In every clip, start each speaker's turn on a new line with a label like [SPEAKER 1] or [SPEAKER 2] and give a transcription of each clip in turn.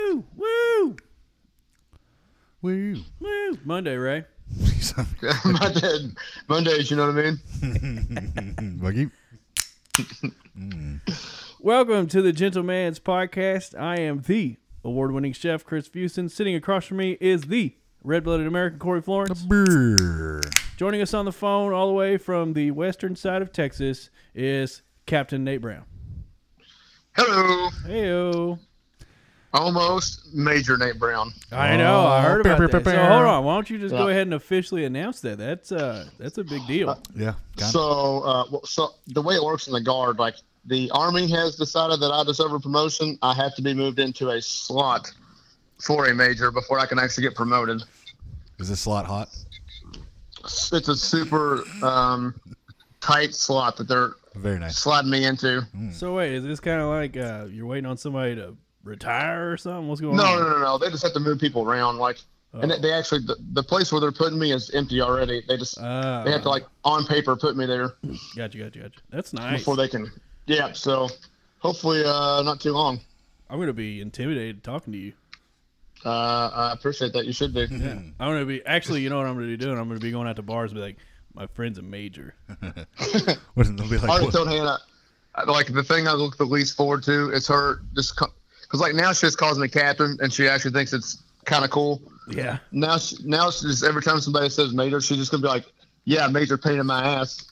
[SPEAKER 1] Woo.
[SPEAKER 2] Woo, Monday, Ray.
[SPEAKER 3] Monday, Mondays, you know what I mean?
[SPEAKER 1] Buggy.
[SPEAKER 2] Welcome to the Gentleman's Podcast. I am the award winning chef, Chris Fusen. Sitting across from me is the red blooded American, Corey Florence.
[SPEAKER 1] Brr.
[SPEAKER 2] Joining us on the phone, all the way from the western side of Texas, is Captain Nate Brown.
[SPEAKER 3] Hello.
[SPEAKER 2] Heyo.
[SPEAKER 3] Almost Major Nate Brown.
[SPEAKER 2] I know. I heard
[SPEAKER 1] Oh,
[SPEAKER 2] about
[SPEAKER 1] bear,
[SPEAKER 2] that.
[SPEAKER 1] bear,
[SPEAKER 2] So
[SPEAKER 1] bear.
[SPEAKER 2] hold on. Why don't you just go
[SPEAKER 3] Yeah.
[SPEAKER 2] ahead and officially announce that? That's uh, that's a big deal.
[SPEAKER 1] Yeah. Kind of.
[SPEAKER 3] So, uh, well, so the way it works in the guard, like the army has decided that I deserve a promotion. I have to be moved into a slot for a major before I can actually get promoted.
[SPEAKER 1] Is this slot hot?
[SPEAKER 3] It's a super um, tight slot that they're
[SPEAKER 1] Very nice.
[SPEAKER 3] sliding me into.
[SPEAKER 2] So wait, is this kind of like uh, you're waiting on somebody to retire or something? What's going
[SPEAKER 3] No,
[SPEAKER 2] on?
[SPEAKER 3] no, no, no. They just have to move people around. Like, and
[SPEAKER 2] Oh.
[SPEAKER 3] they- they actually the, the place where they're putting me is empty already. They just
[SPEAKER 2] Ah,
[SPEAKER 3] they have to like on paper put me there
[SPEAKER 2] gotcha, gotcha, gotcha. That's nice.
[SPEAKER 3] before they can. Yeah. So hopefully, uh, not too long.
[SPEAKER 2] I'm gonna be intimidated talking to you.
[SPEAKER 3] Uh, I appreciate that. You should be.
[SPEAKER 2] I'm gonna be actually. You know what I'm gonna be doing? I'm gonna be going out to bars and be like, my friend's a major.
[SPEAKER 1] Wouldn't it be
[SPEAKER 3] I
[SPEAKER 1] like,
[SPEAKER 3] already
[SPEAKER 1] what?
[SPEAKER 3] told Hannah, I- like the thing I look the least forward to is her just because like now she just calls me captain and she actually thinks it's kind of cool.
[SPEAKER 2] Yeah.
[SPEAKER 3] Now she, now she's just every time somebody says major, she's just gonna be like, yeah, major pain in my ass.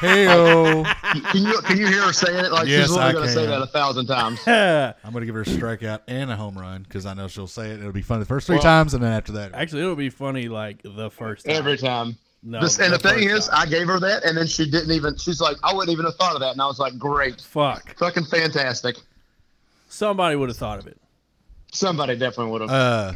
[SPEAKER 1] hey,
[SPEAKER 3] Can you can you hear her saying it? Like
[SPEAKER 1] Yes,
[SPEAKER 3] she's literally
[SPEAKER 1] I
[SPEAKER 3] gonna say
[SPEAKER 1] can.
[SPEAKER 3] that a thousand times.
[SPEAKER 1] I'm going to give her a strikeout and a home run because I know she'll say it. It'll be fun the first three
[SPEAKER 3] Well-
[SPEAKER 1] times, and then after that,
[SPEAKER 2] actually, it'll be funny like the first time.
[SPEAKER 3] Every time.
[SPEAKER 2] no,
[SPEAKER 3] This, and the thing
[SPEAKER 2] first
[SPEAKER 3] is,
[SPEAKER 2] time.
[SPEAKER 3] I gave her that, and then she didn't even. She's like, I wouldn't even have thought of that, and I was like, great,
[SPEAKER 2] fuck,
[SPEAKER 3] fucking fantastic.
[SPEAKER 2] somebody would have thought of it.
[SPEAKER 3] Somebody definitely would have.
[SPEAKER 1] uh,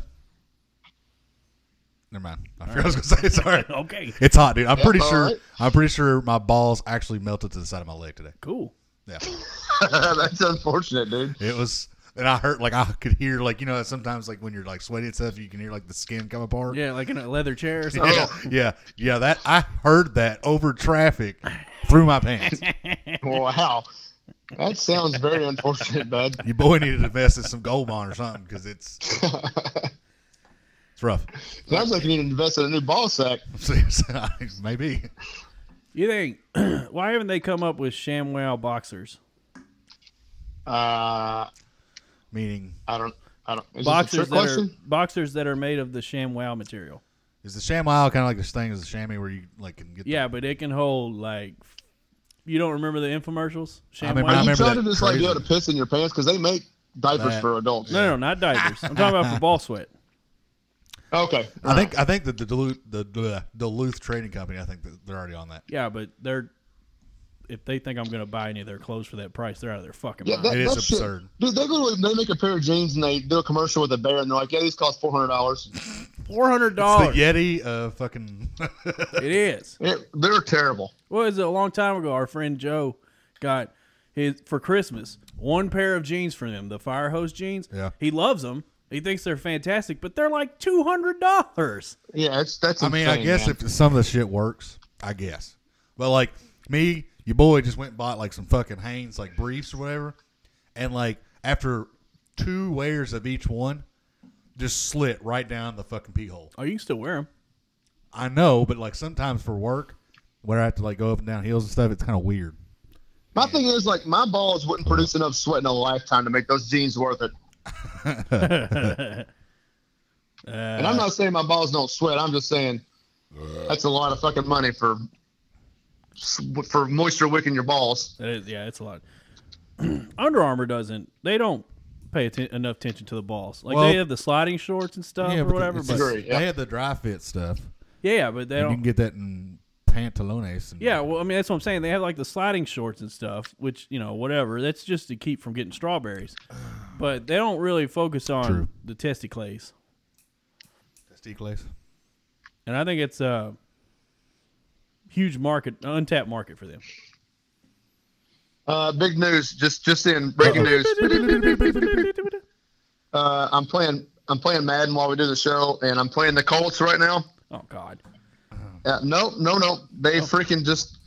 [SPEAKER 1] never mind. I forgot what I was going to say. Sorry.
[SPEAKER 2] Okay,
[SPEAKER 1] It's hot, dude. I'm pretty
[SPEAKER 3] all
[SPEAKER 1] sure.
[SPEAKER 3] right.
[SPEAKER 1] I'm pretty sure my balls actually melted to the side of my leg today.
[SPEAKER 2] cool.
[SPEAKER 1] Yeah,
[SPEAKER 3] That's unfortunate, dude.
[SPEAKER 1] it was, and I hurt like I could hear like you know sometimes like when you're like sweaty and stuff, you can hear like the skin come apart.
[SPEAKER 2] Yeah, like in a leather chair or something.
[SPEAKER 1] yeah, yeah, yeah, That I heard that over traffic through my pants.
[SPEAKER 3] Wow, that sounds very unfortunate, bud.
[SPEAKER 1] Your boy needed to invest in some gold bond or something because it's it's rough.
[SPEAKER 3] Sounds like you need to invest in a new ball sack.
[SPEAKER 1] Maybe
[SPEAKER 2] You think why haven't they come up with ShamWow boxers?
[SPEAKER 3] Uh,
[SPEAKER 1] meaning
[SPEAKER 3] I don't. I don't. Is
[SPEAKER 2] Boxers
[SPEAKER 3] this a trick
[SPEAKER 2] that are,
[SPEAKER 3] question?
[SPEAKER 2] boxers that are made of the ShamWow material.
[SPEAKER 1] is the ShamWow kind of like this thing is the chamois where you like can get. the-
[SPEAKER 2] Yeah, but it can hold like you don't remember the infomercials? ShamWow?
[SPEAKER 1] remember- I
[SPEAKER 3] Are you
[SPEAKER 1] remember
[SPEAKER 3] trying
[SPEAKER 1] that
[SPEAKER 3] to just like be able to
[SPEAKER 1] crazy-
[SPEAKER 3] piss in your pants because they make diapers
[SPEAKER 1] That-
[SPEAKER 3] for adults?
[SPEAKER 2] No, no, not diapers. I'm talking about for ball sweat.
[SPEAKER 3] Okay.
[SPEAKER 1] I think I think that the Duluth the, the Duluth Trading Company. I think that they're already on that.
[SPEAKER 2] Yeah, but they're if they think I'm going to buy any of their clothes for that price, they're out of their fucking
[SPEAKER 3] Yeah,
[SPEAKER 2] mind.
[SPEAKER 3] that,
[SPEAKER 1] It is
[SPEAKER 3] that shit-
[SPEAKER 1] absurd.
[SPEAKER 3] Dude, they go to, they make a pair of jeans and they do a commercial with a bear and they're like, yeah, these cost four hundred dollars.
[SPEAKER 2] Four hundred
[SPEAKER 1] It's
[SPEAKER 2] dollars.
[SPEAKER 1] the Yeti uh, fucking
[SPEAKER 2] It is.
[SPEAKER 3] They're terrible.
[SPEAKER 2] Well, it's a long time ago. Our friend Joe got his for Christmas one pair of jeans from him, the fire hose jeans.
[SPEAKER 1] Yeah.
[SPEAKER 2] he loves them. He thinks they're fantastic, but they're like two hundred dollars.
[SPEAKER 3] Yeah, it's that's.
[SPEAKER 1] I mean, I
[SPEAKER 3] insane,
[SPEAKER 1] guess
[SPEAKER 3] man.
[SPEAKER 1] if some of the shit works, I guess. But like me, your boy just went and bought like some fucking Hanes like briefs or whatever, and like after two wears of each one, just slit right down the fucking pee hole.
[SPEAKER 2] Oh, you can still wear them.
[SPEAKER 1] I know, but like sometimes for work, where I have to like go up and down hills and stuff, it's kind of weird.
[SPEAKER 3] my thing is like my balls wouldn't produce enough sweat in a lifetime to make those jeans worth it. and I'm not saying my balls don't sweat. I'm just saying that's a lot of fucking money for for moisture wicking your balls.
[SPEAKER 2] That is, yeah, it's a lot. Under Armour doesn't. They don't pay atten- enough attention to the balls. Like
[SPEAKER 1] Well-
[SPEAKER 2] they have the sliding shorts and stuff or whatever. But
[SPEAKER 3] just-
[SPEAKER 1] they had the dry fit stuff.
[SPEAKER 2] yeah, but they
[SPEAKER 1] And you can
[SPEAKER 2] don't.
[SPEAKER 1] get that in pantalones. And,
[SPEAKER 2] Yeah, well, I mean that's what I'm saying. They have like the sliding shorts and stuff, which you know, whatever. That's just to keep from getting strawberries. But they don't really focus on
[SPEAKER 1] True.
[SPEAKER 2] the testicles,
[SPEAKER 1] testicles.
[SPEAKER 2] and I think it's a huge market, untapped market for them.
[SPEAKER 3] Uh, big news, just just in breaking news. Uh, I'm playing I'm playing Madden while we do the show, and I'm playing the Colts right now.
[SPEAKER 2] Oh God,
[SPEAKER 3] Uh, no, no, no. They freaking just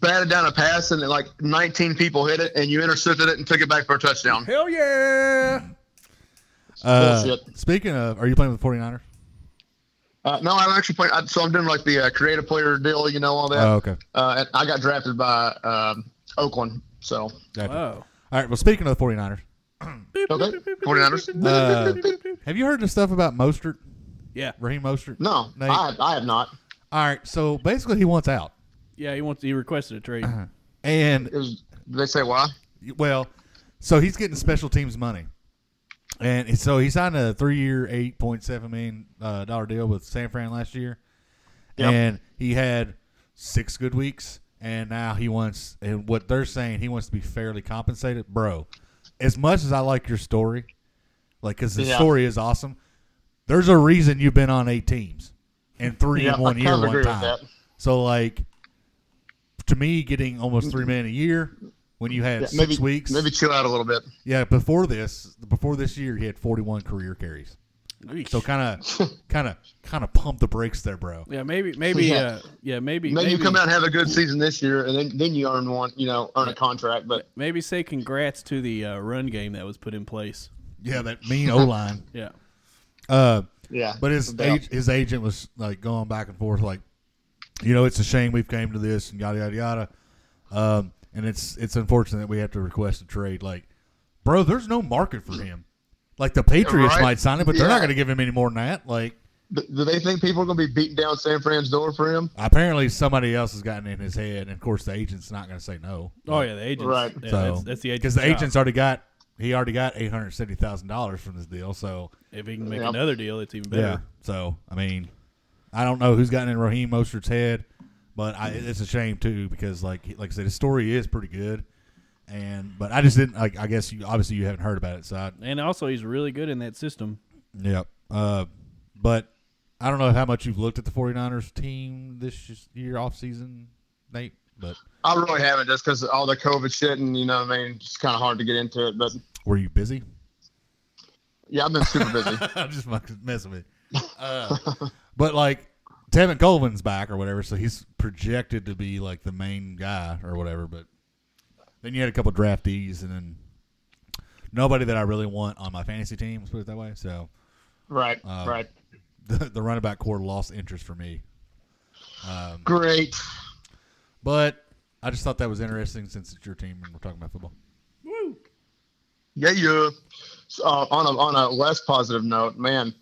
[SPEAKER 3] batted down a pass, and like 19 people hit it, and you intercepted it and took it back for a touchdown.
[SPEAKER 2] hell yeah!
[SPEAKER 1] Uh,
[SPEAKER 3] Bullshit.
[SPEAKER 1] speaking of, are you playing with the 49ers?
[SPEAKER 3] Uh, no, I'm actually playing. I, so I'm doing like the uh, creative player deal, you know, all that.
[SPEAKER 1] Oh, okay.
[SPEAKER 3] Uh, and I got drafted by um, Oakland. So,
[SPEAKER 1] Gotcha.
[SPEAKER 2] Oh.
[SPEAKER 1] All right. Well, speaking of the 49ers,
[SPEAKER 3] okay. 49ers?
[SPEAKER 1] uh, have you heard the stuff about Mostert,
[SPEAKER 2] Yeah.
[SPEAKER 1] Raheem Mostert?
[SPEAKER 3] No,
[SPEAKER 1] Nate?
[SPEAKER 3] I, I have not.
[SPEAKER 1] All right. So basically, he wants out.
[SPEAKER 2] Yeah, he wants he requested a trade.
[SPEAKER 3] Uh-huh.
[SPEAKER 1] And
[SPEAKER 3] It was, did they say why?
[SPEAKER 1] Well, so he's getting special teams money, and so he signed a three-year, eight point seven million uh, dollar deal with San Fran last year,
[SPEAKER 3] Yep.
[SPEAKER 1] and he had six good weeks, and now he wants. And what they're saying, he wants to be fairly compensated, bro. As much as I like your story, like because the
[SPEAKER 3] Yeah.
[SPEAKER 1] story is awesome, there's a reason you've been on eight teams and three
[SPEAKER 3] Yeah,
[SPEAKER 1] in one
[SPEAKER 3] I
[SPEAKER 1] year,
[SPEAKER 3] kinda
[SPEAKER 1] one
[SPEAKER 3] agree with
[SPEAKER 1] time.
[SPEAKER 3] that.
[SPEAKER 1] So like, to me, getting almost three million a year when you had
[SPEAKER 3] Yeah,
[SPEAKER 1] six
[SPEAKER 3] maybe
[SPEAKER 1] weeks,
[SPEAKER 3] Maybe chill out a little bit.
[SPEAKER 1] yeah, before this, before this year, he had 41 career carries. So kind of, kind of, kind of pump the brakes there, bro.
[SPEAKER 2] yeah, maybe maybe
[SPEAKER 3] Yeah.
[SPEAKER 2] uh yeah, maybe
[SPEAKER 3] Maybe, you
[SPEAKER 2] maybe,
[SPEAKER 3] come out and have a good season this year, and then, then you earn one, you know, earn a contract. But
[SPEAKER 2] maybe say congrats to the uh, run game that was put in place.
[SPEAKER 1] Yeah, that mean O line.
[SPEAKER 2] Yeah.
[SPEAKER 1] Uh,
[SPEAKER 3] yeah,
[SPEAKER 1] but his
[SPEAKER 3] Yeah.
[SPEAKER 1] age, his agent was like going back and forth, like, you know, it's a shame we've came to this and yada yada yada. Um, and it's it's unfortunate that we have to request a trade. Like, bro, there's no market for him. Like the Patriots
[SPEAKER 3] Right.
[SPEAKER 1] might sign him, but they're not
[SPEAKER 3] Yeah.
[SPEAKER 1] going to give him any more than that. Like,
[SPEAKER 3] Th- do they think people are going to be beating down San Fran's door for him?
[SPEAKER 1] apparently somebody else has gotten in his head, and of course the agent's not going to say no.
[SPEAKER 2] Oh yeah, the agents.
[SPEAKER 3] Right.
[SPEAKER 2] Yeah,
[SPEAKER 1] So
[SPEAKER 2] that's, that's the agent.
[SPEAKER 1] because the agent's already got he already got eight hundred seventy thousand dollars from this deal. So
[SPEAKER 2] if he can make
[SPEAKER 3] Yeah.
[SPEAKER 2] another deal, it's even better.
[SPEAKER 1] so I mean, I don't know who's gotten in Raheem Mostert's head, but I, it's a shame too because like he- like I said, his story is pretty good, and but I just didn't like I guess you obviously you haven't heard about it, so I,
[SPEAKER 2] And also he's really good in that system.
[SPEAKER 1] yeah. Uh, but I don't know how much you've looked at the 49ers team this year off season, Nate, but
[SPEAKER 3] I really haven't, just because all the COVID shit, and you know, what I mean, it's kind of hard to get into it. But
[SPEAKER 1] were you busy?
[SPEAKER 3] yeah, I've been super busy.
[SPEAKER 1] I'm just fucking messing with you. Uh, but like Tevin Coleman's back or whatever, so he's projected to be like the main guy or whatever. But then you had a couple draftees, and then nobody that I really want on my fantasy team. Let's put it that way. So
[SPEAKER 3] right,
[SPEAKER 1] Um,
[SPEAKER 3] right.
[SPEAKER 1] the, the running back core lost interest for me. um,
[SPEAKER 3] Great.
[SPEAKER 1] But I just thought that was interesting since it's your team and we're talking about football.
[SPEAKER 3] Yeah, yeah. So, uh, on a on a less positive note, man,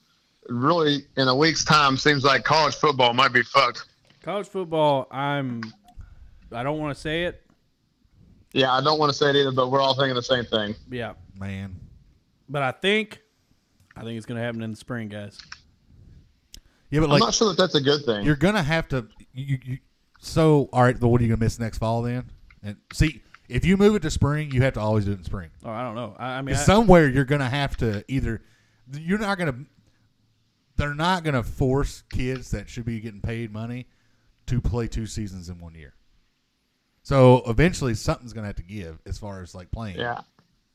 [SPEAKER 3] really in a week's time seems like college football might be fucked.
[SPEAKER 2] College football, I'm I don't want to say it.
[SPEAKER 3] Yeah, I don't want to say it either, but we're all thinking the same thing.
[SPEAKER 2] Yeah.
[SPEAKER 1] Man,
[SPEAKER 2] But I think I think it's gonna happen in the spring, guys.
[SPEAKER 1] yeah, but
[SPEAKER 3] I'm
[SPEAKER 1] like
[SPEAKER 3] not sure that that's a good thing.
[SPEAKER 1] you're gonna have to. You, you, so all right, but what are you gonna miss next fall then? And see if you move it to spring, you have to always do it in spring.
[SPEAKER 2] Oh, I don't know. I, I mean
[SPEAKER 1] 'Cause
[SPEAKER 2] I,
[SPEAKER 1] somewhere you're going to have to either you're not going to they're not going to force kids that should be getting paid money to play two seasons in one year. So eventually something's going to have to give as far as like playing.
[SPEAKER 3] yeah,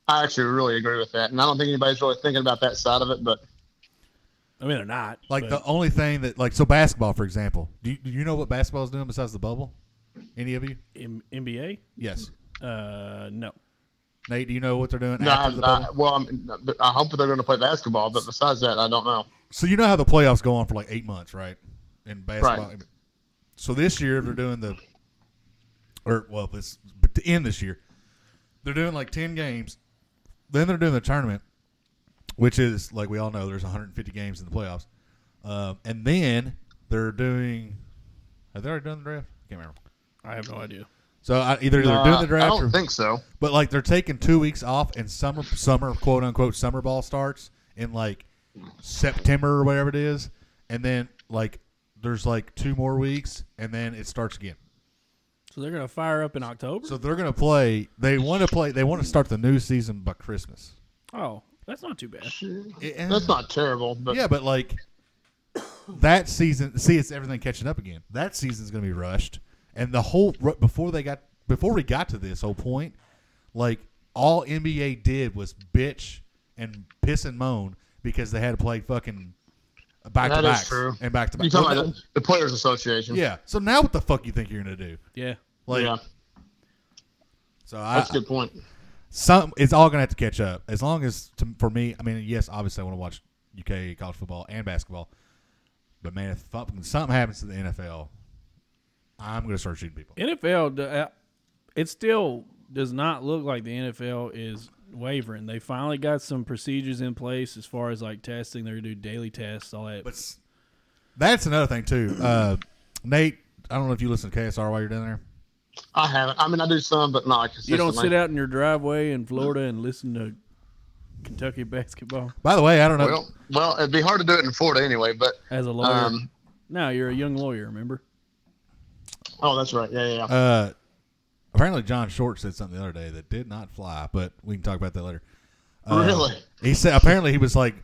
[SPEAKER 3] I actually really agree with that, and I don't think anybody's really thinking about that side of it. But
[SPEAKER 2] I mean they're not.
[SPEAKER 1] Like
[SPEAKER 2] but-
[SPEAKER 1] the only thing that like so basketball for example. Do you, do you know what basketball's doing besides the bubble? Any of you?
[SPEAKER 2] M- NBA?
[SPEAKER 1] Yes.
[SPEAKER 2] Uh, no.
[SPEAKER 1] Nate, do you know what they're doing
[SPEAKER 3] no,
[SPEAKER 1] after the
[SPEAKER 3] I- I-
[SPEAKER 1] bubble?
[SPEAKER 3] well, I'm, I hope they're going to play basketball, but besides that, I don't know.
[SPEAKER 1] So you know how the playoffs go on for like eight months, right? In basketball.
[SPEAKER 3] Right.
[SPEAKER 1] So this year they're doing the, or well, this but to end this year, they're doing like ten games. Then they're doing the tournament, which is like we all know there's 150 games in the playoffs, um, and then they're doing. Have they already done the draft? I can't remember.
[SPEAKER 2] I have no idea.
[SPEAKER 1] So I, either they're doing
[SPEAKER 3] Uh,
[SPEAKER 1] the draft,
[SPEAKER 3] I don't
[SPEAKER 1] or,
[SPEAKER 3] think so.
[SPEAKER 1] but like they're taking two weeks off, and summer summer quote unquote summer ball starts in like September or whatever it is, and then like there's like two more weeks, and then it starts again.
[SPEAKER 2] So they're gonna fire up in October.
[SPEAKER 1] So they're gonna play. They want to play. They want to start the new season by Christmas.
[SPEAKER 2] oh, that's not too bad.
[SPEAKER 1] It-
[SPEAKER 3] That's not terrible, but
[SPEAKER 1] Yeah, but like that season, see, it's everything catching up again. That season's going to be rushed, and the whole ru- before they got before we got to this whole point, like all NBA did was bitch and piss and moan because they had to play fucking back to
[SPEAKER 3] that is
[SPEAKER 1] back
[SPEAKER 3] true.
[SPEAKER 1] and back to back.
[SPEAKER 3] You talking about the, the Players Association?
[SPEAKER 1] Yeah. So now what the fuck you think you're going to do?
[SPEAKER 2] Yeah.
[SPEAKER 1] Like,
[SPEAKER 3] yeah,
[SPEAKER 1] so I,
[SPEAKER 3] that's a good point.
[SPEAKER 1] some it's all gonna have to catch up. As long as to, for me, I mean, yes, obviously I want to watch UK college football and basketball, but man, if something, something happens to the NFL, I'm gonna start shooting people.
[SPEAKER 2] NFL, d- uh, it still does not look like the NFL is wavering. They finally got some procedures in place as far as like testing. They're gonna do daily tests, all that.
[SPEAKER 1] But s- that's another thing too. Uh, Nate, I don't know if you listen to KSR while you're down there.
[SPEAKER 3] I haven't. I mean, I do some, but not consistently.
[SPEAKER 2] you don't sit out in your driveway in Florida and listen to Kentucky basketball
[SPEAKER 1] By the way, I don't know.
[SPEAKER 3] Well, well, it'd be hard to do it in Florida anyway. But
[SPEAKER 2] as a lawyer.
[SPEAKER 3] um,
[SPEAKER 2] no, you're a young lawyer. Remember?
[SPEAKER 3] oh, that's right. Yeah, yeah. yeah.
[SPEAKER 1] Uh, apparently, John Short said something the other day that did not fly, but we can talk about that later. Uh,
[SPEAKER 3] really?
[SPEAKER 1] He said apparently he was like,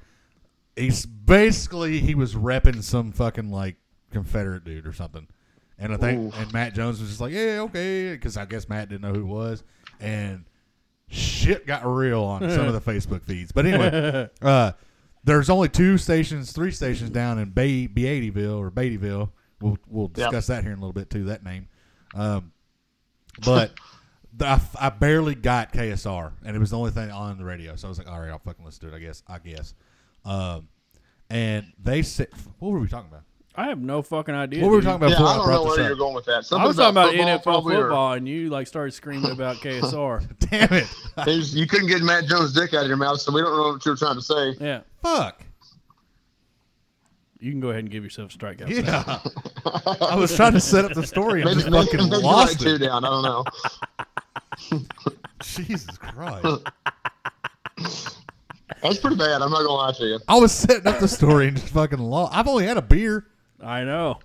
[SPEAKER 1] he's basically he was repping some fucking like Confederate dude or something, and I think
[SPEAKER 3] Ooh.
[SPEAKER 1] and Matt Jones was just like, yeah, okay, because I guess Matt didn't know who it was, and shit got real on some of the Facebook feeds. But anyway, uh, there's only two stations, three stations down in Bay Beattyville or Beattyville. We'll we'll discuss that here in a little bit too. That name, um, but. the- I, f- I barely got KSR, and it was the only thing on the radio. So I was like, all right, I'll fucking listen to it. I guess. I guess. Um, and they said, what were we talking about?
[SPEAKER 2] I have no fucking idea.
[SPEAKER 1] What were we
[SPEAKER 2] dude.
[SPEAKER 1] talking about?
[SPEAKER 3] Yeah,
[SPEAKER 1] before
[SPEAKER 3] I don't know
[SPEAKER 1] brought this
[SPEAKER 3] where
[SPEAKER 1] up?
[SPEAKER 3] you're going with that. Something
[SPEAKER 2] I was talking about
[SPEAKER 3] football,
[SPEAKER 2] NFL
[SPEAKER 3] probably, or-
[SPEAKER 2] football, and you like started screaming about KSR.
[SPEAKER 1] Damn it!
[SPEAKER 3] There's- you couldn't get Matt Jones' dick out of your mouth, so we don't know what you were trying to say.
[SPEAKER 2] yeah,
[SPEAKER 1] Fuck.
[SPEAKER 2] you can go ahead and give yourself a strikeout. for that.
[SPEAKER 1] Yeah. I was trying to set up the story. I
[SPEAKER 3] Maybe,
[SPEAKER 1] just
[SPEAKER 3] maybe,
[SPEAKER 1] fucking
[SPEAKER 3] maybe write
[SPEAKER 1] lost
[SPEAKER 3] two
[SPEAKER 1] it.
[SPEAKER 3] down. I don't know.
[SPEAKER 1] Jesus Christ!
[SPEAKER 3] That's pretty bad. I'm not gonna lie to you.
[SPEAKER 1] I was setting up the story and just fucking lost. I've only had a beer.
[SPEAKER 2] I know.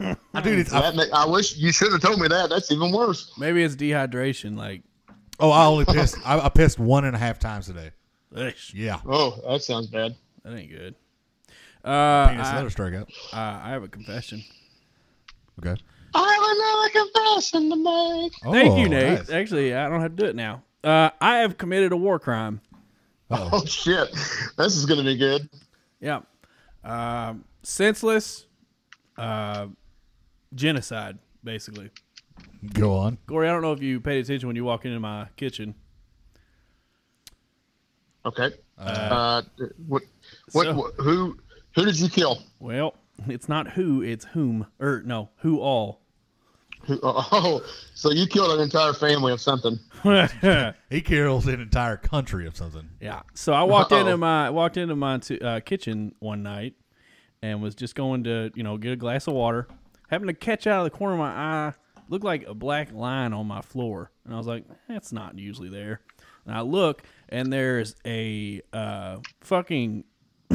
[SPEAKER 1] I dude, it's, I,
[SPEAKER 3] That ma- I wish you should have told me that. That's even worse.
[SPEAKER 2] Maybe it's dehydration. Like,
[SPEAKER 1] oh, I only pissed. I, I pissed one and a half times today.
[SPEAKER 2] ugh,
[SPEAKER 1] Yeah.
[SPEAKER 3] Oh, that sounds bad.
[SPEAKER 2] that ain't good. Uh,
[SPEAKER 1] Penis
[SPEAKER 2] I,
[SPEAKER 1] another strikeout.
[SPEAKER 2] Uh, I, I have a confession.
[SPEAKER 1] Okay.
[SPEAKER 3] I have another confession to make.
[SPEAKER 2] Thank
[SPEAKER 1] Oh,
[SPEAKER 2] you, Nate.
[SPEAKER 1] nice.
[SPEAKER 2] Actually, I don't have to do it now. Uh, I have committed a war crime.
[SPEAKER 1] Uh-oh.
[SPEAKER 3] Oh shit, this is gonna be good.
[SPEAKER 2] Yeah, um, senseless uh, genocide, basically.
[SPEAKER 1] Go on.
[SPEAKER 2] Corey, I don't know if you paid attention when you walked into my kitchen.
[SPEAKER 3] Okay. Uh, what? What?
[SPEAKER 2] so-
[SPEAKER 3] what- who? Who did you kill?
[SPEAKER 2] Well, it's not who, it's whom. Or no, who all.
[SPEAKER 3] Who, oh, so you killed an entire family of something.
[SPEAKER 2] yeah.
[SPEAKER 1] He killed an entire country of something.
[SPEAKER 2] So I walked
[SPEAKER 3] Uh-oh.
[SPEAKER 2] into my walked into my t- uh, kitchen one night and was just going to, you know, get a glass of water. Happened to catch out of the corner of my eye looked like a black line on my floor. And I was like, that's not usually there. And I look and there's a uh, fucking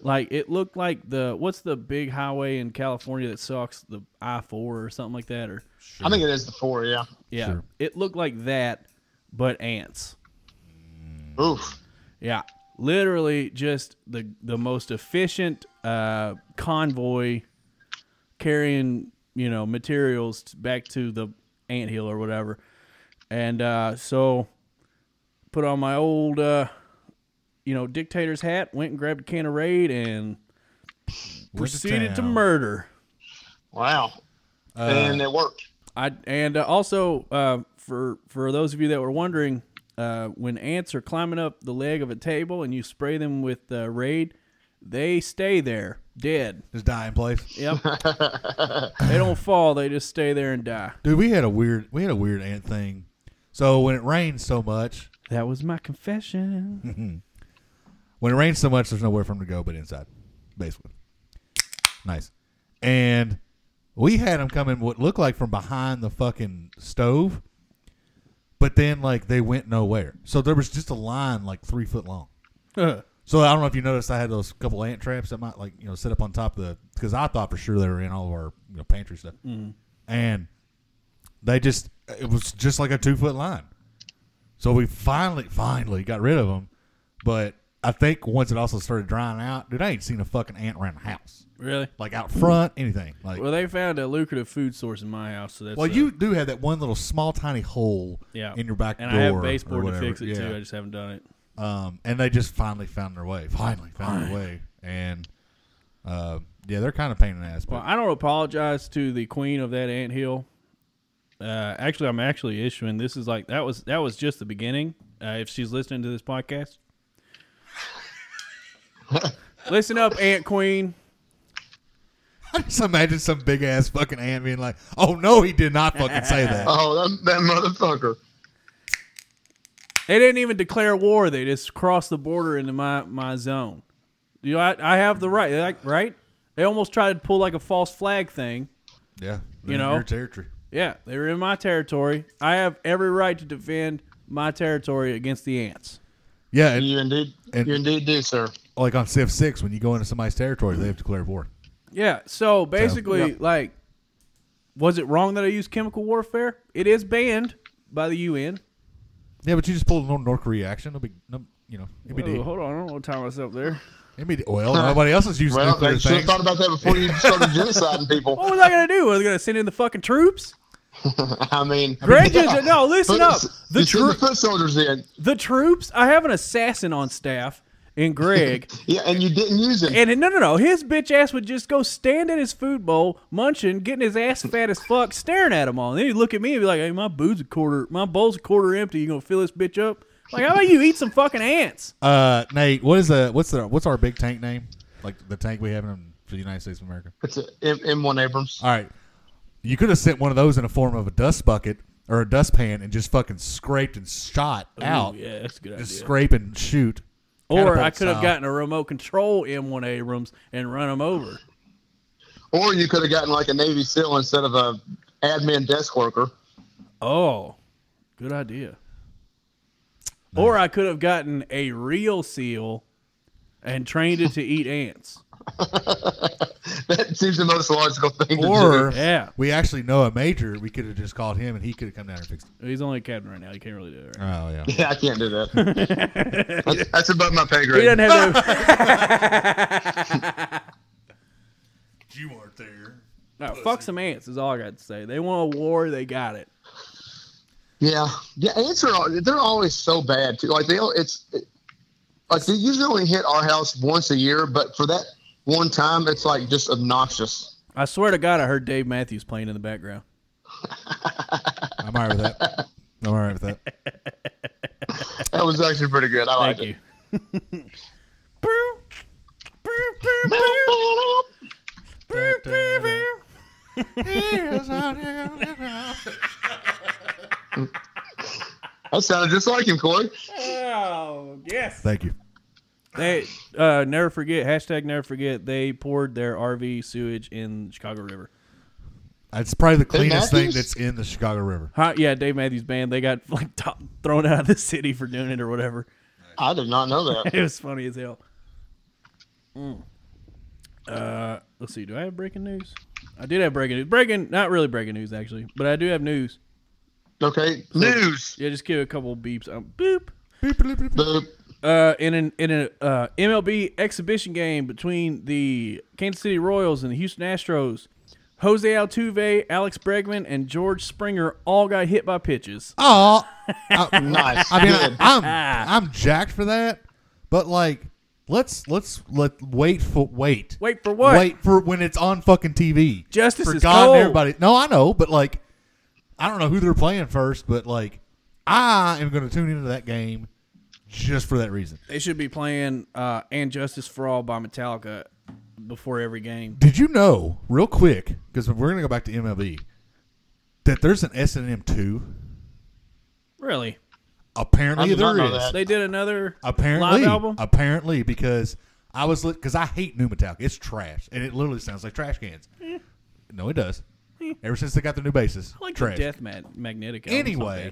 [SPEAKER 2] Like it looked like the what's the big highway in California that sucks the I four or something like that or
[SPEAKER 3] I think it is the four. Yeah.
[SPEAKER 2] yeah
[SPEAKER 1] Sure.
[SPEAKER 2] it looked like that but ants
[SPEAKER 3] Oof.
[SPEAKER 2] yeah literally just the the most efficient uh, convoy carrying you know materials t- back to the ant hill or whatever and uh, so put on my old uh, you know dictator's hat went and grabbed a can of raid and
[SPEAKER 1] Went
[SPEAKER 2] proceeded to
[SPEAKER 1] town.
[SPEAKER 2] murder.
[SPEAKER 3] Wow.
[SPEAKER 2] Uh,
[SPEAKER 3] and it worked.
[SPEAKER 2] I and uh, also uh, for for those of you that were wondering, uh, when ants are climbing up the leg of a table and you spray them with uh, Raid, they stay there dead.
[SPEAKER 1] Just die in place.
[SPEAKER 2] Yep, they don't fall; they just stay there and die.
[SPEAKER 1] Dude, we had a weird we had a weird ant thing. So when it rains so much,
[SPEAKER 2] That was my confession.
[SPEAKER 1] when it rains so much, there's nowhere for them to go but inside, basically. Nice. And we had them coming what looked like from behind the fucking stove, but then like they went nowhere. So there was just a line like three foot long. So I don't know if you noticed, I had those couple ant traps that might like you know set up on top of the because I thought for sure they were in all of our you know, pantry stuff,
[SPEAKER 2] Mm-hmm.
[SPEAKER 1] and they just it was just like a two foot line. So we finally finally got rid of them, but I think once it also started drying out, dude, I ain't seen a fucking ant around the house,
[SPEAKER 2] really?
[SPEAKER 1] like out front, anything. Like,
[SPEAKER 2] Mm-hmm. Well,
[SPEAKER 1] well,
[SPEAKER 2] they found a lucrative food source in my house, so that's uh,
[SPEAKER 1] you do have that one little small tiny hole
[SPEAKER 2] yeah
[SPEAKER 1] in your back
[SPEAKER 2] and
[SPEAKER 1] door,
[SPEAKER 2] I have
[SPEAKER 1] or
[SPEAKER 2] baseboard to
[SPEAKER 1] whatever.
[SPEAKER 2] fix it
[SPEAKER 1] Yeah.
[SPEAKER 2] too. I just haven't done it.
[SPEAKER 1] Um, and they just finally found their way. Finally found their way. And uh, yeah, they're kind of pain in the ass. But
[SPEAKER 2] Well, I don't apologize to the queen of that anthill. Uh, actually, I'm actually issuing. This is like that was that was just the beginning. Uh, if she's listening to this podcast, listen up, Aunt Queen.
[SPEAKER 1] I just imagine some big ass fucking ant being like, "Oh no, he did not fucking say that."
[SPEAKER 3] Oh, that, that motherfucker.
[SPEAKER 2] They didn't even declare war. They just crossed the border into my my zone. You know, I, I have the right. Like, right? They almost tried to pull like a false flag thing.
[SPEAKER 1] Yeah,
[SPEAKER 2] You know?
[SPEAKER 1] your territory.
[SPEAKER 2] Yeah, they were in my territory. I have every right to defend my territory against the ants.
[SPEAKER 1] Yeah, and
[SPEAKER 3] You indeed,
[SPEAKER 1] and-
[SPEAKER 3] you indeed do, sir.
[SPEAKER 1] like on Civ Six, when you go into somebody's territory, they have to declare war.
[SPEAKER 2] Yeah. So basically, like, was it wrong that I used chemical warfare? It is banned by the UN.
[SPEAKER 1] Yeah, but you just pulled a North- North Korea action. It'll be, no- you know, it'll be,
[SPEAKER 2] Oh,
[SPEAKER 1] deep.
[SPEAKER 2] hold on, I don't want to tie myself there.
[SPEAKER 1] It'll be well, nobody else is using
[SPEAKER 3] Well,
[SPEAKER 1] nuclear
[SPEAKER 3] they should have
[SPEAKER 1] things.
[SPEAKER 3] thought about that before you started genociding
[SPEAKER 2] What
[SPEAKER 3] people.
[SPEAKER 2] was I gonna do? Was I gonna send in the fucking troops?
[SPEAKER 3] I mean,
[SPEAKER 2] Greg is no. Listen
[SPEAKER 3] Put-
[SPEAKER 2] up. The
[SPEAKER 3] you should
[SPEAKER 2] troops.
[SPEAKER 3] have put soldiers in.
[SPEAKER 2] the troops. I have an assassin on staff in Greg,
[SPEAKER 3] Yeah, and you didn't use them.
[SPEAKER 2] and no, no, no, his bitch ass would just go stand at his food bowl, munching, getting his ass fat as fuck, staring at him all. And then he'd look at me and be like, "Hey, my booze a quarter, my bowl's a quarter empty. You gonna fill this bitch up? Like, how about you eat some fucking ants?"
[SPEAKER 1] Uh, Nate, what is the what's the what's our big tank name? Like the tank we have in the United States of America.
[SPEAKER 3] It's a M- M1 Abrams.
[SPEAKER 1] All right, you could have sent one of those in the form of a dust bucket or a dustpan and just fucking scraped and shot out.
[SPEAKER 2] Ooh, yeah, that's a good idea.
[SPEAKER 1] Just scrape and shoot.
[SPEAKER 2] Or I
[SPEAKER 1] Catapult
[SPEAKER 2] could have
[SPEAKER 1] style.
[SPEAKER 2] gotten a remote control M1 Abrams and run him over.
[SPEAKER 3] Or you could have gotten like a Navy SEAL instead of a admin desk worker.
[SPEAKER 2] Oh, good idea. Or I could have gotten a real seal and trained it to eat ants.
[SPEAKER 3] That seems the most logical thing
[SPEAKER 1] Or
[SPEAKER 3] to
[SPEAKER 2] Yeah.
[SPEAKER 1] we actually know a major. We could have just called him and he could have come down and fixed it.
[SPEAKER 2] He's only a captain right now. He can't really do it. Right?
[SPEAKER 1] Oh yeah.
[SPEAKER 3] do. Yeah, I can't do that. That's- That's above my pay
[SPEAKER 2] He
[SPEAKER 3] grade.
[SPEAKER 2] doesn't have to.
[SPEAKER 1] You weren't there.
[SPEAKER 2] no, fuck some ants is all I got to say. They want a war. They got it.
[SPEAKER 3] Yeah, yeah. Ants are al- they're always so bad too. Like they it's like they usually only hit our house once a year, but for that one time, it's like just obnoxious.
[SPEAKER 2] I swear to God, I heard Dave Matthews playing in the background.
[SPEAKER 1] I'm all right with that. I'm all right with that.
[SPEAKER 3] That was actually pretty good. I
[SPEAKER 2] Thank
[SPEAKER 3] liked
[SPEAKER 2] you.
[SPEAKER 3] it.
[SPEAKER 2] Boop, boop, boop, boop, boop, boop.
[SPEAKER 3] That sounded just like him, Corey.
[SPEAKER 2] Oh, yes.
[SPEAKER 1] Thank you.
[SPEAKER 2] They uh, never forget hashtag never forget. They poured their RV sewage in Chicago River.
[SPEAKER 1] It's probably the cleanest thing
[SPEAKER 3] Matthews?
[SPEAKER 1] that's in the Chicago River.
[SPEAKER 2] Huh, yeah, Dave Matthews Band. They got like top, thrown out of the city for doing it or whatever.
[SPEAKER 3] I did not know that.
[SPEAKER 2] It was funny as hell. Mm. Uh, let's see. Do I have breaking news? I did have breaking news. Breaking, not really breaking news actually, but I do have news.
[SPEAKER 3] Okay, news.
[SPEAKER 2] Yeah, just give it a couple beeps. Um, boop.
[SPEAKER 3] The
[SPEAKER 2] uh, in an in a uh, MLB exhibition game between the Kansas City Royals and the Houston Astros. Jose Altuve, Alex Bregman, and George Springer all got hit by pitches.
[SPEAKER 1] Oh,
[SPEAKER 3] nice.
[SPEAKER 1] I mean,
[SPEAKER 3] Good.
[SPEAKER 1] I, am I'm jacked for that, but like, let's let's let wait for wait
[SPEAKER 2] Wait for what?
[SPEAKER 1] wait for when it's on fucking TV.
[SPEAKER 2] Justice
[SPEAKER 1] for
[SPEAKER 2] is
[SPEAKER 1] God
[SPEAKER 2] cold.
[SPEAKER 1] and everybody. No, I know, but like, I don't know who they're playing first, but like, I am going to tune into that game just for that reason.
[SPEAKER 2] They should be playing uh, "And Justice for All" by Metallica before every game.
[SPEAKER 1] Did you know, real quick, because we're going to go back to MLB, that there's an S and M two.
[SPEAKER 2] Really?
[SPEAKER 1] Apparently,
[SPEAKER 3] I did not
[SPEAKER 1] there
[SPEAKER 3] know
[SPEAKER 1] is.
[SPEAKER 3] that.
[SPEAKER 2] They did another
[SPEAKER 1] Apparently,
[SPEAKER 2] live album.
[SPEAKER 1] apparently, because I was because I hate new Metallica. It's trash, and it literally sounds like trash cans. No, it does. Ever since they got their new bases,
[SPEAKER 2] Eh. I like
[SPEAKER 1] trash.
[SPEAKER 2] the Death Mag- Magnetic. album. It's not
[SPEAKER 1] anyway,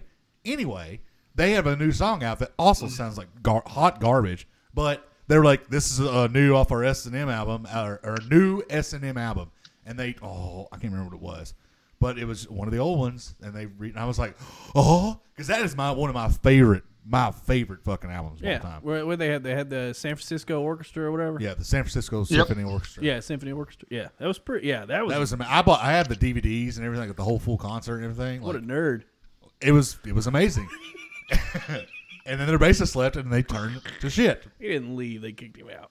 [SPEAKER 2] bad.
[SPEAKER 1] anyway, they have a new song out that also sounds like gar- hot garbage. But they're like, this is a new off our S and M album, or, or new S and M album, and they oh, I can't remember what it was, but it was one of the old ones, and they re- and I was like, oh, because that is my one of my favorite, my favorite fucking albums of all
[SPEAKER 2] yeah,
[SPEAKER 1] time.
[SPEAKER 2] where, where they had they had the San Francisco Orchestra or whatever.
[SPEAKER 1] Yeah, the San Francisco
[SPEAKER 3] Yep.
[SPEAKER 1] Symphony Orchestra.
[SPEAKER 2] yeah, Symphony Orchestra. Yeah, that was pretty. Yeah, that was,
[SPEAKER 1] that was ama- I bought. I had the DVDs and everything, like the whole full concert and everything.
[SPEAKER 2] what a
[SPEAKER 1] Like,
[SPEAKER 2] nerd.
[SPEAKER 1] it was it was amazing. and then their bassist left, and they turned to shit.
[SPEAKER 2] He didn't leave. They kicked him out.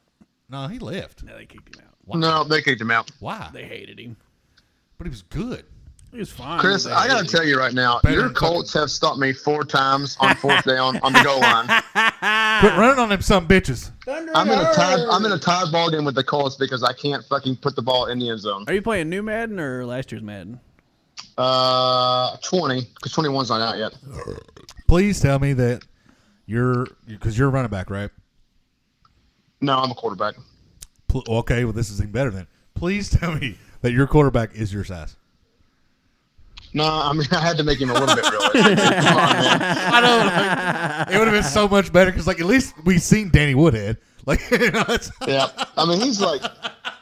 [SPEAKER 1] No, he left.
[SPEAKER 2] No, they kicked him out.
[SPEAKER 3] no, they kicked him out.
[SPEAKER 1] Why?
[SPEAKER 2] They hated him.
[SPEAKER 1] But he was good.
[SPEAKER 2] He was fine.
[SPEAKER 3] Chris,
[SPEAKER 2] He was
[SPEAKER 3] I gotta
[SPEAKER 2] like,
[SPEAKER 3] tell you right now,
[SPEAKER 1] Better
[SPEAKER 3] your
[SPEAKER 1] than
[SPEAKER 3] Colts have stopped me four times on fourth down on the goal line.
[SPEAKER 2] Ah.
[SPEAKER 1] Quit running on them some bitches.
[SPEAKER 3] I'm in a tied. I'm in a tied ball game with the Colts because I can't fucking put the ball in the end zone.
[SPEAKER 2] Are you playing new Madden or last year's Madden?
[SPEAKER 3] Uh, twenty because twenty one's not out yet.
[SPEAKER 1] Please tell me that you're because you're a running back, right?
[SPEAKER 3] No, I'm a quarterback.
[SPEAKER 1] Pl- okay, well this is even better then. Please tell me that your quarterback is your size.
[SPEAKER 3] No, I mean I had to make him a little bit realistic. Come on, man.
[SPEAKER 1] I know. Like, it would have been so much better because, like, at least we've seen Danny Woodhead. Like, you know, it's,
[SPEAKER 3] Yeah, I mean he's like,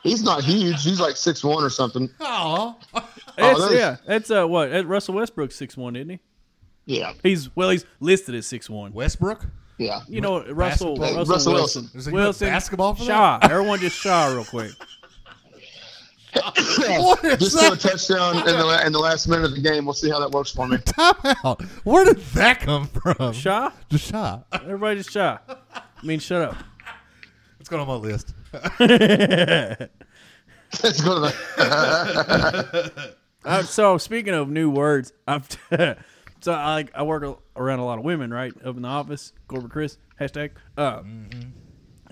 [SPEAKER 3] he's not huge. He's like six one or something.
[SPEAKER 1] aw.
[SPEAKER 2] That's,
[SPEAKER 3] that is-
[SPEAKER 2] yeah, that's uh, what that Russell Westbrook's six one, isn't he?
[SPEAKER 3] Yeah,
[SPEAKER 2] He's well, he's listed as six one.
[SPEAKER 1] Westbrook.
[SPEAKER 3] yeah.
[SPEAKER 2] You know, Russell
[SPEAKER 1] Basketball.
[SPEAKER 2] Russell,
[SPEAKER 3] Russell
[SPEAKER 2] Wilson.
[SPEAKER 3] Wilson.
[SPEAKER 1] Is he good at
[SPEAKER 2] Wilson
[SPEAKER 1] basketball for
[SPEAKER 2] Shaw. Everyone just Shaw real quick.
[SPEAKER 1] What is
[SPEAKER 3] Just throw a
[SPEAKER 1] that?
[SPEAKER 3] touchdown in the la- in the last minute of the game. We'll see how that works for me.
[SPEAKER 1] Time out. Where did that come from?
[SPEAKER 2] Shaw.
[SPEAKER 1] Just shot.
[SPEAKER 2] Everybody just Shaw. I mean, shut up.
[SPEAKER 1] It's going on my list.
[SPEAKER 3] Let's go to the.
[SPEAKER 2] Uh, so speaking of new words, I've so I like I work a- around a lot of women, right? Up in the office, corporate Chris hashtag. Uh,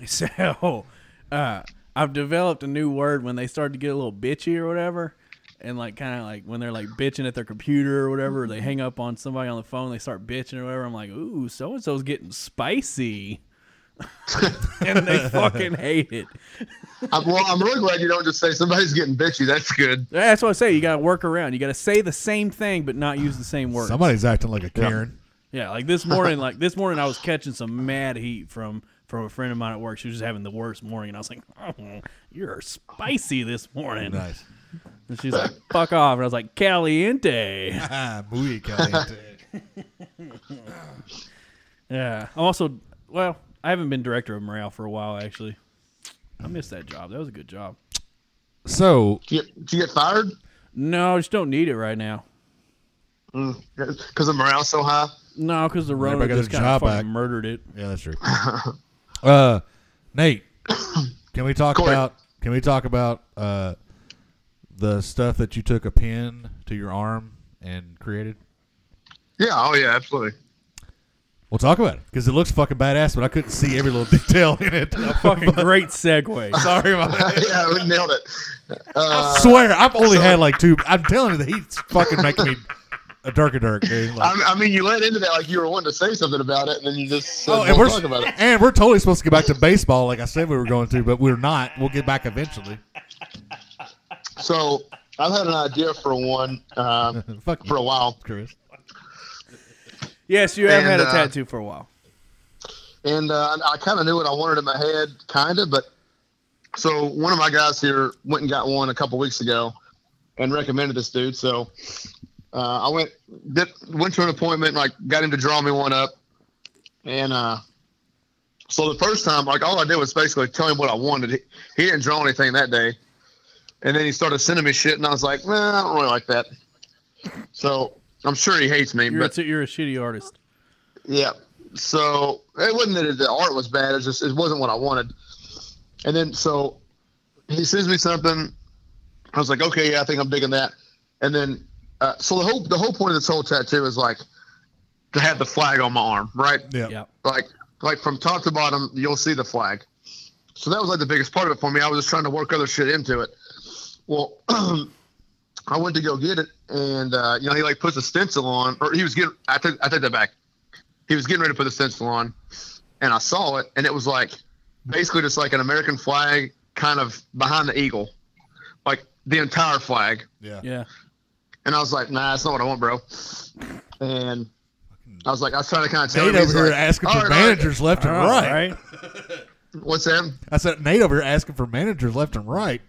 [SPEAKER 2] So uh, I've developed a new word when they start to get a little bitchy or whatever, and like kind of like when they're like bitching at their computer or whatever, or they hang up on somebody on the phone, they start bitching or whatever. I'm like, ooh, so and so's getting spicy. and they fucking hate it.
[SPEAKER 3] I'm, well, I'm really glad you don't just say somebody's getting bitchy. That's good.
[SPEAKER 2] That's what I say. You got to work around. You got to say the same thing, but not use the same word.
[SPEAKER 1] Somebody's acting like a Karen.
[SPEAKER 2] Yeah, like this morning, like this morning, I was catching some mad heat from from a friend of mine at work. She was just having the worst morning, and I was like, oh, "You're spicy this morning."
[SPEAKER 1] Nice.
[SPEAKER 2] And she's like, "Fuck off!" And I was like, "Caliente."
[SPEAKER 1] Ah, muy caliente.
[SPEAKER 2] Yeah. I'm also, well, I haven't been director of morale for a while. Actually, I missed that job. That was a good job.
[SPEAKER 1] so,
[SPEAKER 3] Do you, do you get fired?
[SPEAKER 2] No, I just don't need it right now.
[SPEAKER 3] Because the morale's so high.
[SPEAKER 2] No, because the Rona
[SPEAKER 1] Everybody got
[SPEAKER 2] just
[SPEAKER 1] their
[SPEAKER 2] kind of
[SPEAKER 1] job
[SPEAKER 2] fucking
[SPEAKER 1] back.
[SPEAKER 2] murdered it.
[SPEAKER 1] yeah, that's true. Uh, Nate, can we talk
[SPEAKER 3] Corey.
[SPEAKER 1] about can we talk about uh, the stuff that you took a pin to your arm and created?
[SPEAKER 3] Yeah. Oh yeah. Absolutely.
[SPEAKER 1] We'll talk about it because it looks fucking badass, but I couldn't see every little detail in it.
[SPEAKER 2] Fucking great segue.
[SPEAKER 1] Sorry about that.
[SPEAKER 3] yeah, we nailed it. Uh,
[SPEAKER 1] I swear, I've only had like two. I'm telling you, the heat's fucking making me a darker dark, dude. Like,
[SPEAKER 3] I, I mean, you led into that like you were wanting to say something about it, and then you just said,
[SPEAKER 1] oh,
[SPEAKER 3] oh,
[SPEAKER 1] and
[SPEAKER 3] we'll
[SPEAKER 1] we're
[SPEAKER 3] talk about it.
[SPEAKER 1] and we're totally supposed to get back to baseball, like I said we were going to, but we're not. We'll get back eventually.
[SPEAKER 3] So I've had an idea for one um,
[SPEAKER 1] Fuck
[SPEAKER 3] for a
[SPEAKER 1] you,
[SPEAKER 3] while,
[SPEAKER 1] Chris.
[SPEAKER 2] Yes, you have
[SPEAKER 3] And,
[SPEAKER 2] had a
[SPEAKER 3] uh,
[SPEAKER 2] tattoo for a while.
[SPEAKER 3] and uh, I kind of knew what I wanted in my head, kind of. But so one of my guys here went and got one a couple weeks ago, and recommended this dude. So uh, I went did, went to an appointment, like got him to draw me one up, and uh, so the first time, like all I did was basically tell him what I wanted. He, he didn't draw anything that day, and then he started sending me shit, and I was like, nah, I don't really like that. So I'm sure he hates me,
[SPEAKER 2] You're,
[SPEAKER 3] but
[SPEAKER 2] a, you're a shitty artist.
[SPEAKER 3] yeah. So it wasn't that the art was bad. It just it wasn't what I wanted. And then so he sends me something. I was like, okay, yeah, I think I'm digging that. And then uh, so the whole the whole point of this whole tattoo is like to have the flag on my arm, right?
[SPEAKER 1] Yeah.
[SPEAKER 2] Yeah.
[SPEAKER 3] Like like from top to bottom, you'll see the flag. So that was like the biggest part of it for me. I was just trying to work other shit into it. Well, I went to go get it, and uh, you know he like puts a stencil on, or he was getting. I took I take that back. He was getting ready to put the stencil on, and I saw it, and it was like basically just like an American flag, kind of behind the eagle, like the entire flag.
[SPEAKER 1] Yeah.
[SPEAKER 2] Yeah.
[SPEAKER 3] And I was like, nah, that's not what I want, bro. And I was like, I was trying to kind of tell
[SPEAKER 1] Nate
[SPEAKER 3] him. he's
[SPEAKER 1] over here
[SPEAKER 3] like,
[SPEAKER 1] asking
[SPEAKER 3] "All
[SPEAKER 1] for
[SPEAKER 3] right, all right."
[SPEAKER 1] managers left and right.
[SPEAKER 2] right.
[SPEAKER 3] What's that?
[SPEAKER 1] I said Nate over here asking for managers left and right.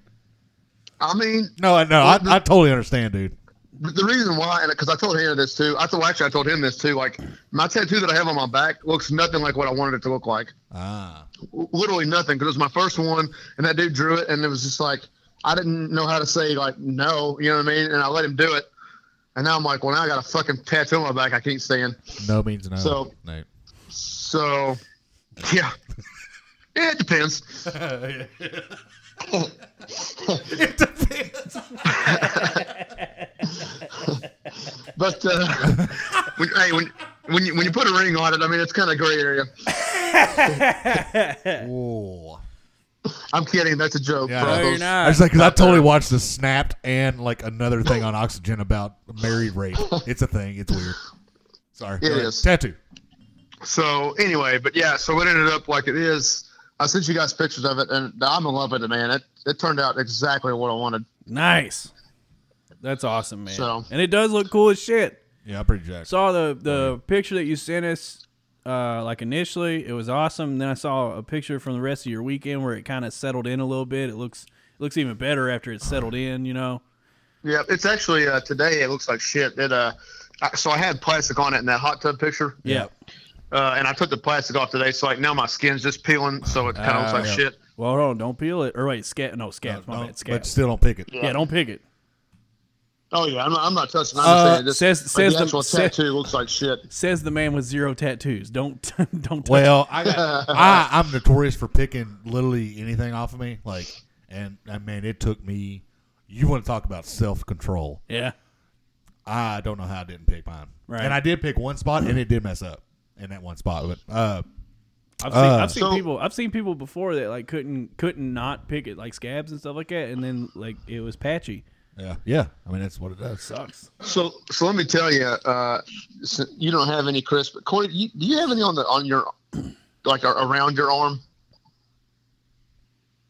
[SPEAKER 3] I mean,
[SPEAKER 1] No, I no, I, I totally understand, dude.
[SPEAKER 3] the reason why, and because I told Hannah this too. I told actually I told him this too. Like my tattoo that I have on my back looks nothing like what I wanted it to look like.
[SPEAKER 1] Ah,
[SPEAKER 3] W- Literally nothing. Because it was my first one, and that dude drew it, and it was just like I didn't know how to say like no. You know what I mean? And I let him do it, and now I'm like, well, now I got a fucking tattoo on my back. I can't stand.
[SPEAKER 1] no means no.
[SPEAKER 3] So-
[SPEAKER 1] Nate.
[SPEAKER 3] So, yeah. Yeah, it depends.
[SPEAKER 1] it depends.
[SPEAKER 3] But uh, when, hey, when when you when you put a ring on it, I mean, it's kind of gray area.
[SPEAKER 1] Whoa.
[SPEAKER 3] I'm kidding. That's a joke.
[SPEAKER 1] Yeah.
[SPEAKER 3] for all
[SPEAKER 1] No,
[SPEAKER 2] you're
[SPEAKER 3] those-
[SPEAKER 2] not.
[SPEAKER 1] I was like, because I totally watched the Snapped and like another thing on Oxygen about married rape. It's a thing. It's weird. Sorry.
[SPEAKER 3] It
[SPEAKER 1] Go ahead.
[SPEAKER 3] is.
[SPEAKER 1] tattoo.
[SPEAKER 3] So anyway, but yeah, so it ended up like it is. I sent you guys pictures of it, and I'm in love with it, man. It it turned out exactly what I wanted.
[SPEAKER 2] Nice. That's awesome, man.
[SPEAKER 3] So-
[SPEAKER 2] And it does look cool as shit.
[SPEAKER 1] Yeah, I'm pretty jacked.
[SPEAKER 2] Saw the the picture that you sent us. Uh, like initially, it was awesome. Then I saw a picture from the rest of your weekend where it kind of settled in a little bit. It looks it looks even better after it's settled in. You know.
[SPEAKER 3] Yeah, it's actually uh, today. It looks like shit. It uh, I, so I had plastic on it in that hot tub picture,
[SPEAKER 2] Yeah.
[SPEAKER 3] uh, and I took the plastic off today. So like now my skin's just peeling, so it kind of looks
[SPEAKER 1] Ah,
[SPEAKER 2] Uh,
[SPEAKER 3] like
[SPEAKER 1] yeah.
[SPEAKER 3] shit.
[SPEAKER 2] Well, hold on. Don't peel it. Or wait, scat. No, scat. my
[SPEAKER 1] Don't-
[SPEAKER 2] bad.
[SPEAKER 1] but
[SPEAKER 2] Scat.
[SPEAKER 1] still don't pick it.
[SPEAKER 2] Yeah, don't pick it.
[SPEAKER 3] Oh yeah, I'm not, I'm not touching. I'm
[SPEAKER 2] Uh,
[SPEAKER 3] just saying, just,
[SPEAKER 2] says-
[SPEAKER 3] like,
[SPEAKER 2] says
[SPEAKER 3] the
[SPEAKER 2] the-
[SPEAKER 3] actual
[SPEAKER 2] sa-
[SPEAKER 3] tattoo looks like shit.
[SPEAKER 2] Says the man with zero tattoos. Don't don't. Touch
[SPEAKER 1] Well, I, got, I I'm notorious for picking literally anything off of me. Like, and I mean, it took me. You want to talk about self control?
[SPEAKER 2] it. Yeah.
[SPEAKER 1] I don't know how I didn't pick mine.
[SPEAKER 2] Right.
[SPEAKER 1] And I did pick one spot, and it did mess up in that one spot. But uh,
[SPEAKER 2] I've seen,
[SPEAKER 1] Uh,
[SPEAKER 2] I've seen
[SPEAKER 3] So-
[SPEAKER 2] people I've seen people before that like couldn't couldn't not pick it like scabs and stuff like that and then like it was patchy.
[SPEAKER 1] yeah, yeah. I mean, that's what it does.
[SPEAKER 2] Sucks.
[SPEAKER 3] So so let me tell you, uh, so you don't have any crisp. Corey, you, do you have any on the on your like ar- around your arm?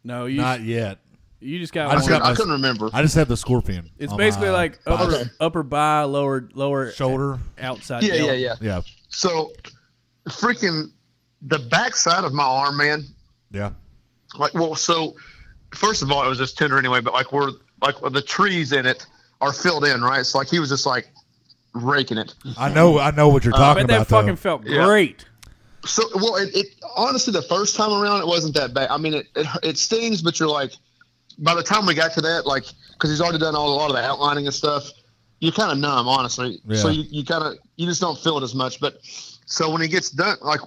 [SPEAKER 2] No, you
[SPEAKER 1] Not yet.
[SPEAKER 2] you just got
[SPEAKER 1] I
[SPEAKER 2] one.
[SPEAKER 1] just got
[SPEAKER 3] I
[SPEAKER 1] my-
[SPEAKER 3] couldn't remember.
[SPEAKER 1] I just have the scorpion.
[SPEAKER 2] it's
[SPEAKER 1] on
[SPEAKER 2] basically
[SPEAKER 1] my
[SPEAKER 2] like oh,
[SPEAKER 1] bicep.
[SPEAKER 2] upper upper by lower lower
[SPEAKER 1] shoulder.
[SPEAKER 2] outside.
[SPEAKER 3] yeah,
[SPEAKER 2] delt.
[SPEAKER 3] yeah, yeah.
[SPEAKER 1] Yeah,
[SPEAKER 3] So freaking the backside of my arm, man.
[SPEAKER 1] yeah.
[SPEAKER 3] Like, well, so first of all, it was just tender anyway. But like, we're like the trees in it are filled in, right? So like he was just like raking it.
[SPEAKER 1] I know. I know what you're
[SPEAKER 2] I
[SPEAKER 1] talking
[SPEAKER 2] bet that
[SPEAKER 1] about. though.
[SPEAKER 2] fucking felt
[SPEAKER 3] Yeah.
[SPEAKER 2] great.
[SPEAKER 3] So well, it, it honestly the first time around it wasn't that bad. I mean, it it, it stings, but you're like, by the time we got to that, like, because he's already done all a lot of the outlining and stuff, you're kind of numb, honestly. So
[SPEAKER 1] Yeah.
[SPEAKER 3] you, you kind of you just don't feel it as much. But so when he gets done, like,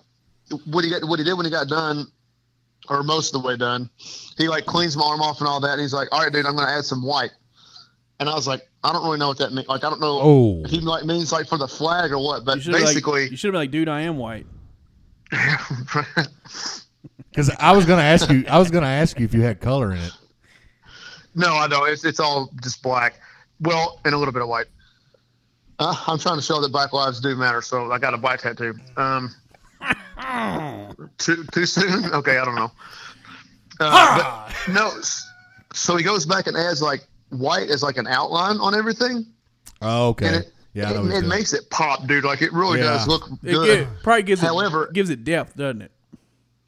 [SPEAKER 3] what he got, what he did when he got done, or most of the way done, he like cleans my arm off and all that, and he's like, all right, dude, I'm gonna add some white. And I was like, I don't really know what that means. Like, I don't know
[SPEAKER 1] Oh,
[SPEAKER 3] if he like means like for the flag or what,
[SPEAKER 2] You
[SPEAKER 3] but
[SPEAKER 2] should have
[SPEAKER 3] basically.
[SPEAKER 2] like, you should have been like, dude, I am white.
[SPEAKER 1] because I was gonna ask you. I was gonna ask you if you had color in it.
[SPEAKER 3] No, I don't. It's it's all just black. Well, and a little bit of white. Uh, I'm trying to show that black lives do matter, so I got a black tattoo. Um, too too soon? Okay, I don't know. Uh, but no, s- so he goes back and adds like white as like an outline on everything,
[SPEAKER 1] Oh, okay.
[SPEAKER 3] and it
[SPEAKER 1] yeah, I know what
[SPEAKER 3] it,
[SPEAKER 1] you're
[SPEAKER 3] it
[SPEAKER 1] doing.
[SPEAKER 3] makes it pop, dude. Like it really
[SPEAKER 1] Yeah.
[SPEAKER 3] does look
[SPEAKER 2] It
[SPEAKER 3] good.
[SPEAKER 2] gi- probably gives
[SPEAKER 3] However-
[SPEAKER 2] it gives it depth, doesn't it?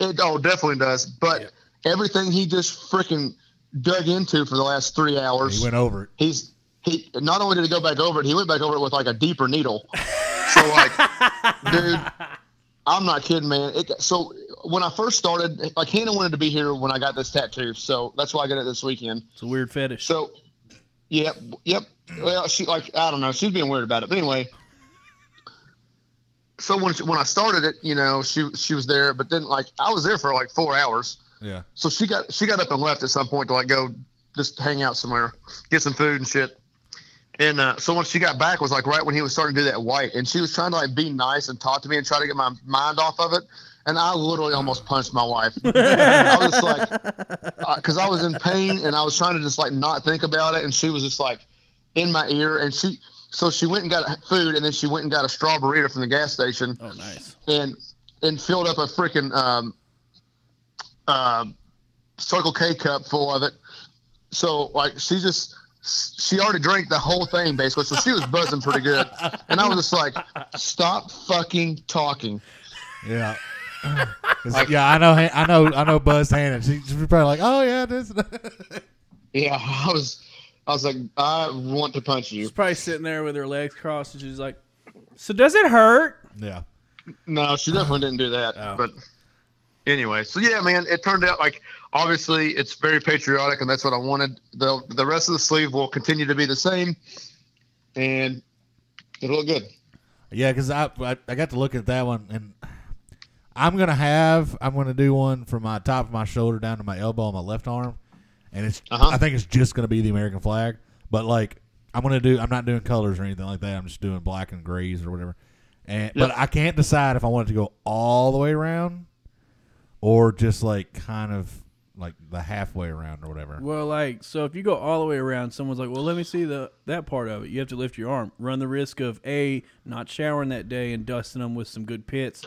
[SPEAKER 3] It oh, definitely does. But everything he just freaking dug into for the last three hours.
[SPEAKER 1] He went over it.
[SPEAKER 3] he's he not only did he go back over it, he went back over it with like a deeper needle. so like, dude, I'm not kidding, man. It, got- so when I first started, like Hannah wanted to be here when I got this tattoo, so that's why I got it this weekend.
[SPEAKER 2] It's a weird fetish.
[SPEAKER 3] So, yep, yep. Well, she like I don't know, she's being weird about it. But anyway, so when she, when I started it, you know, she she was there, but then like I was there for like four hours.
[SPEAKER 1] Yeah.
[SPEAKER 3] So she got she got up and left at some point to like go just hang out somewhere, get some food and shit. And uh, so when she got back was like right when he was starting to do that white, and she was trying to like be nice and talk to me and try to get my mind off of it. And I literally almost punched my wife. I was just like, because I was in pain and I was trying to just like not think about it, and she was just like in my ear, and she. So she went and got food, and then she went and got a straw burrito from the gas station,
[SPEAKER 2] oh, nice.
[SPEAKER 3] and and filled up a freaking um, uh, Circle K cup full of it. So like she just she already drank the whole thing basically, so she was buzzing pretty good. And I was just like, stop fucking talking.
[SPEAKER 1] Yeah. 'Cause, yeah, I know. Han- I know. I know. Buzz Hannon. She- She's probably like, "Oh yeah, this."
[SPEAKER 3] Yeah, I was I was like, I want to punch you.
[SPEAKER 2] She's probably sitting there with her legs crossed and she's like, so does it hurt?
[SPEAKER 1] yeah.
[SPEAKER 3] No, she definitely didn't do that.
[SPEAKER 2] Oh.
[SPEAKER 3] But anyway, so yeah, man, it turned out like obviously it's very patriotic, and that's what I wanted. the The rest of the sleeve will continue to be the same, and it'll look good.
[SPEAKER 1] Yeah, because I, I I got to look at that one, and I'm gonna have I'm gonna do one from my top of my shoulder down to my elbow on my left arm, and it's
[SPEAKER 3] Uh-huh.
[SPEAKER 1] I think it's just gonna be the American flag, but like I'm gonna do. I'm not doing colors or anything like that. I'm just doing black and grays or whatever. And but I can't decide if I want it to go all the way around or just like kind of like the halfway around or whatever.
[SPEAKER 2] Well, like, so if you go all the way around, someone's like, "Well, let me see the that part of it." You have to lift your arm, run the risk of a not showering that day and dusting them with some good pits,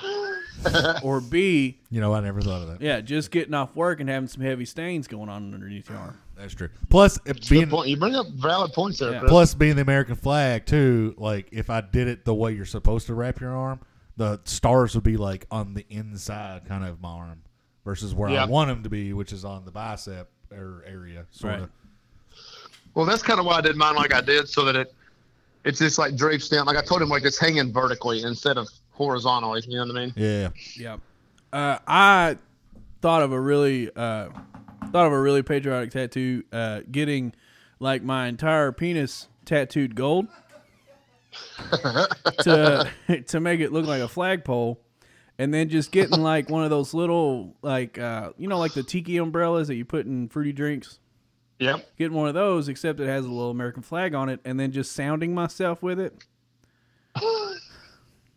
[SPEAKER 2] or b
[SPEAKER 1] You know, I never thought of that.
[SPEAKER 2] yeah, just getting off work and having some heavy stains going on underneath your arm.
[SPEAKER 1] That's true. Plus, it being
[SPEAKER 3] Good point. You bring up valid points there.
[SPEAKER 2] Yeah.
[SPEAKER 3] Chris.
[SPEAKER 1] plus being the American flag too. Like if I did it the way you're supposed to wrap your arm, the stars would be like on the inside kind of my arm versus where
[SPEAKER 3] Yeah.
[SPEAKER 1] I want them to be, which is on the bicep or area sort
[SPEAKER 2] Right.
[SPEAKER 1] of.
[SPEAKER 3] Well, that's kind of why I did mine like I did, so that it it's just like drapes down. Like I told him, like it's hanging vertically instead of horizontally. You know what I mean?
[SPEAKER 1] Yeah.
[SPEAKER 2] Yeah. Uh, I thought of a really uh, thought of a really patriotic tattoo. Uh, getting like my entire penis tattooed gold to to make it look like a flagpole, and then just getting like one of those little like uh, you know like the tiki umbrellas that you put in fruity drinks.
[SPEAKER 3] Yep.
[SPEAKER 2] Getting one of those, except it has a little American flag on it, and then just sounding myself with it.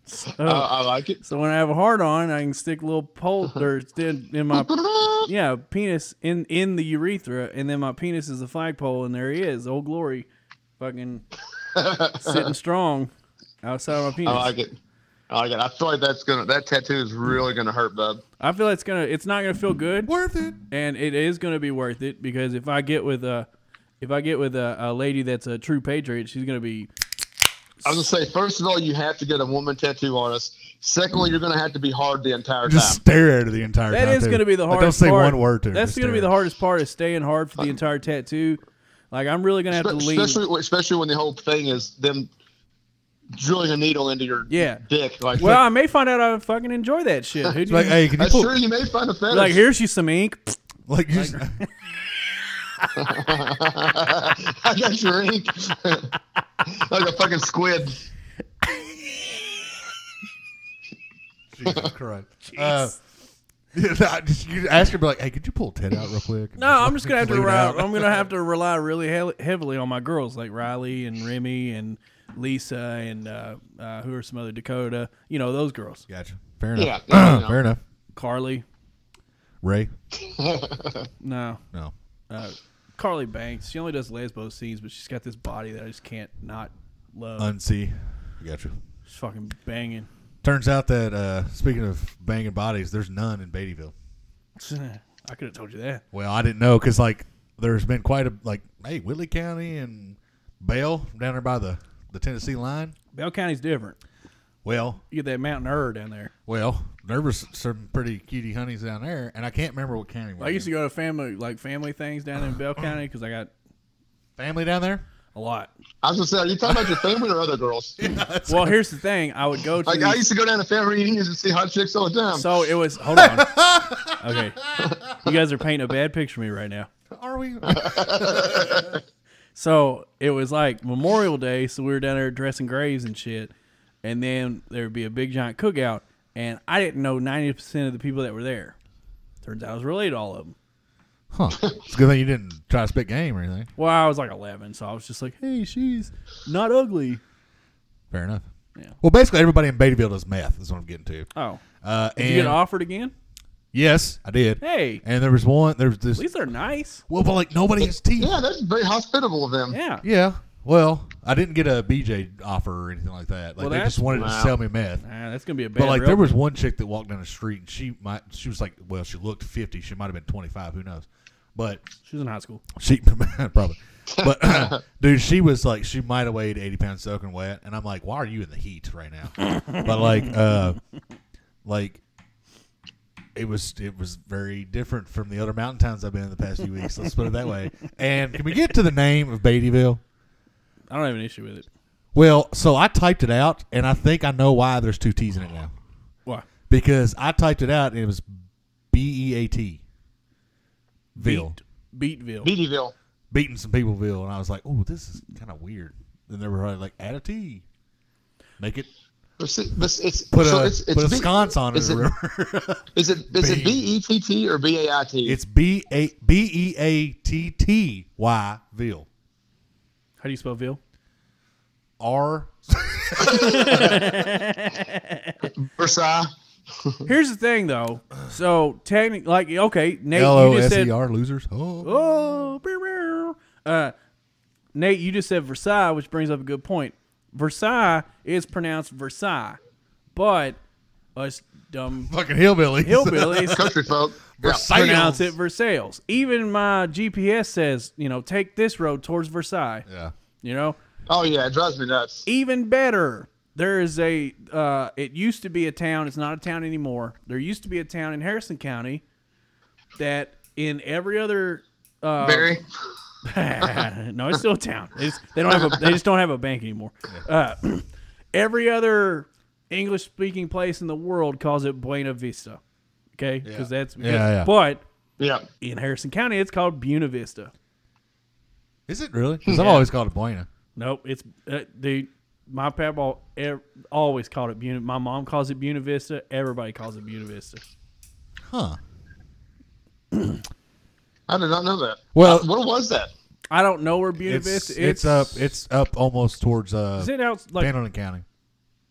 [SPEAKER 2] So-
[SPEAKER 3] Uh, I like it.
[SPEAKER 2] so when I have a hard on, I can stick a little pole or in, in my yeah penis in in the urethra, and then my penis is the flagpole, and there he is, old glory, fucking sitting strong outside of my penis.
[SPEAKER 3] I like it. I like it. I feel like that's gonna that tattoo is really gonna hurt, bub.
[SPEAKER 2] I feel it's gonna it's not gonna feel good,
[SPEAKER 1] Worth it.
[SPEAKER 2] and it is gonna be worth it because if I get with a if I get with a, a lady that's a true patriot, she's gonna be
[SPEAKER 3] I was gonna say, first of all, you have to get a woman tattoo artist. Secondly, you're gonna have to be hard the entire time.
[SPEAKER 1] Just stare at her the entire
[SPEAKER 2] That
[SPEAKER 1] time.
[SPEAKER 2] is
[SPEAKER 1] too.
[SPEAKER 2] going to be the
[SPEAKER 1] Like,
[SPEAKER 2] hardest.
[SPEAKER 1] Don't say
[SPEAKER 2] part.
[SPEAKER 1] one word to her.
[SPEAKER 2] That's
[SPEAKER 1] just
[SPEAKER 2] going to be
[SPEAKER 1] stare.
[SPEAKER 2] the hardest part is staying hard for the entire tattoo. Like I'm really going to have to lean.
[SPEAKER 3] especially especially when the whole thing is them drilling a needle into your
[SPEAKER 2] Yeah.
[SPEAKER 3] dick. Like,
[SPEAKER 2] Well, I may find out I fucking enjoy that shit. Who
[SPEAKER 1] It's
[SPEAKER 2] do
[SPEAKER 1] Like,
[SPEAKER 2] you-
[SPEAKER 1] hey, can you
[SPEAKER 3] I'm
[SPEAKER 1] pull?
[SPEAKER 3] sure you may find a fetish.
[SPEAKER 2] like here's you some ink.
[SPEAKER 1] Like, you just-
[SPEAKER 3] I got your ink. like a fucking squid.
[SPEAKER 1] Jesus Christ. Uh, I just- you ask her, be like, hey, could you pull Ted out real quick?
[SPEAKER 2] No, I'm just going to have to
[SPEAKER 1] Lean
[SPEAKER 2] rely.
[SPEAKER 1] out.
[SPEAKER 2] I'm going to have to rely really he- heavily on my girls like Riley and Remy and Lisa and uh, uh, who are some other Dakota. You know those girls.
[SPEAKER 1] Gotcha. Fair
[SPEAKER 3] Yeah,
[SPEAKER 1] enough.
[SPEAKER 3] yeah, I know.
[SPEAKER 1] Fair enough.
[SPEAKER 2] Carly.
[SPEAKER 1] Ray?
[SPEAKER 2] No.
[SPEAKER 1] No.
[SPEAKER 2] Uh, Carly Banks. She only does lesbo scenes, but she's got this body that I just can't not love.
[SPEAKER 1] Unsee. Gotcha.
[SPEAKER 2] She's fucking banging.
[SPEAKER 1] Turns out that uh, speaking of banging bodies, there's none in Beattyville.
[SPEAKER 2] I could have told you that.
[SPEAKER 1] Well, I didn't know because like there's been quite a like hey Whitley County and Bell down there by the the Tennessee line.
[SPEAKER 2] Bell County's different.
[SPEAKER 1] Well,
[SPEAKER 2] You get that mountain herd down there.
[SPEAKER 1] well, there was some pretty cutie honeys down there, and I can't remember what county. We're
[SPEAKER 2] I used to
[SPEAKER 1] in.
[SPEAKER 2] go to family like family things down in Bell County because I got
[SPEAKER 1] family down there.
[SPEAKER 2] a lot.
[SPEAKER 3] I was gonna say, are you talking about your family or other girls?
[SPEAKER 2] Well, here's the thing: I would go to
[SPEAKER 3] Like
[SPEAKER 2] these-
[SPEAKER 3] I used to go down to family reunions and see hot chicks all the time.
[SPEAKER 2] so it was. Hold on. Okay, you guys are painting a bad picture of me right now.
[SPEAKER 1] Are we?
[SPEAKER 2] So it was like Memorial Day, so we were down there dressing graves and shit, and then there would be a big giant cookout, and I didn't know ninety percent of the people that were there. Turns out I was related to all of them.
[SPEAKER 1] huh? It's a good thing you didn't try to spit game or anything.
[SPEAKER 2] Well, I was like eleven, so I was just like, "Hey, she's not ugly."
[SPEAKER 1] Fair enough.
[SPEAKER 2] Yeah.
[SPEAKER 1] Well, basically everybody in Beattyville does meth. Is what I'm getting to.
[SPEAKER 2] Oh,
[SPEAKER 1] Uh,
[SPEAKER 2] did
[SPEAKER 1] and
[SPEAKER 2] you get offered again?
[SPEAKER 1] yes, I did.
[SPEAKER 2] Hey, at
[SPEAKER 1] And there was one. There was this.
[SPEAKER 2] least they're nice.
[SPEAKER 1] Well, but like nobody has teeth.
[SPEAKER 3] yeah, that's very hospitable of them.
[SPEAKER 2] Yeah.
[SPEAKER 1] Yeah. Well, I didn't get a BJ offer or anything like that. Like
[SPEAKER 2] Well,
[SPEAKER 1] they
[SPEAKER 2] that's-
[SPEAKER 1] just wanted to
[SPEAKER 3] Wow.
[SPEAKER 1] sell me meth.
[SPEAKER 2] Nah, Ah, that's gonna be a bad.
[SPEAKER 1] But like there
[SPEAKER 2] rep.
[SPEAKER 1] was one chick that walked down the street and she might she was like well she looked fifty she might have been twenty five who knows, but
[SPEAKER 2] she was in high school.
[SPEAKER 1] she probably. But dude, she was like she might have weighed eighty pounds soaking wet, and I'm like, why are you in the heat right now? but like, uh, like it was it was very different from the other mountain towns I've been in the past few weeks. Let's put it that way. And can we get to the name of Beattyville?
[SPEAKER 2] I don't have an issue with it.
[SPEAKER 1] Well, so I typed it out, and I think I know why there's two T's in it now.
[SPEAKER 2] Why?
[SPEAKER 1] Because I typed it out, and it was B E A T. Ville.
[SPEAKER 2] Beat, Beatville.
[SPEAKER 3] Beattyville.
[SPEAKER 1] Beating some people, Ville. And I was like, oh, this is kind of weird. Then they were probably like, add a T. Make it,
[SPEAKER 3] But see- but it's,
[SPEAKER 1] put
[SPEAKER 3] so
[SPEAKER 1] a,
[SPEAKER 3] it's, it's
[SPEAKER 1] put a
[SPEAKER 3] B-
[SPEAKER 1] sconce on it
[SPEAKER 3] is
[SPEAKER 1] or
[SPEAKER 3] it-
[SPEAKER 1] whatever.
[SPEAKER 3] Is it is
[SPEAKER 1] B.
[SPEAKER 3] it B E T T or B A I T?
[SPEAKER 1] it's B A B E A T T Y Ville.
[SPEAKER 2] How do you spell Ville?
[SPEAKER 1] R.
[SPEAKER 3] Versailles.
[SPEAKER 2] Here's the thing, though. So technically, like, okay, Nate,
[SPEAKER 1] L O
[SPEAKER 2] you just
[SPEAKER 1] S
[SPEAKER 2] said,
[SPEAKER 1] E R losers. Oh.
[SPEAKER 2] oh, beow, beow. uh, Nate, you just said Versailles, which brings up a good point. Versailles is pronounced Versailles, but us dumb
[SPEAKER 1] Fucking hillbillies.
[SPEAKER 2] hillbillies
[SPEAKER 3] Country folk. Yeah.
[SPEAKER 1] Versailles.
[SPEAKER 2] pronounce it Versailles. Even my GPS says, you know, take this road towards Versailles.
[SPEAKER 1] Yeah.
[SPEAKER 2] You know,
[SPEAKER 3] Oh yeah, it drives me nuts.
[SPEAKER 2] even better. There is a. Uh, it used to be a town. It's not a town anymore. There used to be a town in Harrison County that in every other. Uh,
[SPEAKER 3] Barry.
[SPEAKER 2] no, it's still a town. It's, they don't have. A, they just don't have a bank anymore. Uh, every other English-speaking place in the world calls it Buena Vista. Okay, because
[SPEAKER 1] Yeah.
[SPEAKER 2] that's
[SPEAKER 1] Yeah, yeah.
[SPEAKER 2] But
[SPEAKER 3] Yeah.
[SPEAKER 2] in Harrison County, it's called Buena Vista.
[SPEAKER 1] Is it really? Because I've always called it Buena.
[SPEAKER 2] Nope, it's uh, the my papa ev- always called it Buena. My mom calls it Buena Vista. Everybody calls it Buena Vista.
[SPEAKER 1] Huh.
[SPEAKER 3] I did not know that.
[SPEAKER 1] Well-
[SPEAKER 3] Uh, what was that?
[SPEAKER 2] I don't know where Buena
[SPEAKER 1] It's, it's,
[SPEAKER 2] Vista.
[SPEAKER 1] up. It's up almost towards uh,
[SPEAKER 2] Is it out like?
[SPEAKER 1] Pendleton County.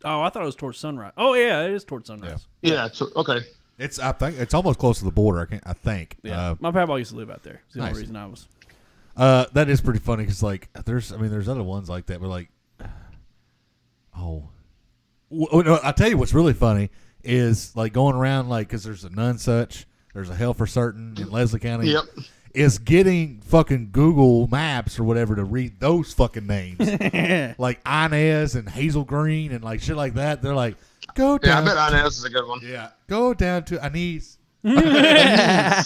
[SPEAKER 2] Oh, I thought it was towards sunrise. Oh yeah, it is towards sunrise.
[SPEAKER 3] Yeah. So, okay.
[SPEAKER 1] It's I think it's almost close to the border. I, can, I think.
[SPEAKER 2] Yeah,
[SPEAKER 1] Uh,
[SPEAKER 2] my papa used to live out there. It's the
[SPEAKER 1] Nice.
[SPEAKER 2] only reason I was.
[SPEAKER 1] Uh, that is pretty funny because like there's, I mean, there's other ones like that, but like, oh, W- oh, no, I tell you what's really funny is like going around like because there's a Nunsuch, there's a Hell for Certain in Leslie County.
[SPEAKER 3] Yep.
[SPEAKER 1] Is getting fucking Google Maps or whatever to read those fucking names, like Inez and Hazel Green and like shit like that. They're like, go
[SPEAKER 3] Yeah,
[SPEAKER 1] down,
[SPEAKER 3] I bet Inez is a good one.
[SPEAKER 1] yeah, go down to Inez.
[SPEAKER 3] Yeah.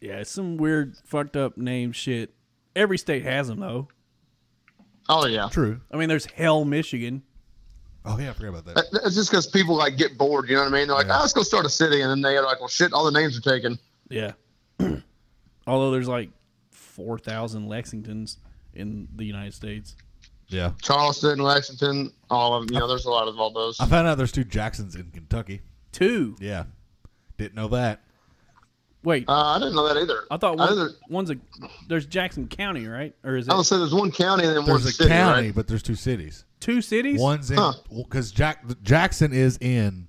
[SPEAKER 2] Yeah, it's some weird fucked up name shit. Every state has them though.
[SPEAKER 3] Oh yeah.
[SPEAKER 1] True.
[SPEAKER 2] I mean, there's Hell, Michigan.
[SPEAKER 1] Oh yeah, I forgot about that.
[SPEAKER 3] That- Uh, That's just because people like get bored. You know what I mean? They're like,
[SPEAKER 1] Yeah.
[SPEAKER 3] oh, let's go start a city, and then they're like, well, shit, all the names are taken.
[SPEAKER 2] Yeah. Although there's like four thousand Lexingtons in the United States.
[SPEAKER 1] Yeah,
[SPEAKER 3] Charleston, Lexington, all of them. You know, there's a lot of all those.
[SPEAKER 1] I found out there's two Jacksons in Kentucky.
[SPEAKER 2] Two.
[SPEAKER 1] Yeah. Didn't know that.
[SPEAKER 2] Wait,
[SPEAKER 3] Uh, I didn't know that either.
[SPEAKER 2] I thought
[SPEAKER 3] I,
[SPEAKER 2] one,
[SPEAKER 3] didn't-
[SPEAKER 2] one's a there's Jackson County, right? Or is
[SPEAKER 3] I was
[SPEAKER 2] it
[SPEAKER 3] say there's one county and then
[SPEAKER 1] There's
[SPEAKER 3] one
[SPEAKER 1] a
[SPEAKER 3] city,
[SPEAKER 1] county,
[SPEAKER 3] right?
[SPEAKER 1] but there's two cities.
[SPEAKER 2] two cities?
[SPEAKER 1] One's in
[SPEAKER 3] Huh.
[SPEAKER 1] because Jack Jackson is in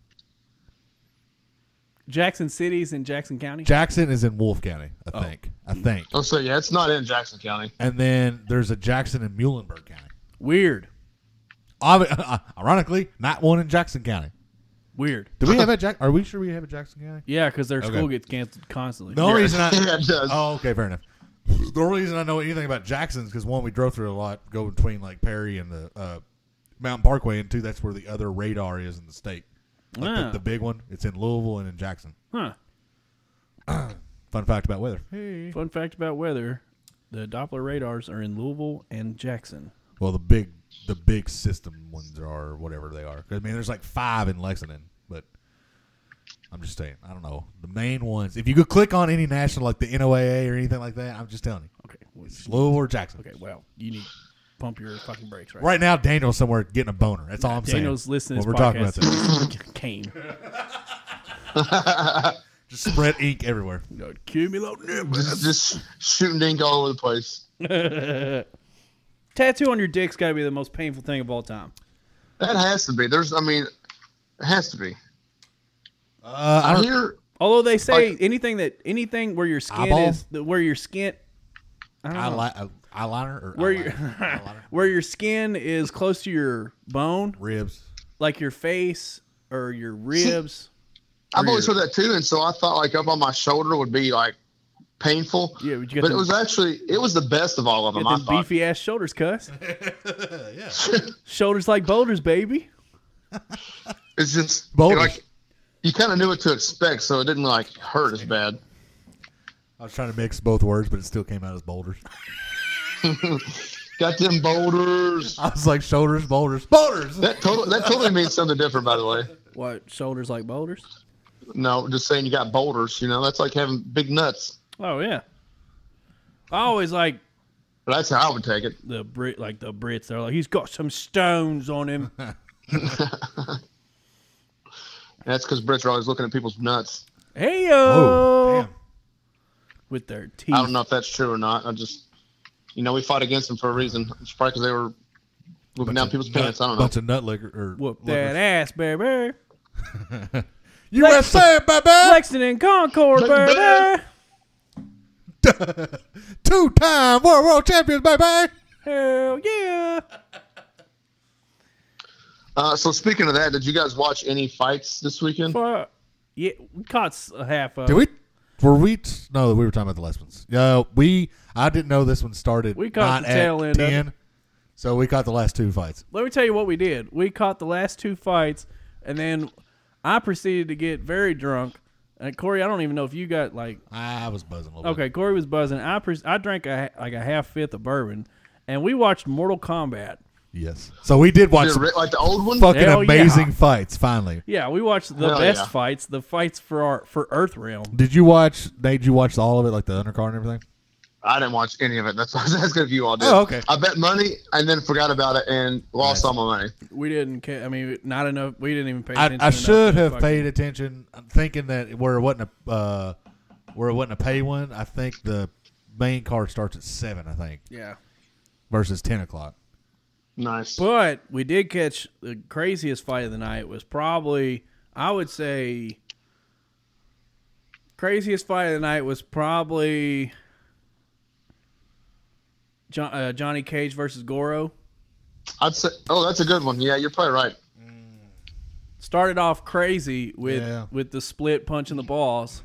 [SPEAKER 2] Jackson cities and Jackson County.
[SPEAKER 1] Jackson is in Wolf County, I think. I think.
[SPEAKER 3] Oh, so yeah, it's not in Jackson County.
[SPEAKER 1] And then there's a Jackson in Muhlenberg County.
[SPEAKER 2] Weird.
[SPEAKER 1] Ob- Ironically, not one in Jackson County.
[SPEAKER 2] Weird.
[SPEAKER 1] Do we have a Jack? Are we sure we have a Jackson County?
[SPEAKER 2] Yeah, because their
[SPEAKER 1] Okay.
[SPEAKER 2] school gets canceled constantly.
[SPEAKER 1] The only reason
[SPEAKER 3] yeah,
[SPEAKER 1] I
[SPEAKER 3] it does.
[SPEAKER 1] oh okay fair enough. The only reason I know anything about Jackson's because one we drove through a lot, go between like Perry and the uh, Mountain Parkway, and two that's where the other radar is in the state. Like
[SPEAKER 2] Ah.
[SPEAKER 1] the, the big one, it's in Louisville and in Jackson.
[SPEAKER 2] Huh.
[SPEAKER 1] Fun fact about weather.
[SPEAKER 2] Fun fact about weather: the Doppler radars are in Louisville and Jackson.
[SPEAKER 1] Well, the big the big system ones are whatever they are. I mean, there's like five in Lexington, but I'm just saying. I don't know the main ones. If you could click on any national like the NOAA or anything like that, I'm just telling you,
[SPEAKER 2] Okay. well,
[SPEAKER 1] it's Louisville or Jackson.
[SPEAKER 2] Okay. Wow. You need to pump your fucking brakes right.
[SPEAKER 1] Right now, Daniel's somewhere getting a boner. That's all I'm saying.
[SPEAKER 2] Daniel's listening
[SPEAKER 1] When
[SPEAKER 2] to
[SPEAKER 1] we're
[SPEAKER 2] this
[SPEAKER 1] talking about
[SPEAKER 2] podcast.
[SPEAKER 1] that,
[SPEAKER 2] and Kane.
[SPEAKER 1] just spread ink everywhere.
[SPEAKER 2] Cumulo nimbus.
[SPEAKER 3] Just shooting ink all over the place.
[SPEAKER 2] Tattoo on your dick's got to be the most painful thing of all time.
[SPEAKER 3] That has to be. There's, I mean, it has to be.
[SPEAKER 1] Uh, I
[SPEAKER 3] I
[SPEAKER 1] don't.
[SPEAKER 3] hear
[SPEAKER 2] Although they say
[SPEAKER 3] Like-
[SPEAKER 2] anything that anything where your skin
[SPEAKER 1] Eyeball?
[SPEAKER 2] is the- where your skin I don't know.
[SPEAKER 1] Eyeli- uh, eyeliner or
[SPEAKER 2] where your
[SPEAKER 1] eyeliner? eyeliner?
[SPEAKER 2] where your skin is close to your bone,
[SPEAKER 1] ribs.
[SPEAKER 2] like your face or your ribs.
[SPEAKER 3] I've always
[SPEAKER 2] Weird.
[SPEAKER 3] heard that too, and so I thought like up on my shoulder would be like painful.
[SPEAKER 2] Yeah, but you got
[SPEAKER 3] but
[SPEAKER 2] them-
[SPEAKER 3] it was actually it was the best of all of them.
[SPEAKER 2] Got
[SPEAKER 3] I
[SPEAKER 2] them
[SPEAKER 3] thought.
[SPEAKER 2] beefy ass shoulders, cuss.
[SPEAKER 1] yeah.
[SPEAKER 2] Shoulders like boulders, baby.
[SPEAKER 3] It's just
[SPEAKER 1] Boulders.
[SPEAKER 3] like you kind of knew what to expect, so it didn't like hurt as bad.
[SPEAKER 1] I was trying to mix both words, but it still came out as boulders.
[SPEAKER 3] Got them boulders.
[SPEAKER 1] I was like shoulders, boulders, boulders.
[SPEAKER 3] That totally that totally means something different, by the way.
[SPEAKER 2] What shoulders like boulders?
[SPEAKER 3] No, just saying you got boulders. You know, that's like having big nuts.
[SPEAKER 2] Oh yeah. I always like
[SPEAKER 3] But that's how I would take it.
[SPEAKER 2] the Brit, like the Brits. They're like, he's got some stones on him.
[SPEAKER 3] And that's because Brits are always looking at people's nuts.
[SPEAKER 2] Hey
[SPEAKER 1] Oh,
[SPEAKER 2] yo,
[SPEAKER 1] damn.
[SPEAKER 2] with their teeth.
[SPEAKER 3] I don't know if that's true or not. I just you know, we fought against them for a reason. It's probably because they were moving down people's pants. I don't know.
[SPEAKER 1] Bunch of nut liquor or
[SPEAKER 2] Whoop that
[SPEAKER 1] liquors.
[SPEAKER 2] ass, baby.
[SPEAKER 1] USA, baby,
[SPEAKER 2] Lexington and Concord,
[SPEAKER 3] Baby.
[SPEAKER 2] baby.
[SPEAKER 1] two-time world world champions, baby.
[SPEAKER 2] Hell yeah.
[SPEAKER 3] Uh, so speaking of that, did you guys watch any fights this weekend?
[SPEAKER 2] Fuck. Yeah, we caught s- a half of
[SPEAKER 1] Did
[SPEAKER 2] it.
[SPEAKER 1] we? Were we? No, we were talking about the last ones. Yeah, we. I didn't know this one started.
[SPEAKER 2] We caught
[SPEAKER 1] not
[SPEAKER 2] the tail
[SPEAKER 1] at
[SPEAKER 2] end of it.
[SPEAKER 1] ten, so we caught the last two fights.
[SPEAKER 2] Let me tell you what we did. We caught the last two fights, and then I proceeded to get very drunk. And Corey, I don't even know if you got like
[SPEAKER 1] I was buzzing a little.
[SPEAKER 2] okay. Corey was buzzing. I pres- I drank a, like a half fifth of bourbon, and we watched Mortal Kombat.
[SPEAKER 1] bit. Yes. So we did watch
[SPEAKER 3] The
[SPEAKER 1] some
[SPEAKER 3] ri- like the old one?
[SPEAKER 1] fucking
[SPEAKER 2] Hell yeah.
[SPEAKER 1] amazing fights. Finally,
[SPEAKER 2] Yeah, we watched the
[SPEAKER 3] Hell
[SPEAKER 2] best
[SPEAKER 3] yeah.
[SPEAKER 2] fights, the fights for our for Earth Realm.
[SPEAKER 1] did you watch? Nate, did you watch all of it, like the undercard and everything?
[SPEAKER 3] I didn't watch any of it. That's why I was asking if you all did.
[SPEAKER 1] Oh, okay.
[SPEAKER 3] I bet money and then forgot about it and lost all my money.
[SPEAKER 2] We didn't. Ca- I mean, not enough. We didn't even pay
[SPEAKER 1] I,
[SPEAKER 2] attention.
[SPEAKER 1] I
[SPEAKER 2] enough
[SPEAKER 1] should
[SPEAKER 2] to
[SPEAKER 1] have
[SPEAKER 2] fucking-
[SPEAKER 1] paid attention, I'm thinking that where it wasn't a uh, where it wasn't a pay one. I think the main card starts at seven. I think
[SPEAKER 2] Yeah,
[SPEAKER 1] versus ten o'clock.
[SPEAKER 3] Nice.
[SPEAKER 2] but we did catch the craziest fight of the night. Was probably I would say craziest fight of the night was probably John, uh, Johnny Cage versus Goro.
[SPEAKER 3] I'd say, oh, that's a good one. Yeah, you're probably right.
[SPEAKER 2] Started off crazy with
[SPEAKER 1] Yeah.
[SPEAKER 2] with the split punch in the balls.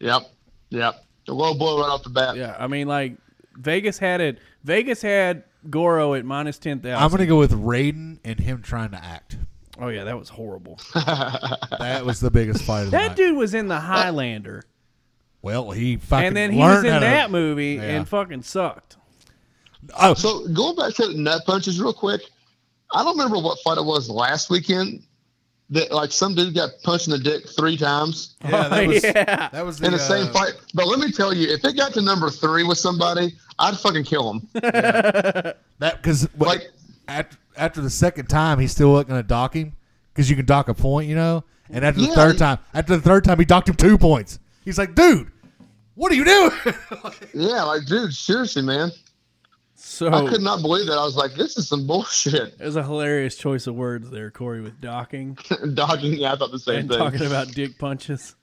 [SPEAKER 3] Yep. Yep. The low blow right off the bat.
[SPEAKER 2] Yeah, I mean like Vegas had it. Vegas had Goro at minus ten
[SPEAKER 1] I'm
[SPEAKER 2] thousand.
[SPEAKER 1] gonna go with Raiden and him trying to act.
[SPEAKER 2] Oh yeah, that was horrible.
[SPEAKER 1] That was the biggest fight of the
[SPEAKER 2] That
[SPEAKER 1] night.
[SPEAKER 2] dude was in the Highlander,
[SPEAKER 1] Well, he fucking
[SPEAKER 2] and then he was
[SPEAKER 1] learned
[SPEAKER 2] in
[SPEAKER 1] how to-
[SPEAKER 2] that movie
[SPEAKER 1] Yeah.
[SPEAKER 2] and fucking sucked.
[SPEAKER 1] Oh,
[SPEAKER 3] So going back to the nut punches real quick, I don't remember what fight it was last weekend that like some dude got punched in the dick three times
[SPEAKER 1] yeah, that was
[SPEAKER 2] Yeah.
[SPEAKER 1] that was the,
[SPEAKER 3] in the same
[SPEAKER 1] uh,
[SPEAKER 3] fight. But let me tell you, if it got to number three with somebody, I'd fucking kill him.
[SPEAKER 1] That because
[SPEAKER 3] Like-
[SPEAKER 1] after, after the second time, he still wasn't going to dock him because you can dock a point, you know. And after the
[SPEAKER 3] Yeah,
[SPEAKER 1] third
[SPEAKER 3] he-
[SPEAKER 1] time, after the third time, he docked him two points. He's like, dude, what are you doing?
[SPEAKER 3] yeah, like dude, seriously, man. I
[SPEAKER 2] So
[SPEAKER 3] could not believe that. I was like, this is some bullshit.
[SPEAKER 2] It was a hilarious choice of words there, Corey, with docking
[SPEAKER 3] Dogging, yeah, I thought the same
[SPEAKER 2] and
[SPEAKER 3] thing.
[SPEAKER 2] talking about dick punches.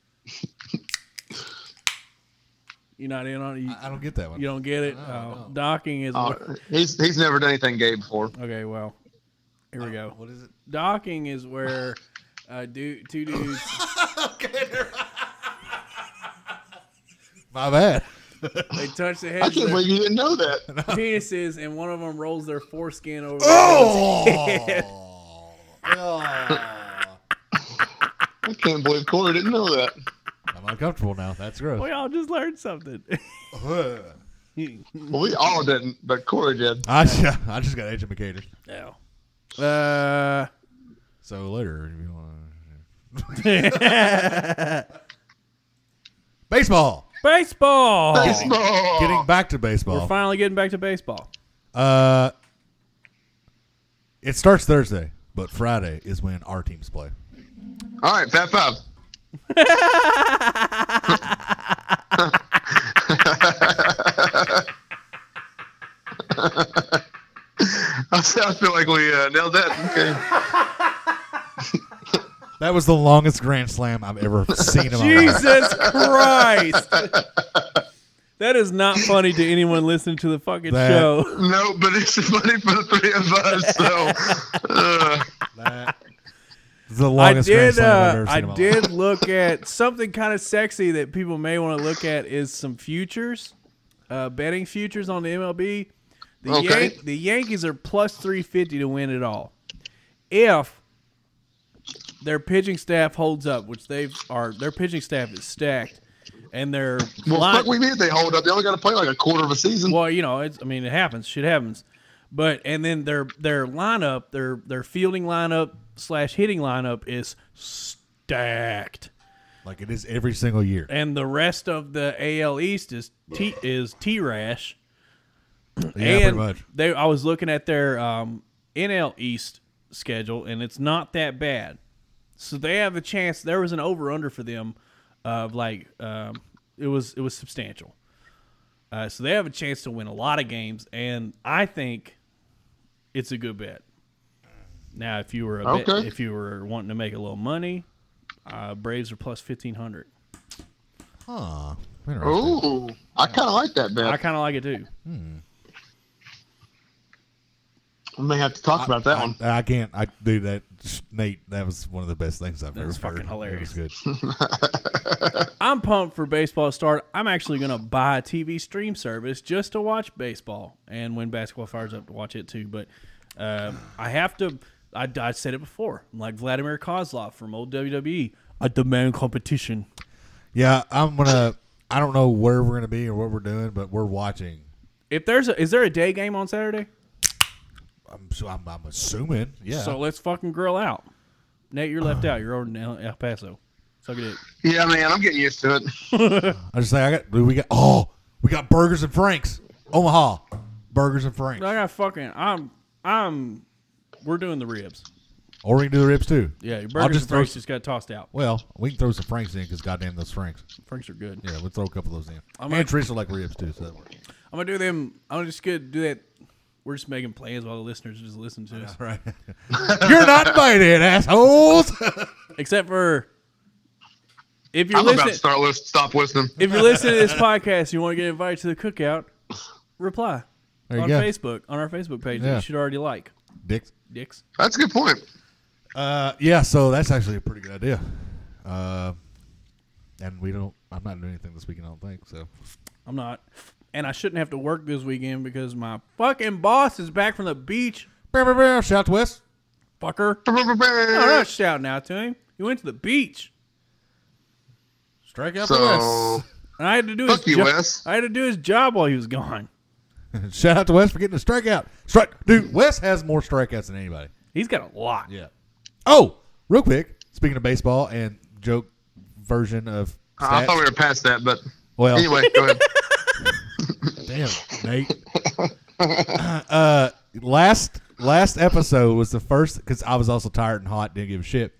[SPEAKER 2] You're not in on it. You,
[SPEAKER 1] I don't get that one.
[SPEAKER 2] you don't get it. Oh, Docking is
[SPEAKER 3] Uh,
[SPEAKER 2] where-
[SPEAKER 3] he's he's never done anything gay before.
[SPEAKER 2] okay. Well, here we go.
[SPEAKER 1] Uh, What is it?
[SPEAKER 2] Docking is where uh, du- two dudes.
[SPEAKER 1] My bad.
[SPEAKER 2] They touch the
[SPEAKER 3] I
[SPEAKER 2] heads
[SPEAKER 3] can't
[SPEAKER 2] of their
[SPEAKER 3] believe you Oh! didn't know that.
[SPEAKER 2] penises, and one of them rolls their foreskin over.
[SPEAKER 1] Oh. Oh.
[SPEAKER 3] I can't believe Corey didn't know that.
[SPEAKER 1] I'm uncomfortable now. That's gross.
[SPEAKER 2] We all just learned something. Oh,
[SPEAKER 1] Ugh.
[SPEAKER 3] Well, we all didn't, but Corey did.
[SPEAKER 1] I, ju- I just got educated.
[SPEAKER 2] no. Uh,
[SPEAKER 1] So later, if you want. baseball.
[SPEAKER 2] baseball.
[SPEAKER 3] Baseball.
[SPEAKER 1] Getting back to
[SPEAKER 2] We're
[SPEAKER 1] baseball.
[SPEAKER 2] finally getting back to baseball.
[SPEAKER 1] Uh, it starts Thursday, but Friday is when our teams play.
[SPEAKER 3] All right, Fat Five. I feel like we uh, nailed that. Okay.
[SPEAKER 1] That was the longest grand slam I've ever seen in my life.
[SPEAKER 2] Jesus Christ. That is not funny to anyone listening to the fucking
[SPEAKER 1] That-
[SPEAKER 2] show.
[SPEAKER 3] No, but it's funny for the three of us. So, uh,
[SPEAKER 1] That is the
[SPEAKER 2] I
[SPEAKER 1] longest
[SPEAKER 2] did.
[SPEAKER 1] grand slam I've
[SPEAKER 2] Uh,
[SPEAKER 1] ever seen
[SPEAKER 2] I
[SPEAKER 1] in my life.
[SPEAKER 2] did look at something kind of sexy that people may want to look at is some futures, uh, betting futures on the MLB. The,
[SPEAKER 3] Okay.
[SPEAKER 2] Yan- the Yankees are plus three fifty to win it all, if their pitching staff holds up, which they are. Their pitching staff is stacked, and their
[SPEAKER 3] well,
[SPEAKER 2] line-
[SPEAKER 3] fuck, we mean they hold up. They only got to play like a quarter of a season.
[SPEAKER 2] Well, you know, it's I mean, it happens. Shit happens. But and then their their lineup, their their fielding lineup slash hitting lineup is stacked,
[SPEAKER 1] Like it is every single year.
[SPEAKER 2] and the rest of the AL East is T is T Rash.
[SPEAKER 1] Yeah,
[SPEAKER 2] and
[SPEAKER 1] pretty much.
[SPEAKER 2] They, I was looking at their um, NL East schedule, and it's not that bad. So they have a chance. There was an over under for them of like um, it was it was substantial. Uh, so they have a chance to win a lot of games, and I think it's a good bet. Now, if you were a bet,
[SPEAKER 3] Okay.
[SPEAKER 2] if you were wanting to make a little money, uh, Braves are plus fifteen hundred.
[SPEAKER 1] Huh. Interesting.
[SPEAKER 3] Ooh, I kind of like that bet.
[SPEAKER 2] I kind of like it too.
[SPEAKER 3] We may have to talk about that
[SPEAKER 1] I,
[SPEAKER 3] one.
[SPEAKER 1] I can't. I do that, Nate. That was one of the best things I've ever
[SPEAKER 2] was
[SPEAKER 1] heard.
[SPEAKER 2] fucking hilarious.
[SPEAKER 1] It was good.
[SPEAKER 2] I'm pumped for baseball to start. I'm actually going to buy a TV stream service just to watch baseball and when basketball fires up to watch it too. But uh, I have to. I, I said it before. I'm like Vladimir Kozlov from old WWE. I demand competition.
[SPEAKER 1] yeah, I'm gonna. I don't know where we're gonna be or what we're doing, but we're watching.
[SPEAKER 2] If there's a, is there a day game on Saturday?
[SPEAKER 1] I'm so I'm, I'm assuming. Yeah.
[SPEAKER 2] So let's fucking grill out. Nate, you're left out. You're over in El, El Paso. Suck it. in.
[SPEAKER 3] Yeah, man, I'm getting used to it.
[SPEAKER 1] I just say I got. We got. Oh, we got burgers and Franks. Omaha, burgers and Franks.
[SPEAKER 2] I got fucking. I'm. I'm. We're doing the ribs.
[SPEAKER 1] Or we can do the ribs too.
[SPEAKER 2] Yeah, your
[SPEAKER 1] I'll
[SPEAKER 2] burgers
[SPEAKER 1] just
[SPEAKER 2] and
[SPEAKER 1] throw-
[SPEAKER 2] fries just got tossed out.
[SPEAKER 1] Well, we can throw some Franks in because goddamn those Franks.
[SPEAKER 2] Franks are good.
[SPEAKER 1] Yeah, we'll throw a couple of those in.
[SPEAKER 2] I'm
[SPEAKER 1] and
[SPEAKER 2] like-
[SPEAKER 1] Teresa like ribs too. So that works.
[SPEAKER 2] I'm gonna do them. I'm just gonna do that. We're just making plans while the listeners just listen to us,
[SPEAKER 1] right. You're not invited, assholes.
[SPEAKER 2] except for if you're
[SPEAKER 3] I'm about to
[SPEAKER 2] listening.
[SPEAKER 3] start list, stop listening.
[SPEAKER 2] If you're listening to this podcast, you want to get invited to the cookout, reply
[SPEAKER 1] There you
[SPEAKER 2] on
[SPEAKER 1] go.
[SPEAKER 2] Facebook on our Facebook page. That
[SPEAKER 1] Yeah.
[SPEAKER 2] you should already like
[SPEAKER 1] Dicks.
[SPEAKER 2] dicks.
[SPEAKER 3] That's a good point.
[SPEAKER 1] Uh, yeah, so that's actually a pretty good idea. Uh, and we don't. I'm not doing anything this weekend. I don't think so.
[SPEAKER 2] I'm not, and I shouldn't have to work this weekend because my fucking boss is back from the beach.
[SPEAKER 1] Brr, brr, brr, Shout west.
[SPEAKER 2] Fucker,
[SPEAKER 1] Oh,
[SPEAKER 2] I'm not
[SPEAKER 3] So
[SPEAKER 2] shouting out to him. He went to the beach,
[SPEAKER 1] Strike out the
[SPEAKER 2] and I had to do
[SPEAKER 3] Fuck
[SPEAKER 2] his
[SPEAKER 3] you,
[SPEAKER 2] jo-
[SPEAKER 3] Wes.
[SPEAKER 2] I had to do his job while he was gone.
[SPEAKER 1] West. Shout out to West for getting a strikeout. Strike, dude. West has more strikeouts than anybody.
[SPEAKER 2] He's got a lot.
[SPEAKER 1] Yeah. Oh, real quick. Speaking of baseball and joke version of stats.
[SPEAKER 3] I thought we were past that, but
[SPEAKER 1] well,
[SPEAKER 3] anyway, go ahead.
[SPEAKER 1] Damn, Nate. uh, last last episode was the first because I was also tired and hot, didn't give a shit.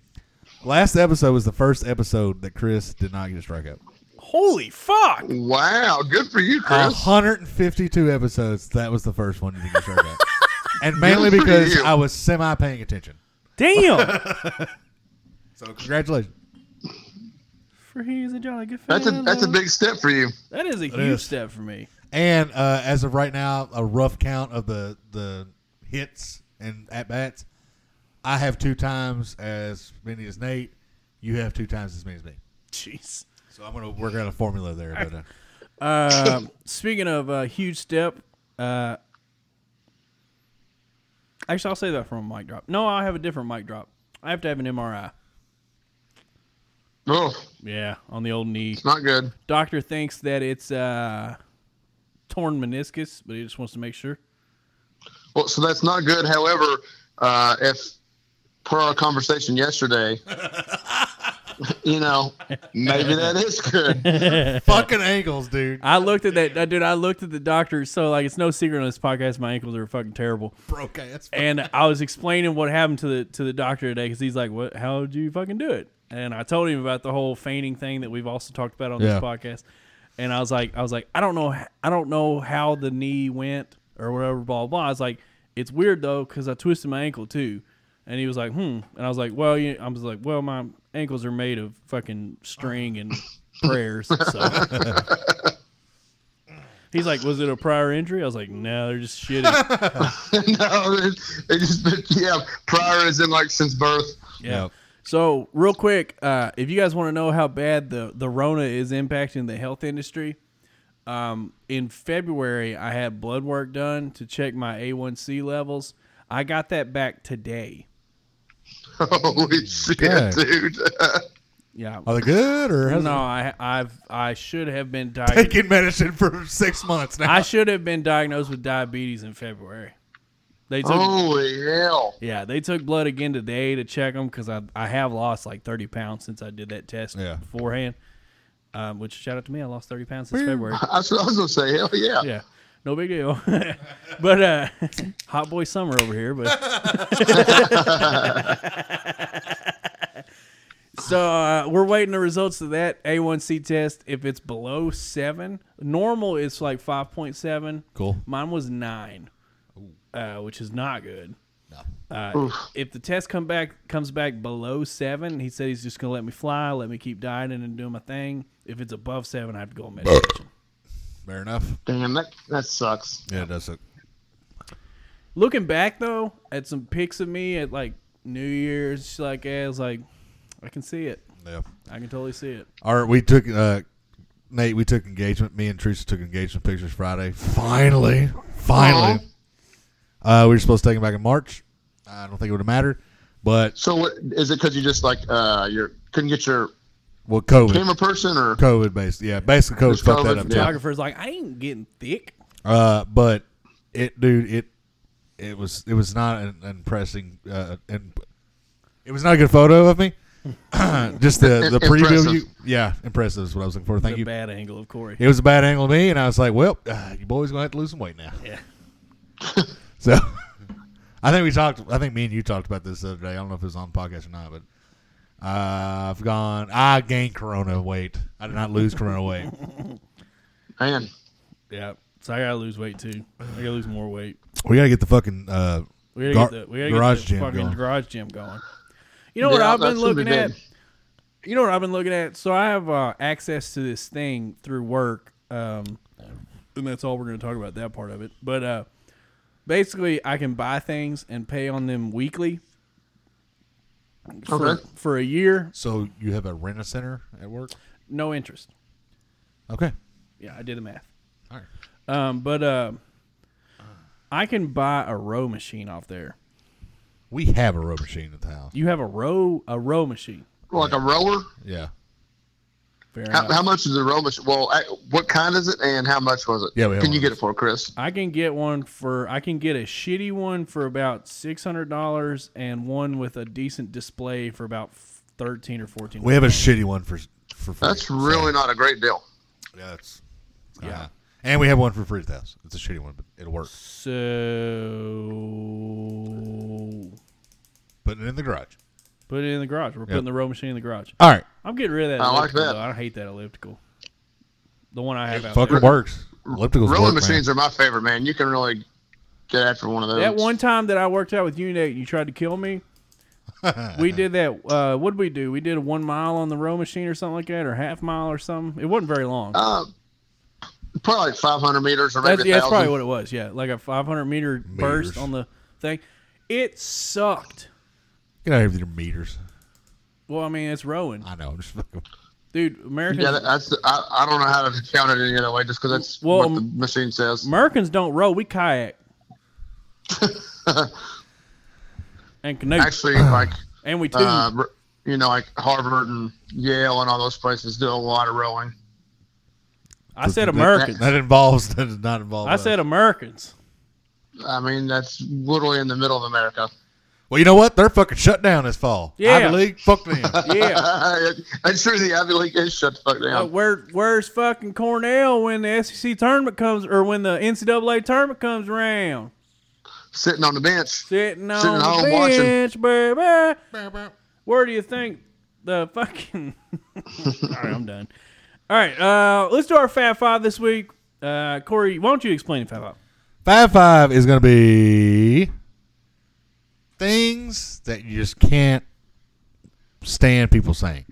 [SPEAKER 1] Last episode was the first episode that Chris did not get a strikeout.
[SPEAKER 2] Holy fuck!
[SPEAKER 3] Wow, good for you, Chris.
[SPEAKER 1] Uh, 152 episodes. That was the first one you didn't get a strikeout, and mainly
[SPEAKER 3] Good for
[SPEAKER 1] because
[SPEAKER 3] you.
[SPEAKER 1] I was semi paying attention.
[SPEAKER 2] Damn.
[SPEAKER 1] So congratulations.
[SPEAKER 2] for he's a jolly good
[SPEAKER 3] That's a
[SPEAKER 2] fellow.
[SPEAKER 3] that's a big step for you.
[SPEAKER 2] That is a huge
[SPEAKER 1] is.
[SPEAKER 2] step for me.
[SPEAKER 1] And uh, as of right now, a rough count of the the hits and at bats. I have two times as many as Nate. You have two times as many as me.
[SPEAKER 2] Jeez.
[SPEAKER 1] So I'm gonna work out a formula there. But, uh,
[SPEAKER 2] Um, speaking of uh, huge step, uh, actually, I'll say that from a mic drop. No, I have a different mic drop. I have to have an MRI.
[SPEAKER 3] Oh,
[SPEAKER 2] Yeah, on the old knee.
[SPEAKER 3] it's not good.
[SPEAKER 2] Doctor thinks that it's uh, torn meniscus, but he just wants to make sure.
[SPEAKER 3] Well, so that's not good. However, uh, if per our conversation yesterday, you know, maybe that is good.
[SPEAKER 1] fucking ankles, dude.
[SPEAKER 2] I looked at that, uh, dude. I looked at the doctor. So like, it's no secret on this podcast. My ankles are fucking terrible.
[SPEAKER 1] Broke ass.
[SPEAKER 2] and I was explaining what happened to the to the doctor today because he's like, "What? How did you fucking do it?" And I told him about the whole fainting thing that we've also talked about on
[SPEAKER 1] Yeah.
[SPEAKER 2] this podcast. And I was like, I was like, I don't know, I don't know how the knee went or whatever, blah blah. blah. I was like, it's weird though because I twisted my ankle too. And he was like, hmm. And I was like, well, you, I was like, well, my ankles are made of fucking string and prayers. So. He's like, was it a prior injury? I was like, no, they're just shitty.
[SPEAKER 3] no, it, it just yeah. Prior is in like since birth.
[SPEAKER 2] Yeah.
[SPEAKER 1] Yep.
[SPEAKER 2] So real quick, uh, if you guys want to know how bad the the Rona is impacting the health industry, um, in February I had blood work done to check my A1C levels. I got that back today.
[SPEAKER 3] Holy shit,
[SPEAKER 1] Okay.
[SPEAKER 3] dude!
[SPEAKER 2] Yeah.
[SPEAKER 1] Are they good or how's
[SPEAKER 2] No, I
[SPEAKER 1] it-
[SPEAKER 2] I've I should have been diagnosed.
[SPEAKER 1] taking medicine for six months now?
[SPEAKER 2] I should have been diagnosed with diabetes in February. They took
[SPEAKER 3] Holy hell!
[SPEAKER 2] yeah they took blood again today to check them because I I have lost like thirty pounds since I did that test
[SPEAKER 1] Yeah.
[SPEAKER 2] beforehand. Um, which shout out to me, I lost thirty pounds this February.
[SPEAKER 3] I was, I was gonna say hell yeah.
[SPEAKER 2] yeah no big deal but uh hot boy summer over here but So uh, we're waiting the results of that A1C test. If it's below seven, normal is like five point seven.
[SPEAKER 1] Cool.
[SPEAKER 2] Mine was nine, uh, which is not good.
[SPEAKER 1] No.
[SPEAKER 2] Uh, if the test come back comes back below seven, he said he's just gonna let me fly, let me keep dieting and doing my thing. If it's above seven, I have to go on medication.
[SPEAKER 1] Fair enough.
[SPEAKER 3] Damn, that that sucks.
[SPEAKER 1] Yeah, it does look.
[SPEAKER 2] Looking back though, at some pics of me at like New Year's, like eh, I was like, I can see it.
[SPEAKER 1] Yeah.
[SPEAKER 2] I can totally see it.
[SPEAKER 1] All right, we took uh, Nate. We took engagement. Me and Teresa took engagement pictures Friday. Finally, finally. Uh, we were supposed to take them back in March. I don't think it would have mattered, but
[SPEAKER 3] So what is it? Because you just like uh, you couldn't get your
[SPEAKER 1] well, COVID,
[SPEAKER 3] camera person or
[SPEAKER 1] COVID based. Yeah, basically COVID
[SPEAKER 3] Just
[SPEAKER 1] fucked that
[SPEAKER 3] COVID,
[SPEAKER 1] up. too.
[SPEAKER 3] Yeah.
[SPEAKER 2] Photographer's like, I ain't getting thick.
[SPEAKER 1] Uh, but it, dude, it it was it was not an impressing, uh, and it was not a good photo of me. Just the the preview,
[SPEAKER 3] Impressive.
[SPEAKER 1] you, yeah, impressive is what I was looking for. Thank
[SPEAKER 2] The
[SPEAKER 1] you.
[SPEAKER 2] bad angle of Corey.
[SPEAKER 1] It was a bad angle of me, and I was like, well, uh, you boys gonna have to lose some weight now.
[SPEAKER 2] Yeah.
[SPEAKER 1] So I think we talked. I think me and you talked about this the other day. I don't know if it was on the podcast or not, but uh, I've gone. I gained Corona weight. I did not lose Corona weight.
[SPEAKER 3] man.
[SPEAKER 2] Yeah. So I gotta lose weight too. I gotta lose more weight.
[SPEAKER 1] We gotta get the fucking uh,
[SPEAKER 2] We gotta
[SPEAKER 1] gar-
[SPEAKER 2] get the we gotta
[SPEAKER 1] garage
[SPEAKER 2] get the
[SPEAKER 1] gym
[SPEAKER 2] fucking
[SPEAKER 1] going.
[SPEAKER 2] garage gym going. You know what
[SPEAKER 3] Yeah,
[SPEAKER 2] I've been
[SPEAKER 3] that's gonna be
[SPEAKER 2] looking at?
[SPEAKER 3] big.
[SPEAKER 2] You know what I've been looking at? So I have uh, access to this thing through work, um, and that's all we're gonna talk about that part of it. But uh, basically, I can buy things and pay on them weekly for,
[SPEAKER 3] Okay.
[SPEAKER 2] for a year,
[SPEAKER 1] so you have a rent a center at work?
[SPEAKER 2] no interest.
[SPEAKER 1] Okay.
[SPEAKER 2] Yeah, I did the math.
[SPEAKER 1] All right.
[SPEAKER 2] Um, but uh, I can buy a row machine off there.
[SPEAKER 1] We have a row machine at the house.
[SPEAKER 2] You have a row a row machine.
[SPEAKER 3] Like a rower?
[SPEAKER 1] Yeah.
[SPEAKER 2] Fair
[SPEAKER 3] How,
[SPEAKER 2] enough.
[SPEAKER 3] how much is the rower? mach- Well, I- what kind is it, and how much was it?
[SPEAKER 1] Yeah, we have
[SPEAKER 3] Can you
[SPEAKER 1] one
[SPEAKER 3] get
[SPEAKER 1] of
[SPEAKER 3] it for Chris?
[SPEAKER 2] I can get one for I can get a shitty one for about six hundred dollars and one with a decent display for about thirteen or fourteen.
[SPEAKER 1] We have a shitty one for for free.
[SPEAKER 3] That's
[SPEAKER 1] so-
[SPEAKER 3] really not a great deal.
[SPEAKER 1] yeah. That's,
[SPEAKER 2] Yeah.
[SPEAKER 1] uh, and we have one for free at the house. It's a shitty one, but it'll work.
[SPEAKER 2] so
[SPEAKER 1] Putting it in the garage.
[SPEAKER 2] put it in the garage. We're putting the row machine in the garage.
[SPEAKER 1] All right.
[SPEAKER 2] I'm getting rid of that.
[SPEAKER 3] I like
[SPEAKER 2] elliptical,
[SPEAKER 3] that.
[SPEAKER 2] Though. I hate that elliptical. The one I have out
[SPEAKER 1] Fucking
[SPEAKER 2] there.
[SPEAKER 1] works. Ellipticals work,
[SPEAKER 3] Rowing
[SPEAKER 1] man.
[SPEAKER 3] machines are my favorite, man. You can really get after one of those.
[SPEAKER 2] That one time that I worked out with you, Nate, you tried to kill me. we did that. Uh, what did we do? We did a one mile on the row machine or something like that, or half mile or something. It wasn't very long.
[SPEAKER 3] Uh, probably like 500 meters or maybe
[SPEAKER 2] That's,
[SPEAKER 3] a
[SPEAKER 2] yeah, that's probably
[SPEAKER 3] thousand.
[SPEAKER 2] what it was. Yeah, like a 500 meter burst
[SPEAKER 1] Meters.
[SPEAKER 2] on the thing. It sucked.
[SPEAKER 1] Get out of here with your meters.
[SPEAKER 2] Well, I mean, it's rowing,
[SPEAKER 1] I know. I'm just fucking.
[SPEAKER 2] dude. Americans,
[SPEAKER 3] Yeah, that- uh, that's. I, I don't know how to count it any other way, just because that's
[SPEAKER 2] Well,
[SPEAKER 3] what the machine says.
[SPEAKER 2] Americans don't row. We kayak and canoe,
[SPEAKER 3] Actually, like,
[SPEAKER 2] and we too.
[SPEAKER 3] uh, r- you know, like Harvard and Yale and all those places do a lot of rowing.
[SPEAKER 2] I said
[SPEAKER 1] that-
[SPEAKER 2] Americans.
[SPEAKER 1] That involves. That does not involve.
[SPEAKER 2] I
[SPEAKER 1] us.
[SPEAKER 2] said Americans.
[SPEAKER 3] I mean, that's literally in the middle of America.
[SPEAKER 1] Well, you know what? They're fucking shut down this fall.
[SPEAKER 2] Yeah.
[SPEAKER 1] Ivy League, fuck them.
[SPEAKER 2] Yeah.
[SPEAKER 3] I'm sure the Ivy League is shut the fuck
[SPEAKER 1] Oh,
[SPEAKER 2] Uh,
[SPEAKER 3] down.
[SPEAKER 2] where where's fucking Cornell when the SEC tournament comes or when the NCAA tournament comes around?
[SPEAKER 3] Sitting on the bench.
[SPEAKER 2] Sitting on the
[SPEAKER 3] home watching.
[SPEAKER 2] bench, baby. Where do you think the fucking? All right, I'm done. All right, uh, let's do our Fab Five this week. Uh, Corey, why don't you explain Fab Five?
[SPEAKER 1] Five five is going to be things that you just can't stand people saying.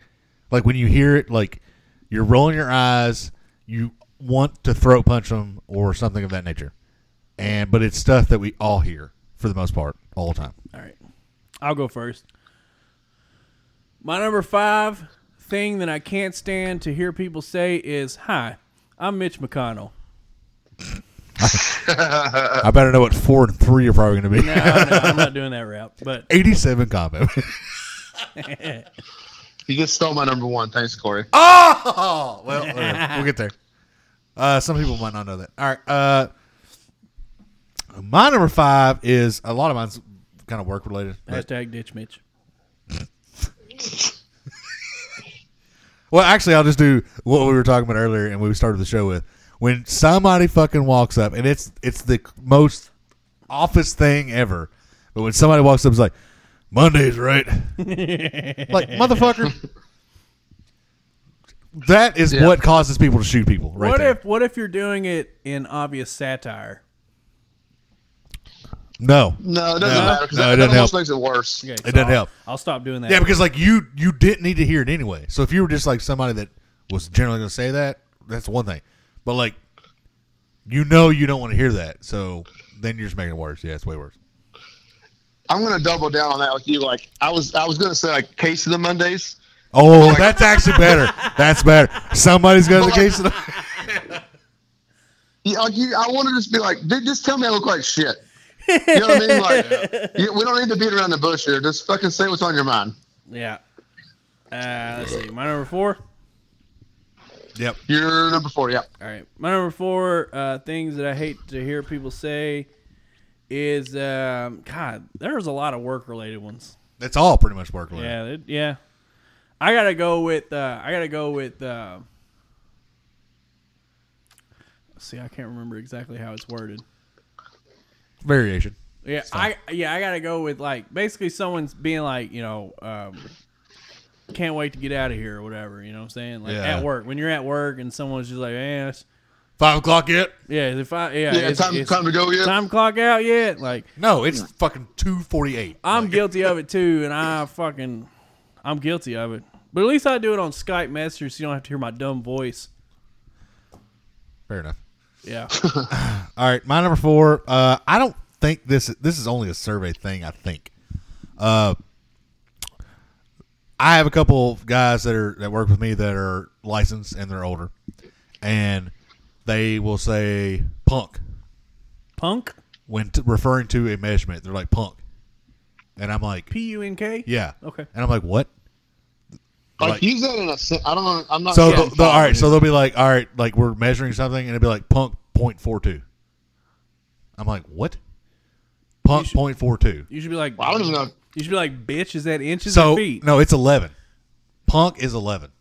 [SPEAKER 1] Like when you hear it, like you're rolling your eyes, you want to throat punch them or something of that nature. And but it's stuff that we all hear for the most part all the time.
[SPEAKER 2] All right, I'll go first. My number five thing that I can't stand to hear people say is, "Hi, I'm Mitch McConnell."
[SPEAKER 1] I better know what four and three are probably going to be.
[SPEAKER 2] No, no, I'm not doing that route, but
[SPEAKER 1] Eighty-seven combo.
[SPEAKER 3] You just stole my number one. Thanks, Corey.
[SPEAKER 1] Oh well, whatever. we'll get there. Uh, some people might not know that. All right. Uh, my number five is a lot of mine's kind of work related. but-
[SPEAKER 2] hashtag ditch Mitch.
[SPEAKER 1] Well, actually, I'll just do what we were talking about earlier, and we started the show with when somebody fucking walks up, and it's it's the most office thing ever. But when somebody walks up, it's like, Monday's right. like motherfucker. That is
[SPEAKER 3] Yeah.
[SPEAKER 1] what causes people to shoot people. Right
[SPEAKER 2] what
[SPEAKER 1] there.
[SPEAKER 2] if what if you're doing it in obvious satire?
[SPEAKER 1] no,
[SPEAKER 3] No, it doesn't
[SPEAKER 1] No.
[SPEAKER 3] matter because
[SPEAKER 1] No, it
[SPEAKER 3] that,
[SPEAKER 1] doesn't
[SPEAKER 3] that almost
[SPEAKER 1] help.
[SPEAKER 3] makes it worse.
[SPEAKER 2] Okay,
[SPEAKER 1] doesn't
[SPEAKER 2] I'll,
[SPEAKER 1] help.
[SPEAKER 2] I'll stop doing that.
[SPEAKER 1] yeah, because like you you didn't need to hear it anyway. So if you were just like somebody that was generally going to say that, that's one thing. But like, you know, you don't want to hear that, so then you're just making it worse. Yeah, it's way worse.
[SPEAKER 3] I'm gonna double down on that with you. Like I was, I was gonna say like case of the Mondays.
[SPEAKER 1] Oh, that's actually better. That's better. Somebody's got the case. Of the-
[SPEAKER 3] Yeah, like you, I want to just be like, dude, just tell me I look like shit. You know what I mean? Like, you- we don't need to beat around the bush here. Just fucking say what's on your mind.
[SPEAKER 2] yeah. Uh, let's see. My number four.
[SPEAKER 1] yep.
[SPEAKER 3] You're number four. Yeah.
[SPEAKER 2] All right. My number four uh, things that I hate to hear people say is um, God, there's a lot of work related ones.
[SPEAKER 1] That's all pretty much work related.
[SPEAKER 2] Yeah, it, yeah. I gotta go with. Uh, I gotta go with. Uh, see, I can't remember exactly how it's worded.
[SPEAKER 1] Variation.
[SPEAKER 2] Yeah, I yeah I gotta go with like basically someone's being like you know um, can't wait to get out of here or whatever you know what I'm saying like
[SPEAKER 1] Yeah.
[SPEAKER 2] at work when you're at work and someone's just like eh, it's-
[SPEAKER 1] Five o'clock yet?
[SPEAKER 2] yeah if I yeah,
[SPEAKER 3] Yeah.
[SPEAKER 2] it's-
[SPEAKER 3] time,
[SPEAKER 2] it's-
[SPEAKER 3] time to go. Yeah.
[SPEAKER 2] time clock out yet like
[SPEAKER 1] No, it's fucking two forty eight.
[SPEAKER 2] I'm guilty of it too and I fucking I'm guilty of it but at least I do it on Skype Messenger so you don't have to hear my dumb voice
[SPEAKER 1] Fair enough.
[SPEAKER 2] yeah
[SPEAKER 1] All right, my number four. Uh, I don't think this this is only a survey thing. I think. Uh, I have a couple of guys that are that work with me that are licensed and they're older, and they will say punk
[SPEAKER 2] punk
[SPEAKER 1] when t- referring to a measurement. They're like punk, and I'm like,
[SPEAKER 2] P U N K
[SPEAKER 1] yeah,
[SPEAKER 2] Okay.
[SPEAKER 1] and I'm like, what?
[SPEAKER 3] like,
[SPEAKER 1] like-
[SPEAKER 3] use that in a. sen- I don't know. I'm not.
[SPEAKER 1] So
[SPEAKER 3] sure I'm
[SPEAKER 1] the, the, all right, so
[SPEAKER 3] following
[SPEAKER 1] they'll be like, all right, like we're measuring something, and it'll be like punk point four two. I'm like, what? Punk point four two.
[SPEAKER 2] you should be like
[SPEAKER 3] you. I don't even know.
[SPEAKER 2] you should be like bitch is that inches
[SPEAKER 1] So
[SPEAKER 2] or feet
[SPEAKER 1] no, it's eleven. Punk is eleven.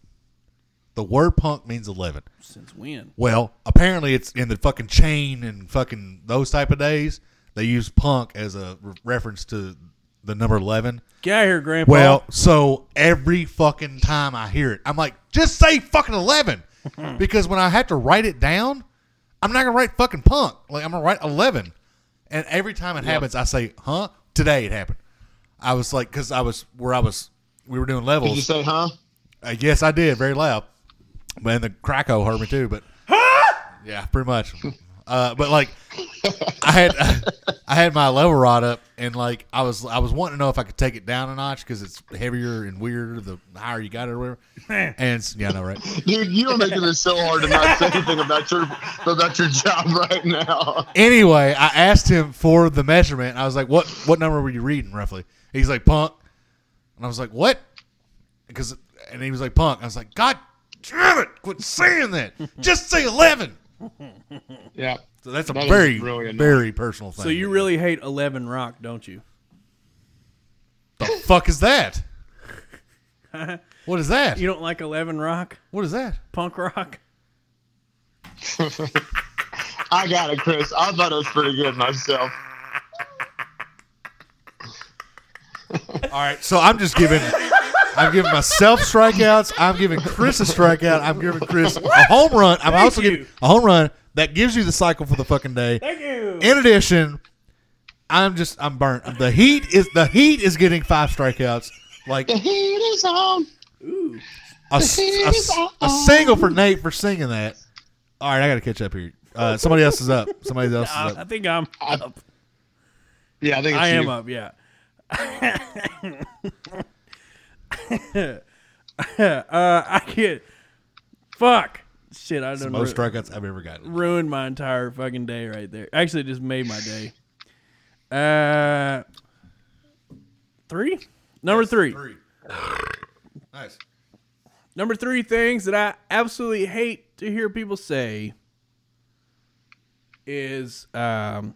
[SPEAKER 1] The word punk means eleven.
[SPEAKER 2] since when
[SPEAKER 1] Well, apparently it's in the fucking chain and fucking those type of days. They use punk as a re- reference to the number eleven.
[SPEAKER 2] get out of here grandpa
[SPEAKER 1] Well, so every fucking time I hear it, I'm like, just say fucking eleven, because when I have to write it down, I'm not gonna write fucking punk. Like I'm gonna write eleven, and every time it happens, I say, huh? Today it happened. I was like, because I was where I was, we were doing
[SPEAKER 3] Did you
[SPEAKER 1] levels.
[SPEAKER 3] say, huh?
[SPEAKER 1] I guess I did very loud, man. The Krakow heard me too, but yeah, pretty much. Uh, but like, I had I had my level rod up, and like I was I was wanting to know if I could take it down a notch because it's heavier and weirder the higher you got it or whatever. And s- yeah, I know, right?
[SPEAKER 3] Dude, you are making it so hard to not say anything about your about your job right now.
[SPEAKER 1] Anyway, I asked him for the measurement. I was like, "What what number were you reading roughly?" He's like, "Punk," and I was like, "What?" Because and he was like, "Punk." I was like, "God damn it! Quit saying that. Just say 11.
[SPEAKER 3] Yeah.
[SPEAKER 1] So that's a
[SPEAKER 3] That is
[SPEAKER 1] very,
[SPEAKER 3] really annoying.
[SPEAKER 1] very personal thing.
[SPEAKER 2] so you really hate Eleven Rock don't you
[SPEAKER 1] the fuck is that? what is that?
[SPEAKER 2] you don't like Eleven Rock
[SPEAKER 1] what is that?
[SPEAKER 2] punk rock
[SPEAKER 3] I got it, Chris. I thought it was pretty good myself.
[SPEAKER 1] All right, so I'm just giving, I'm giving myself strikeouts. I'm giving Chris a strikeout. I'm giving Chris a home run. I'm also
[SPEAKER 2] you.
[SPEAKER 1] giving a home run that gives you the cycle for the fucking day.
[SPEAKER 2] Thank you.
[SPEAKER 1] In addition, I'm just I'm burnt. The heat is the heat is getting five strikeouts. Like
[SPEAKER 3] The heat is on.
[SPEAKER 2] Ooh.
[SPEAKER 1] a, s- a s- a single for Nate for singing that. All right, I got to catch up here. Uh, somebody else is up. Somebody else is
[SPEAKER 2] I, I
[SPEAKER 1] up.
[SPEAKER 2] think I'm up.
[SPEAKER 3] Yeah, I think it's
[SPEAKER 2] I am
[SPEAKER 3] you.
[SPEAKER 2] up, yeah. uh, I get fuck shit. I don't
[SPEAKER 1] Most
[SPEAKER 2] know.
[SPEAKER 1] strikeouts I've ever gotten.
[SPEAKER 2] Ruined my entire fucking day right there. Actually, it just made my day. Uh, three. Number three.
[SPEAKER 1] nice.
[SPEAKER 2] Number three things that I absolutely hate to hear people say is um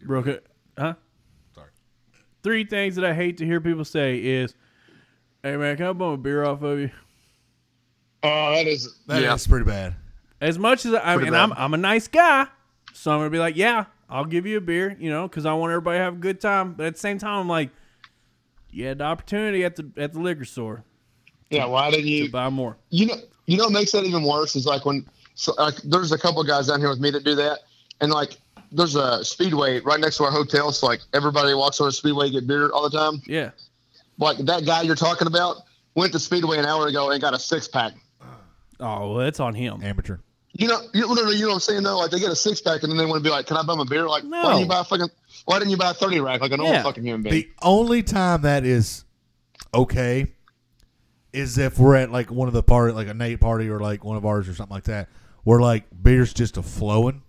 [SPEAKER 2] broken huh?
[SPEAKER 1] Sorry.
[SPEAKER 2] Three things that I hate to hear people say is Hey man, can I bum a beer off of you?
[SPEAKER 3] Oh, that is.
[SPEAKER 1] That is
[SPEAKER 3] yeah.
[SPEAKER 1] pretty bad.
[SPEAKER 2] As much as I
[SPEAKER 3] Pretty
[SPEAKER 2] mean
[SPEAKER 3] bad.
[SPEAKER 2] I'm I'm a nice guy, so I'm gonna be like, Yeah, I'll give you a beer, you know, because I want everybody to have a good time. But at the same time I'm like, You had the opportunity at the at the liquor store
[SPEAKER 3] Yeah, why didn't
[SPEAKER 2] to
[SPEAKER 3] you?
[SPEAKER 2] buy more.
[SPEAKER 3] You know, you know, what makes that even worse is like when so, like, there's a couple guys down here with me that do that, and like there's a speedway right next to our hotel, so like everybody walks over to speedway to get beer all the time.
[SPEAKER 2] Yeah.
[SPEAKER 3] Like that guy you're talking about went to speedway an hour ago and got a six pack.
[SPEAKER 2] Oh, well, that's on him.
[SPEAKER 1] Amateur.
[SPEAKER 3] You know, you literally, you know what I'm saying though. Like they get a six pack and then they want to be like, "Can I buy my beer?" Like,
[SPEAKER 2] No.
[SPEAKER 3] why didn't you buy a fucking? Why didn't you buy a thirty rack like a normal
[SPEAKER 2] Yeah.
[SPEAKER 3] fucking human being?
[SPEAKER 1] The only time that is okay is if we're at like one of the party, like a Nate party or like one of ours or something like that, where like beer's just a flowing.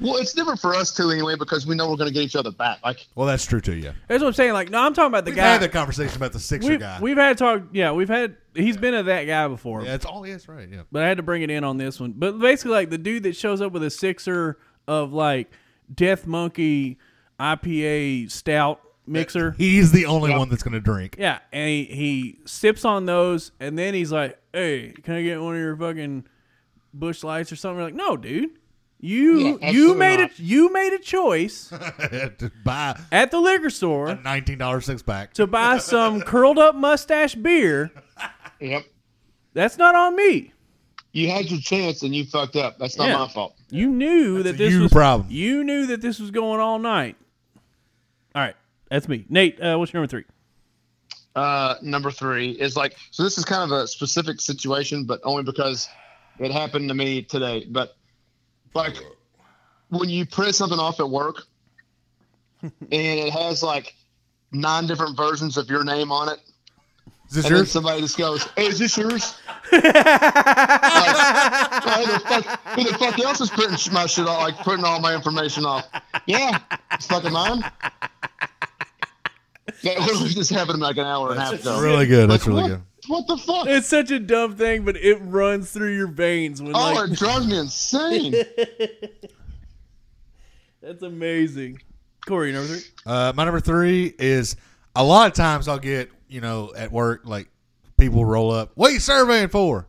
[SPEAKER 3] well, it's different for us too anyway because we know we're going to get each other back. Like,
[SPEAKER 1] Well, that's true too. Yeah,
[SPEAKER 2] That's what I'm saying. Like, no, I'm talking about the
[SPEAKER 1] we've
[SPEAKER 2] guy.
[SPEAKER 1] had the conversation about the Sixer
[SPEAKER 2] we've,
[SPEAKER 1] guy.
[SPEAKER 2] we've had talk. Yeah, we've had. He's been a that guy before.
[SPEAKER 1] yeah, it's all. Yes, right. Yeah,
[SPEAKER 2] but I had to bring it in on this one. But basically, like the dude that shows up with a sixer of like Death Monkey IPA stout mixer.
[SPEAKER 1] he's the only one that's going to drink.
[SPEAKER 2] Yeah, and he, he sips on those, and then he's like, "Hey, can I get one of your fucking bush lights or something?" We're like, "No, dude,
[SPEAKER 3] Yeah,
[SPEAKER 2] you you
[SPEAKER 3] absolutely
[SPEAKER 2] made
[SPEAKER 3] not.
[SPEAKER 2] a you made a choice
[SPEAKER 1] to buy
[SPEAKER 2] at the liquor
[SPEAKER 1] a
[SPEAKER 2] store
[SPEAKER 1] nineteen dollar six pack.
[SPEAKER 2] to buy some curled up mustache beer.
[SPEAKER 3] yep,
[SPEAKER 2] That's not on me.
[SPEAKER 3] you had your chance and you fucked up. That's not
[SPEAKER 2] Yeah.
[SPEAKER 3] my fault.
[SPEAKER 2] You knew
[SPEAKER 1] That's
[SPEAKER 2] that
[SPEAKER 1] a
[SPEAKER 2] this
[SPEAKER 1] you
[SPEAKER 2] was
[SPEAKER 1] problem.
[SPEAKER 2] You knew that this was going all night. All right, that's me, Nate. Uh, what's your number three?
[SPEAKER 3] Uh, number three is like so. This is kind of a specific situation, but only because it happened to me today. But like when you print something off at work, and it has like nine different versions of your name on it,
[SPEAKER 1] Is this
[SPEAKER 3] and then
[SPEAKER 1] yours?
[SPEAKER 3] somebody just goes, "Hey, is this yours?" like, "Oh, who, the fuck, who the fuck else is printing sh- my shit off? Like printing all my information off? Yeah, it's fucking mine. That literally just happened like an hour and a half ago.
[SPEAKER 1] really good. That's
[SPEAKER 3] Like,
[SPEAKER 1] really
[SPEAKER 3] what,
[SPEAKER 1] good.
[SPEAKER 3] What the fuck?
[SPEAKER 2] It's such a dumb thing, but it runs through your veins when
[SPEAKER 3] oh,
[SPEAKER 2] like
[SPEAKER 3] it drives me insane.
[SPEAKER 2] that's amazing. Corey, number three.
[SPEAKER 1] Uh, my number three is a lot of times I'll get, you know, at work, like people roll up, what you surveying for?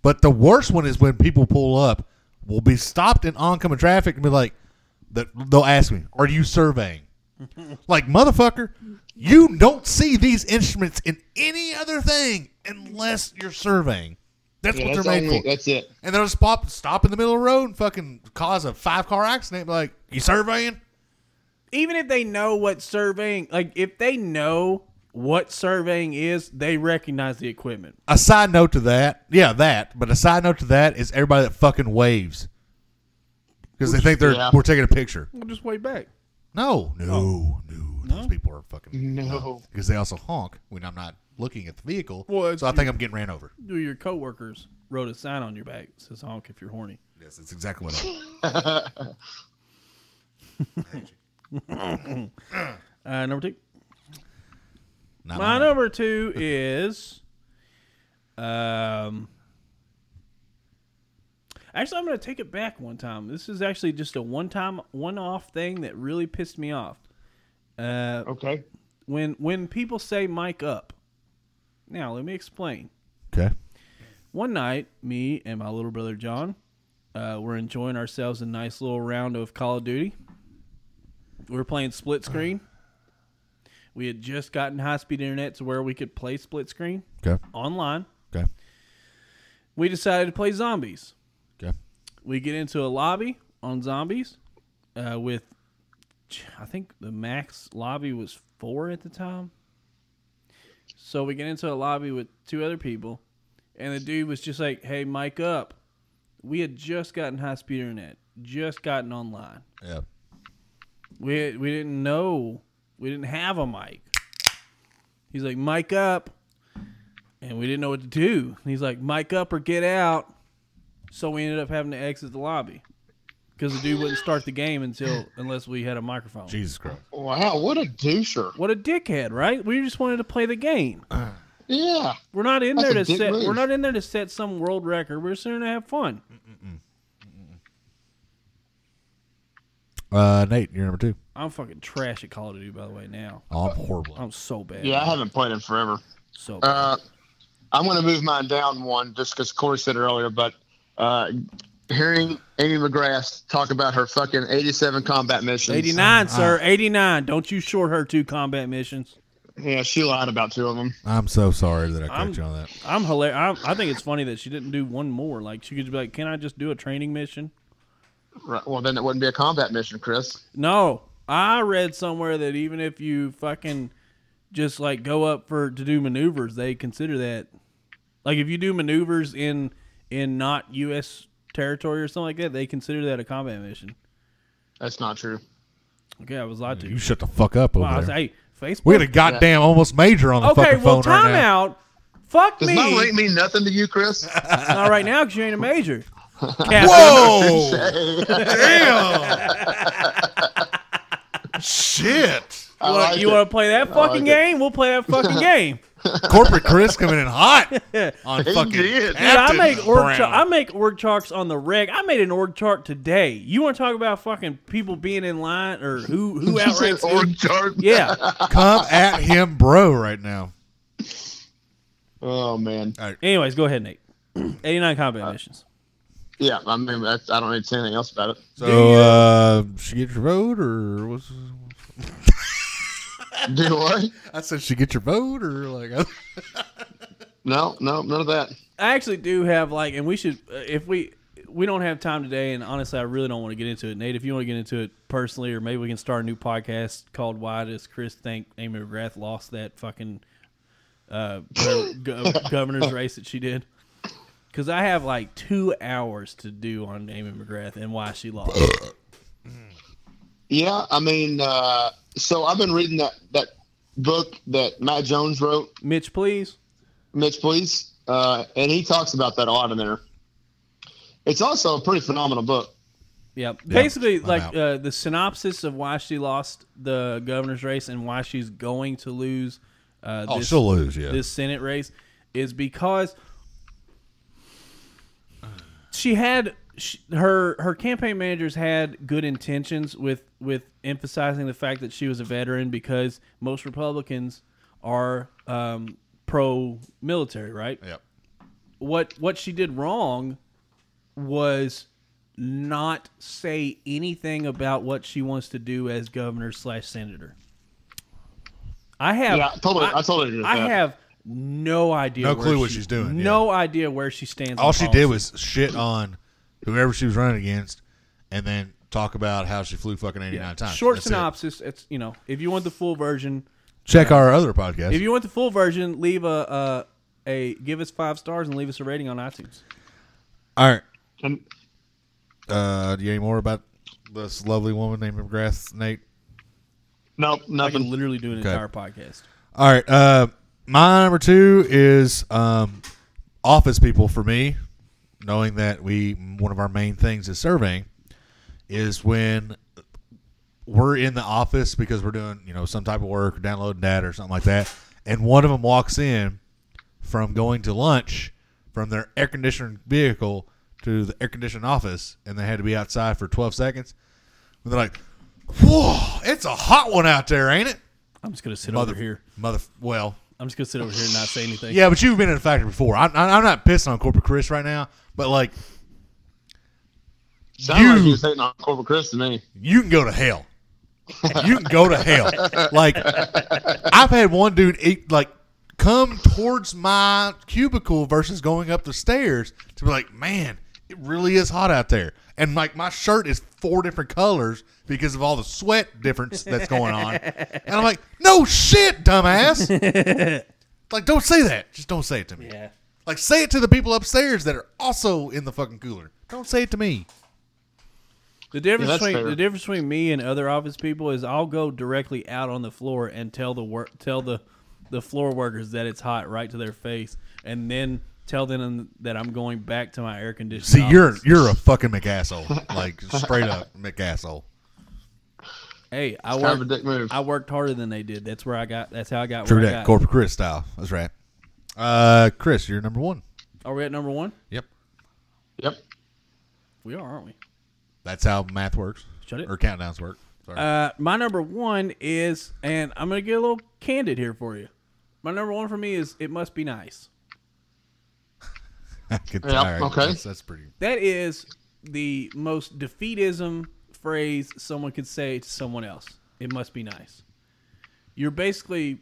[SPEAKER 1] But the worst one is when people pull up, will be stopped in oncoming traffic and be like, that they'll ask me, are you surveying? like, motherfucker, you don't see these instruments in any other thing unless you're surveying. That's
[SPEAKER 3] Yeah,
[SPEAKER 1] what
[SPEAKER 3] that's,
[SPEAKER 1] they're made
[SPEAKER 3] only-
[SPEAKER 1] for.
[SPEAKER 3] that's it.
[SPEAKER 1] And they'll just pop, stop in the middle of the road and fucking cause a five car accident. Be like, you surveying?
[SPEAKER 2] Even if they know what surveying, like if they know what surveying is, they recognize the equipment.
[SPEAKER 1] a side note to that, yeah, that. But a side note to that is everybody that fucking waves because they think they're
[SPEAKER 3] Yeah.
[SPEAKER 1] we're taking a picture.
[SPEAKER 2] We'll just wait back.
[SPEAKER 1] No, no,
[SPEAKER 2] Oh.
[SPEAKER 1] no. Those people are
[SPEAKER 3] Mm-hmm.
[SPEAKER 1] fucking
[SPEAKER 3] No.
[SPEAKER 1] because they also honk when I'm not looking at the vehicle.
[SPEAKER 2] Well, it's-
[SPEAKER 1] so I think I'm getting ran over.
[SPEAKER 2] Do your coworkers wrote a sign on your back that says honk if you're horny?
[SPEAKER 1] Yes, that's exactly what. I
[SPEAKER 2] Uh, number two.
[SPEAKER 1] not
[SPEAKER 2] My
[SPEAKER 1] mine.
[SPEAKER 2] number two is, um, actually, I'm going to take it back one time. This is actually just a one-time, one-off thing that really pissed me off. Uh,
[SPEAKER 3] Okay.
[SPEAKER 2] when when people say "mic up," now let me explain.
[SPEAKER 1] Okay.
[SPEAKER 2] One night, me and my little brother John uh, were enjoying ourselves a nice little round of Call of Duty. We were playing split screen. We had just gotten high speed internet to where we could play split screen
[SPEAKER 1] Okay.
[SPEAKER 2] online.
[SPEAKER 1] Okay.
[SPEAKER 2] We decided to play zombies.
[SPEAKER 1] Okay.
[SPEAKER 2] We get into a lobby on zombies uh, with, I think the max lobby was four at the time. So we get into a lobby with two other people, and the dude was just like, "Hey, mic up." We had just gotten high speed internet, just gotten online.
[SPEAKER 1] Yeah.
[SPEAKER 2] We we didn't know we didn't have a mic. He's like, mic up, and we didn't know what to do. And he's like, mic up or get out. So we ended up having to exit the lobby because the dude wouldn't start the game until unless we had a microphone.
[SPEAKER 1] Jesus Christ.
[SPEAKER 3] Wow, what a doucher.
[SPEAKER 2] What a dickhead, right? We just wanted to play the game.
[SPEAKER 3] Yeah.
[SPEAKER 2] We're not in
[SPEAKER 3] That's
[SPEAKER 2] there
[SPEAKER 3] a
[SPEAKER 2] to
[SPEAKER 3] dick
[SPEAKER 2] set.
[SPEAKER 3] move.
[SPEAKER 2] We're not in there to set some world record. We're just in there to have fun.
[SPEAKER 1] Uh, Nate, you're number two.
[SPEAKER 2] I'm fucking trash at Call of Duty, by the way. Now
[SPEAKER 1] Oh, I'm horrible.
[SPEAKER 2] I'm so bad.
[SPEAKER 3] Yeah, I haven't played in forever.
[SPEAKER 2] so bad.
[SPEAKER 3] Uh, I'm going to move mine down one just because Corey said it earlier, but uh, hearing Amy McGrath talk about her fucking 87 combat missions.
[SPEAKER 2] 89, sir. 89. Don't you short her two combat missions.
[SPEAKER 3] Yeah, she lied about two of them.
[SPEAKER 1] I'm so sorry that I caught
[SPEAKER 2] I'm-
[SPEAKER 1] you on that.
[SPEAKER 2] I'm hilarious. I, I think it's funny that she didn't do one more. Like she could be like, "Can I just do a training mission?"
[SPEAKER 3] Right. Well, then it wouldn't be a combat mission, Chris.
[SPEAKER 2] No, I read somewhere that even if you fucking just like go up for to do maneuvers, they consider that like if you do maneuvers in in not U.S. territory or something like that, they consider that a combat mission.
[SPEAKER 3] That's not true.
[SPEAKER 2] Okay, I was lied to.
[SPEAKER 1] You shut the fuck up over
[SPEAKER 2] Wow, I was-
[SPEAKER 1] there.
[SPEAKER 2] hey, Facebook.
[SPEAKER 1] we had a goddamn almost major on the
[SPEAKER 2] okay,
[SPEAKER 1] fucking
[SPEAKER 2] well,
[SPEAKER 1] phone right
[SPEAKER 2] time
[SPEAKER 1] now.
[SPEAKER 2] out. Fuck
[SPEAKER 3] Does
[SPEAKER 2] me.
[SPEAKER 3] my link mean nothing to you, Chris?
[SPEAKER 2] Not right now because you ain't a major. Captain.
[SPEAKER 1] Whoa! Damn! Shit!
[SPEAKER 3] I
[SPEAKER 2] You wanna-
[SPEAKER 3] like
[SPEAKER 2] you
[SPEAKER 3] it.
[SPEAKER 2] want to play that fucking
[SPEAKER 3] like it.
[SPEAKER 2] game? We'll play that fucking game.
[SPEAKER 1] Corporate Chris coming in hot on
[SPEAKER 3] He
[SPEAKER 1] fucking.
[SPEAKER 3] did. Dude,
[SPEAKER 2] Dude, I
[SPEAKER 1] Captain
[SPEAKER 2] make org
[SPEAKER 1] Brown.
[SPEAKER 2] cha- I make org charts on the reg. I made an org chart today. You want to talk about fucking people being in line or who who
[SPEAKER 3] You said
[SPEAKER 2] outranks who?
[SPEAKER 3] org chart.
[SPEAKER 2] Yeah.
[SPEAKER 1] Come at him, bro, right now.
[SPEAKER 3] Oh man.
[SPEAKER 2] Anyways, go ahead, Nate. 89 combat
[SPEAKER 3] Uh,
[SPEAKER 2] missions.
[SPEAKER 3] Yeah. I mean, that's, I don't need to say anything else about it.
[SPEAKER 1] So, uh, she get your vote, or what's.
[SPEAKER 3] Do what?
[SPEAKER 1] I said she get your vote, or like.
[SPEAKER 3] No, no, none of that.
[SPEAKER 2] I actually do have like, and we should uh, if we we don't have time today, and honestly, I really don't want to get into it, Nate. If you want to get into it personally, or maybe we can start a new podcast called "Why Does Chris Think Amy McGrath Lost That Fucking uh, go- go- Governor's Race That She Did." Because I have like two hours to do on Amy McGrath and why she lost.
[SPEAKER 3] Yeah. I mean, uh, so I've been reading that that book that Matt Jones wrote
[SPEAKER 2] Mitch, please.
[SPEAKER 3] Mitch Please, uh, and he talks about that a lot in there. It's also a pretty phenomenal book.
[SPEAKER 2] Yeah, basically,
[SPEAKER 1] I'm
[SPEAKER 2] like
[SPEAKER 1] out.
[SPEAKER 2] uh, the synopsis of why she lost the governor's race and why she's going to lose. Uh,
[SPEAKER 1] Oh,
[SPEAKER 2] this-
[SPEAKER 1] she'll lose, yeah.
[SPEAKER 2] this Senate race is because she had sh her her campaign managers had good intentions with with emphasizing the fact that she was a veteran because most Republicans are um, pro military, right?
[SPEAKER 1] yep.
[SPEAKER 2] what what she did wrong was not say anything about what she wants to do as governor slash senator. I have
[SPEAKER 3] Yeah, totally. I, totally agree with
[SPEAKER 2] I
[SPEAKER 3] that.
[SPEAKER 2] have no idea.
[SPEAKER 1] No
[SPEAKER 2] where
[SPEAKER 1] clue what
[SPEAKER 2] she-
[SPEAKER 1] she's doing, yeah.
[SPEAKER 2] No idea where she stands.
[SPEAKER 1] All
[SPEAKER 2] on
[SPEAKER 1] she
[SPEAKER 2] policy.
[SPEAKER 1] did was shit on whoever she was running against, and then talk about how she flew fucking eighty nine times.
[SPEAKER 2] short
[SPEAKER 1] That's it.
[SPEAKER 2] synopsis. It's you know if you want the full version,
[SPEAKER 1] Check our other podcast.
[SPEAKER 2] if you want the full version, leave a a, a give us five stars and leave us a rating on iTunes.
[SPEAKER 1] All right.
[SPEAKER 3] And-
[SPEAKER 1] Uh, do you have any more about this lovely woman named McGrath, Nate?
[SPEAKER 3] nope,
[SPEAKER 2] I can
[SPEAKER 3] nothing.
[SPEAKER 2] literally do an
[SPEAKER 1] Okay.
[SPEAKER 2] entire podcast.
[SPEAKER 1] All right. Uh, my number two is um, office people for me, knowing that we one of our main things is surveying, is when we're in the office because we're doing you know some type of work or downloading data or something like that, and one of them walks in from going to lunch from their air conditioned vehicle to the air conditioned office, and they had to be outside for twelve seconds. And they're like, "Whoa, it's a hot one out there, ain't it?"
[SPEAKER 2] I'm just gonna sit
[SPEAKER 1] Mother
[SPEAKER 2] over here.
[SPEAKER 1] mother. Well,
[SPEAKER 2] I'm just gonna sit over here and not say anything.
[SPEAKER 1] yeah, but you've been in a factory before. I'm, I'm not pissing on corporate Chris right now, but like
[SPEAKER 3] Sounded like
[SPEAKER 1] you-
[SPEAKER 3] he was hating on Corporal Chris to me.
[SPEAKER 1] you can go to hell. You can go to hell. Like I've had one dude eat, like come towards my cubicle versus going up the stairs to be like, man, it really is hot out there, and like my shirt is four different colors because of all the sweat difference that's going on, and I'm like, no shit, dumbass. like, don't say that. Just don't say it to me.
[SPEAKER 2] yeah.
[SPEAKER 1] Like, say it to the people upstairs that are also in the fucking cooler. Don't say it to me.
[SPEAKER 2] The difference
[SPEAKER 3] Yeah, that's
[SPEAKER 2] between
[SPEAKER 3] fair.
[SPEAKER 2] the difference between me and other office people is I'll go directly out on the floor and tell the work tell the the floor workers that it's hot right to their face, and then tell them that I'm going back to my air conditioning.
[SPEAKER 1] See, you're
[SPEAKER 2] office.
[SPEAKER 1] you're a fucking McAsshole. Like straight up McAsshole.
[SPEAKER 2] hey, I
[SPEAKER 3] Kind of a
[SPEAKER 2] worked
[SPEAKER 3] dick move.
[SPEAKER 2] I worked harder than they did. That's where I got. That's how I got.
[SPEAKER 1] True
[SPEAKER 2] where I
[SPEAKER 1] that.
[SPEAKER 2] got.
[SPEAKER 1] Corporate Chris style. That's right. Uh, Chris, you're number one.
[SPEAKER 2] Are we at number one?
[SPEAKER 1] Yep.
[SPEAKER 3] yep.
[SPEAKER 2] We are, aren't we?
[SPEAKER 1] That's how math works.
[SPEAKER 2] Shut it.
[SPEAKER 1] Or countdowns work. Sorry.
[SPEAKER 2] Uh, my number one is, and I'm gonna get a little candid here for you. My number one for me is it must be nice.
[SPEAKER 1] I could-
[SPEAKER 3] yeah,
[SPEAKER 1] all right,
[SPEAKER 3] okay.
[SPEAKER 1] That's, that's pretty.
[SPEAKER 2] That is the most defeatism phrase someone could say to someone else. It must be nice. You're basically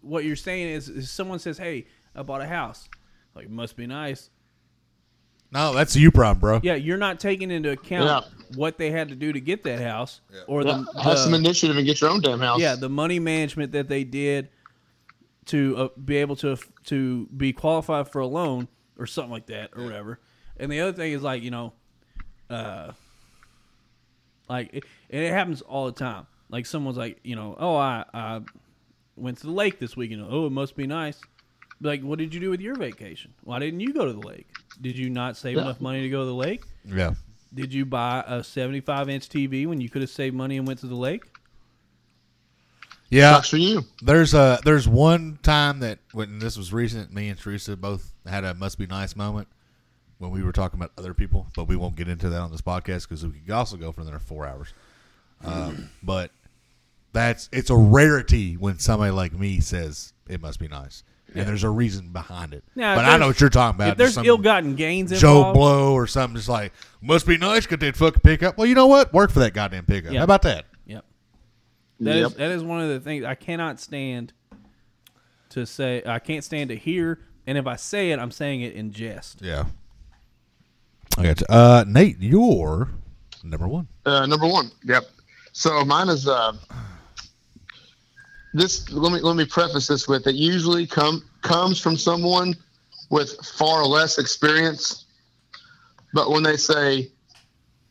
[SPEAKER 2] what you're saying is, is someone says, "Hey, I bought a house." Like, it must be nice.
[SPEAKER 1] No, that's you problem, bro.
[SPEAKER 2] Yeah, you're not taking into account what they had to do to get that house, or the,
[SPEAKER 3] Yeah, have some
[SPEAKER 2] the-
[SPEAKER 3] initiative and get your own damn house.
[SPEAKER 2] uh, yeah the money management that they did to uh, be able to to be qualified for a loan or something like that or whatever and the other thing is like you know uh like it, and it happens all the time like someone's like you know oh i i went to the lake this weekend oh it must be nice like what did you do with your vacation why didn't you go to the lake did you not save
[SPEAKER 3] Yeah.
[SPEAKER 2] enough money to go to the lake
[SPEAKER 1] Yeah.
[SPEAKER 2] did you buy a 75 inch tv when you could have saved money and went to the lake
[SPEAKER 1] Yeah.
[SPEAKER 3] Sucks for you.
[SPEAKER 1] There's a there's one time that when this was recent, me and Teresa both had a must be nice moment when we were talking about other people, but we won't get into that on this podcast because we could also go for another four hours. Um, but that's it's a rarity when somebody like me says it must be nice, and there's a reason behind it.
[SPEAKER 2] Now, if
[SPEAKER 1] but I know
[SPEAKER 2] there's-
[SPEAKER 1] what you're talking about.
[SPEAKER 2] if there's
[SPEAKER 1] Just some
[SPEAKER 2] ill-gotten gains
[SPEAKER 1] Joe
[SPEAKER 2] involved,
[SPEAKER 1] Blow or something, just like must be nice, get that fucking pickup. Well, you know what? Work for that goddamn pickup.
[SPEAKER 2] Yeah.
[SPEAKER 1] How about that?
[SPEAKER 2] Yep. That is
[SPEAKER 3] Yep.
[SPEAKER 2] that is one of the things I cannot stand to say. I can't stand to hear, and if I say it, I'm saying it in jest.
[SPEAKER 1] Yeah. I got you. Uh, Nate, you're number one.
[SPEAKER 3] Uh, number one. Yep. So mine is uh, this. Let me let me preface this with it. Usually come comes from someone with far less experience, but when they say,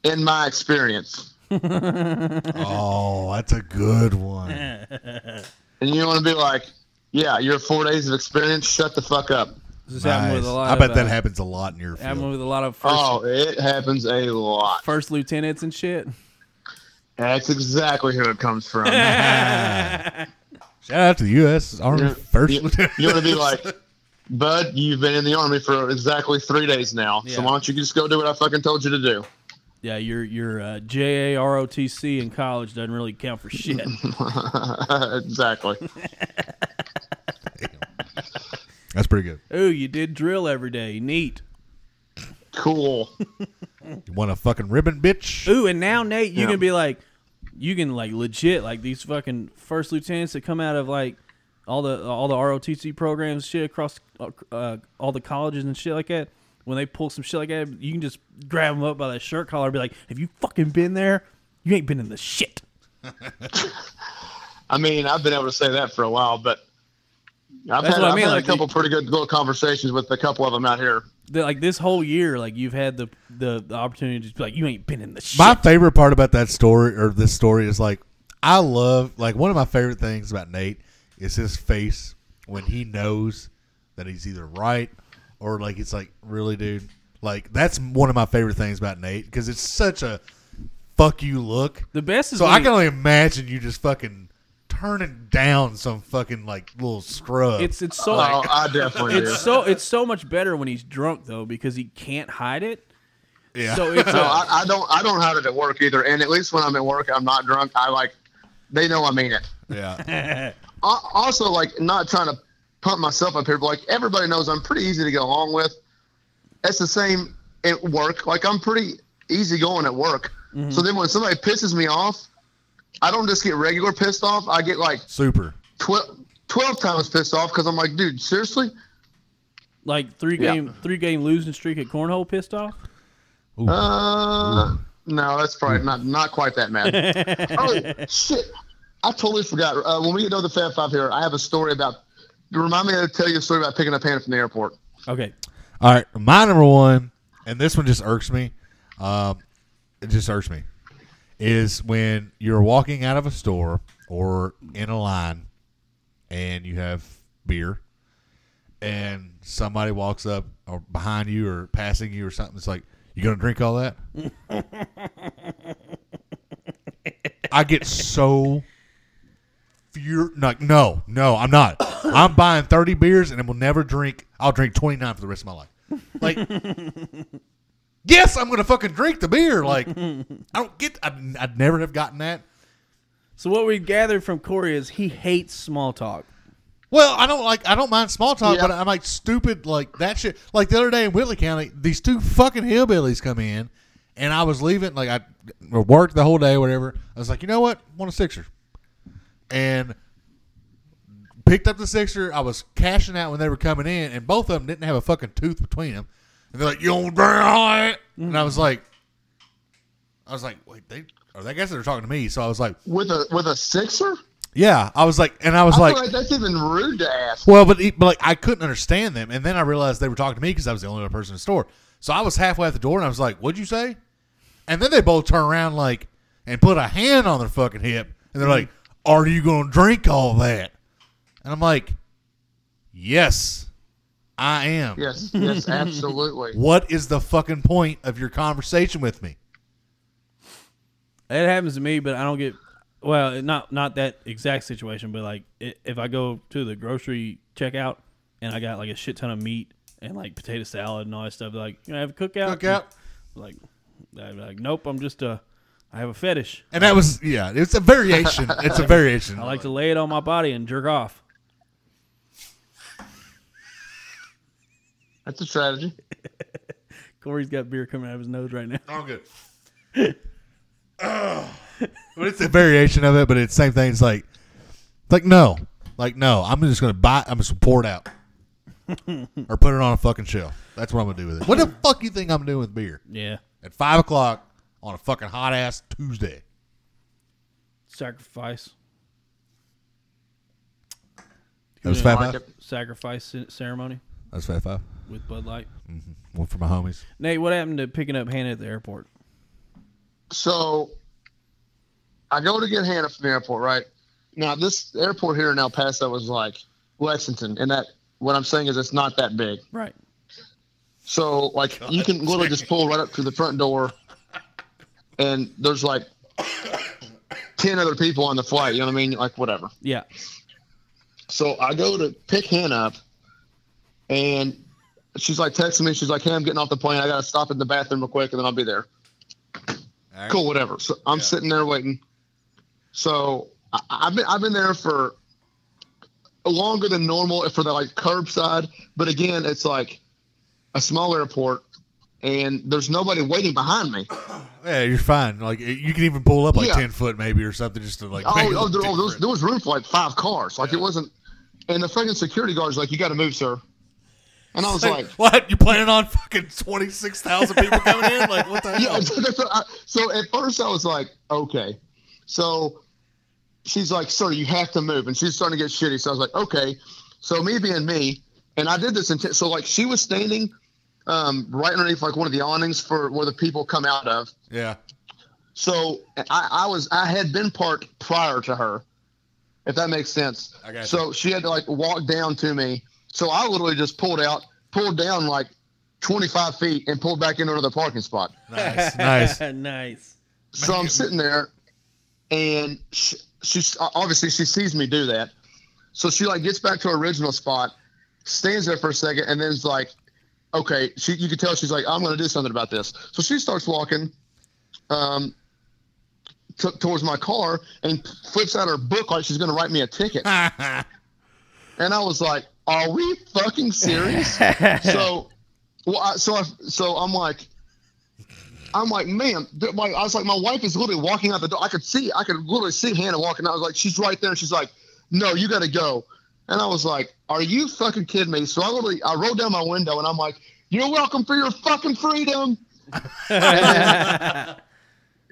[SPEAKER 3] "In my experience,"
[SPEAKER 1] Oh, that's a good one.
[SPEAKER 3] and you want to be like, "Yeah, you're four days of experience. Shut the fuck up."
[SPEAKER 2] This is happening
[SPEAKER 1] Nice.
[SPEAKER 2] with a lot.
[SPEAKER 1] I
[SPEAKER 2] of,
[SPEAKER 1] bet that
[SPEAKER 2] uh,
[SPEAKER 1] happens a lot in your
[SPEAKER 2] happened
[SPEAKER 1] field.
[SPEAKER 2] with a lot of first,
[SPEAKER 3] Oh, it happens a lot.
[SPEAKER 2] first lieutenants and shit.
[SPEAKER 3] That's exactly who it comes from.
[SPEAKER 1] Ah. Shout out to the U.S. Army
[SPEAKER 3] You're-
[SPEAKER 1] First
[SPEAKER 3] you,
[SPEAKER 1] Lieutenant.
[SPEAKER 3] you want to be like, Bud, you've been in the army for exactly three days now.
[SPEAKER 2] Yeah.
[SPEAKER 3] So why don't you just go do what I fucking told you to do?
[SPEAKER 2] Yeah, your your uh, J A R O T C in college doesn't really count for shit.
[SPEAKER 3] exactly.
[SPEAKER 1] That's pretty good.
[SPEAKER 2] Ooh, you did drill every day. Neat.
[SPEAKER 3] Cool.
[SPEAKER 1] You want a fucking ribbon, bitch?
[SPEAKER 2] Ooh, and now Nate, you
[SPEAKER 3] Yeah.
[SPEAKER 2] can be like, you can like legit like these fucking first lieutenants that come out of like all the all the ROTC programs, shit across uh, uh, all the colleges and shit like that. When they pull some shit like that, you can just grab them up by the shirt collar and be like, "Have you fucking been there? You ain't been in the shit."
[SPEAKER 3] I mean, I've been able to say that for a while, but I've
[SPEAKER 2] That's
[SPEAKER 3] had,
[SPEAKER 2] what I
[SPEAKER 3] I've
[SPEAKER 2] mean,
[SPEAKER 3] had
[SPEAKER 2] like,
[SPEAKER 3] a couple pretty good little conversations with a couple of them out here.
[SPEAKER 2] They're like this whole year, like you've had the the, the opportunity to just be like, "You ain't been in the shit."
[SPEAKER 1] My favorite part about that story or this story is like, I love like one of my favorite things about Nate is his face when he knows that he's either right or like it's like really dude like that's one of my favorite things about Nate because it's such a fuck you look.
[SPEAKER 2] the best is
[SPEAKER 1] So
[SPEAKER 2] when
[SPEAKER 1] I
[SPEAKER 2] he-
[SPEAKER 1] can only imagine you just fucking turning down some fucking like little scrub.
[SPEAKER 2] it's it's so
[SPEAKER 3] oh, I definitely do.
[SPEAKER 2] it's so it's so much better when he's drunk though because he can't hide it.
[SPEAKER 1] yeah.
[SPEAKER 2] So it's
[SPEAKER 3] No,
[SPEAKER 2] uh,
[SPEAKER 3] I, I don't. I don't hide it at work either. And at least when I'm at work, I'm not drunk. I like, they know I mean it.
[SPEAKER 1] yeah.
[SPEAKER 3] Al- also like not trying to pump myself up here, but like everybody knows I'm pretty easy to get along with. That's the same at work. Like I'm pretty easy going at work. So then when somebody pisses me off, I don't just get regular pissed off. I get like
[SPEAKER 1] Super.
[SPEAKER 3] 12, 12 times pissed off because I'm like, dude, seriously?
[SPEAKER 2] like three
[SPEAKER 3] Yeah.
[SPEAKER 2] game three game losing streak at cornhole pissed off.
[SPEAKER 1] Ooh.
[SPEAKER 3] Uh, no, that's probably not not quite that mad. oh shit! I totally forgot. Uh, when we get to the Fab Five here, I have a story about. Remind me to tell you a story about picking up Hannah from the airport.
[SPEAKER 2] Okay,
[SPEAKER 1] All right, my number one, and this one just irks me. Um, it just irks me is when you're walking out of a store or in a line, and you have beer, and somebody walks up or behind you or passing you or something. It's like you gonna drink all that? I get so. You're like no, no, I'm not. I'm buying 30 beers and I will never drink. I'll drink 29 for the rest of my life. Like, yes, I'm gonna fucking drink the beer. Like, I don't get. I'd, I'd never have gotten that.
[SPEAKER 2] so what we gathered from Corey is he hates small talk.
[SPEAKER 1] Well, I don't like. I don't mind small talk,
[SPEAKER 3] Yeah.
[SPEAKER 1] but I'm like stupid. Like that shit. Like the other day in Whitley County, these two fucking hillbillies come in, and I was leaving. Like I worked the whole day, whatever. I was like, you know what? Want a sixer, and picked up the sixer. I was cashing out when they were coming in, and both of them didn't have a fucking tooth between them. And they're like, "You don't bring all it," and I was like, "I was like, wait, they or I guess they're talking to me." So I was like,
[SPEAKER 3] with a with a sixer.
[SPEAKER 1] "Yeah," I was like, and I was
[SPEAKER 3] I
[SPEAKER 1] like,
[SPEAKER 3] feel like that's even rude to ask.
[SPEAKER 1] well, but, he- but like I couldn't understand them, and then I realized they were talking to me because I was the only other person in the store. So I was halfway at the door, and I was like, "What'd you say?" And then they both turn around like and put a hand on their fucking hip, and they're like, "Are you gonna drink all that?" And I'm like, "Yes, I am."
[SPEAKER 3] Yes, yes, absolutely.
[SPEAKER 1] What is the fucking point of your conversation with me?
[SPEAKER 2] It happens to me, but I don't get well, not not that exact situation, but like i- if I go to the grocery checkout and I got like a shit ton of meat and like potato salad and all that stuff, they're like you know, have a cookout.
[SPEAKER 1] Cookout.
[SPEAKER 2] Like, I'd be like, nope, I'm just a, I have a fetish.
[SPEAKER 1] And that was yeah, it's a variation. It's a variation.
[SPEAKER 2] I like to lay it on my body and jerk off.
[SPEAKER 3] That's a strategy.
[SPEAKER 2] Corey's got beer coming out of his nose right now.
[SPEAKER 1] I'm good. but it's a variation of it, but it's the same thing. It's like, it's like no, like no. I'm just gonna buy. I'm just gonna pour it out, or put it on a fucking shelf. That's what I'm gonna do with it. What the fuck you think I'm doing with beer
[SPEAKER 2] Yeah,
[SPEAKER 1] at five o'clock on a fucking hot ass Tuesday?
[SPEAKER 2] sacrifice,
[SPEAKER 1] That was
[SPEAKER 2] Yeah.
[SPEAKER 1] five
[SPEAKER 3] Like
[SPEAKER 1] five.
[SPEAKER 3] it.
[SPEAKER 2] sacrifice c- ceremony
[SPEAKER 1] That was five five.
[SPEAKER 2] with Bud Light.
[SPEAKER 1] One for my homies.
[SPEAKER 2] Nate, what happened to picking up Hannah at the airport?
[SPEAKER 3] So I go to get Hannah from the airport, right? Now this airport here in El Paso is like Lexington, and that what I'm saying is it's not that big.
[SPEAKER 2] Right.
[SPEAKER 3] So like you can literally just pull right up to the front door, and there's like ten other people on the flight. You know what I mean? Like whatever.
[SPEAKER 2] Yeah.
[SPEAKER 3] So I go to pick Hannah up, and she's like texting me. She's like, "Hey, I'm getting off the plane. I gotta stop in the bathroom real quick, and then I'll be there."
[SPEAKER 1] All right.
[SPEAKER 3] cool, whatever. So I'm
[SPEAKER 1] Yeah.
[SPEAKER 3] sitting there waiting. So I, I've been I've been there for longer than normal for the like curbside, but again, it's like a small airport, and there's nobody waiting behind me.
[SPEAKER 1] Yeah, you're fine. Like you can even pull up like
[SPEAKER 3] Yeah.
[SPEAKER 1] ten foot maybe or something just to like.
[SPEAKER 3] Oh,
[SPEAKER 1] make it
[SPEAKER 3] oh
[SPEAKER 1] look
[SPEAKER 3] there, oh, there, was,
[SPEAKER 1] different.
[SPEAKER 3] there was room for like five cars. Like it wasn't, and the freaking security guard's like, "You got to move, sir." And I was
[SPEAKER 1] Like,
[SPEAKER 3] like,
[SPEAKER 1] what? You planning on fucking twenty six thousand people coming in? Like what the hell?
[SPEAKER 3] yeah. so that's what I- so at first I was like, okay. So she's like, sir, you have to move, and she's starting to get shitty. So I was like, okay. So me being me, and I did this intent. So like she was standing um, right underneath like one of the awnings for where the people come out of.
[SPEAKER 1] yeah.
[SPEAKER 3] So I, I was I had been parked prior to her, if that makes sense.
[SPEAKER 1] I got you.
[SPEAKER 3] so she had to like walk down to me. So I literally just pulled out, pulled down like 25 feet, and pulled back into another parking spot.
[SPEAKER 1] Nice, nice.
[SPEAKER 2] nice.
[SPEAKER 3] So I'm sitting there, and she, she's obviously she sees me do that. So she like gets back to her original spot, stands there for a second, and then's like, okay, she you can tell she's like, I'm gonna do something about this. So she starts walking, um, t- towards my car and flips out her book like she's gonna write me a ticket. And I was like, "Are we fucking serious?" so, well, I, so I, so I'm like, I'm like, man, th- like, I was like, my wife is literally walking out the door. I could see, I could literally see Hannah walking. out. I was like, she's right there. She's like, "No, you gotta go." And I was like, "Are you fucking kidding me?" So I literally, I rolled down my window and I'm like, "You're welcome for your fucking freedom."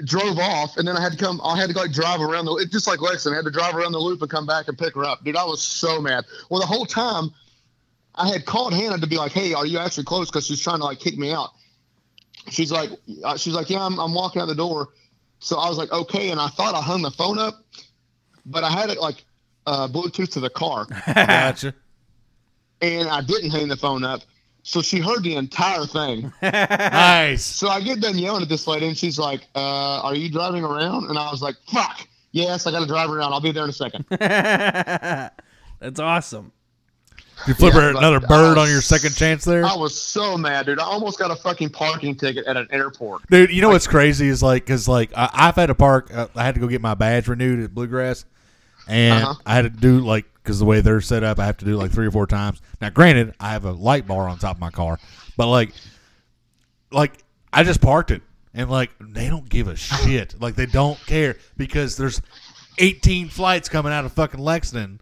[SPEAKER 3] drove off, and then I had to come. I had to like drive around the it, just like Lexington. I had to drive around the loop and come back and pick her up. Dude, I was so mad. Well, the whole time, I had called Hannah to be like, "Hey, are you actually close?" Because she's trying to like kick me out. She's like, uh, she's like, "Yeah, I'm, I'm walking out the door." So I was like, "Okay," and I thought I hung the phone up, but I had it like uh, Bluetooth to the car,
[SPEAKER 1] gotcha.
[SPEAKER 3] and I didn't hang the phone up. So she heard the entire thing.
[SPEAKER 1] Nice.
[SPEAKER 3] So I get done yelling at this lady, and she's like, uh, "Are you driving around?" And I was like, "Fuck, yes, I got to drive around. I'll be there in a second.
[SPEAKER 2] That's awesome.
[SPEAKER 1] You flip
[SPEAKER 3] Yeah,
[SPEAKER 1] her
[SPEAKER 3] but
[SPEAKER 1] another bird
[SPEAKER 3] I
[SPEAKER 1] on your
[SPEAKER 3] was-
[SPEAKER 1] second chance there,
[SPEAKER 3] I was so mad, dude. I almost got a fucking parking ticket at an airport.
[SPEAKER 1] dude. You know what's crazy is like, cause like I, I've had to park. Uh, I had to go get my badge renewed at Bluegrass, and
[SPEAKER 3] Uh-huh.
[SPEAKER 1] I had to do like, cause the way they're set up, I have to do like three or four times. Now, granted, I have a light bar on top of my car, but like, like I just parked it, and like they don't give a
[SPEAKER 3] Uh-huh.
[SPEAKER 1] shit. like they don't care because there's 18 flights coming out of fucking Lexington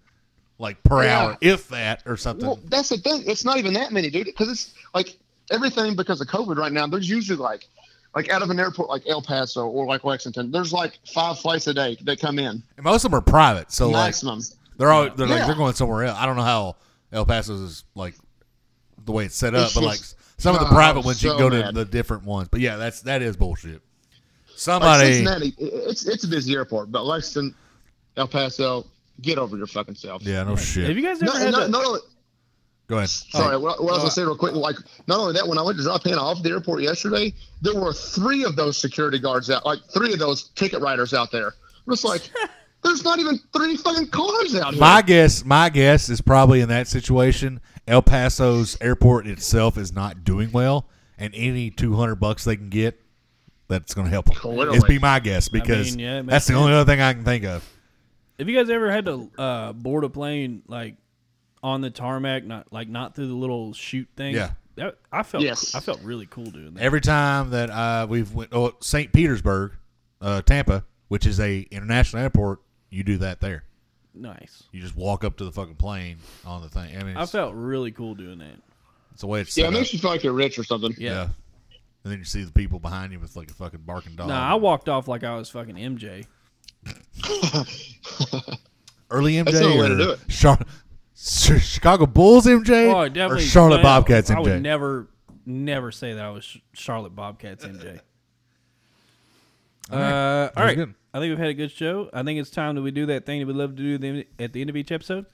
[SPEAKER 1] like per
[SPEAKER 3] Yeah.
[SPEAKER 1] hour, if that or something.
[SPEAKER 3] Well, that's the thing. It's not even that many, dude. Because it's like everything because of COVID right now. There's usually like, like out of an airport like El Paso or like Lexington. There's like five flights a day that come in
[SPEAKER 1] and most of them are private, so like
[SPEAKER 3] maximum.
[SPEAKER 1] they're all they're like
[SPEAKER 3] Yeah.
[SPEAKER 1] they're going somewhere else. I don't know how El Paso's is like the way it's set up,
[SPEAKER 3] It's
[SPEAKER 1] but like
[SPEAKER 3] just-
[SPEAKER 1] some of the
[SPEAKER 3] oh,
[SPEAKER 1] private ones you
[SPEAKER 3] so
[SPEAKER 1] can go
[SPEAKER 3] bad.
[SPEAKER 1] to the different ones. But yeah, that's that is bullshit.
[SPEAKER 3] Like
[SPEAKER 1] Somebody,
[SPEAKER 3] Cincinnati, i- it's it's a busy airport, but Lexington, El Paso, get over your fucking self.
[SPEAKER 1] yeah, no Oh, shit.
[SPEAKER 2] Have you Oh. guys ever
[SPEAKER 3] No,
[SPEAKER 2] had
[SPEAKER 3] no,
[SPEAKER 2] that?
[SPEAKER 3] not only-
[SPEAKER 1] go ahead.
[SPEAKER 3] Sorry, what, what I was gonna say real quick, like not only that, when I went to drop Hannah off at the airport yesterday, there were three of those security guards out, like three of those ticket writers out there. I'm just like, there's not even three fucking cars out here.
[SPEAKER 1] My guess, my guess is probably in that situation, El Paso's airport itself is not doing well, and any two hundred bucks they can get, that's going to help them.
[SPEAKER 3] Clearly.
[SPEAKER 1] It's be my guess because
[SPEAKER 2] mean, yeah, it makes
[SPEAKER 1] that's the only other thing I can think of.
[SPEAKER 2] Have you guys ever had to uh, board a plane like on the tarmac, not like not through the little chute thing?
[SPEAKER 1] Yeah.
[SPEAKER 2] That, I felt
[SPEAKER 3] Yes.
[SPEAKER 2] I felt really cool doing that.
[SPEAKER 1] Every time that uh, we've went oh St. Petersburg, uh, Tampa, which is a international airport, you do that there.
[SPEAKER 2] Nice.
[SPEAKER 1] You just walk up to the fucking plane on the thing. I mean,
[SPEAKER 2] I
[SPEAKER 1] it's,
[SPEAKER 2] felt really cool doing that.
[SPEAKER 1] it's the way it's
[SPEAKER 3] yeah,
[SPEAKER 1] set
[SPEAKER 3] it
[SPEAKER 1] up.
[SPEAKER 3] makes you feel like you're rich or something.
[SPEAKER 2] Yeah.
[SPEAKER 1] Yeah. and then you see the people behind you with like a fucking barking dog.
[SPEAKER 2] Nah, I walked off like I was fucking MJ.
[SPEAKER 1] early MJ
[SPEAKER 3] That's the only way to
[SPEAKER 1] or
[SPEAKER 3] do it.
[SPEAKER 1] Char- Ch- Chicago Bulls MJ
[SPEAKER 2] Oh, definitely.
[SPEAKER 1] or Charlotte
[SPEAKER 2] but
[SPEAKER 1] Bobcats
[SPEAKER 2] I would
[SPEAKER 1] MJ.
[SPEAKER 2] never, never say that I was Sh- Charlotte Bobcats MJ. Uh, all right.
[SPEAKER 1] good.
[SPEAKER 2] I think we've had a good show. I think it's time that we do that thing that we love to do the- at the end of each episode.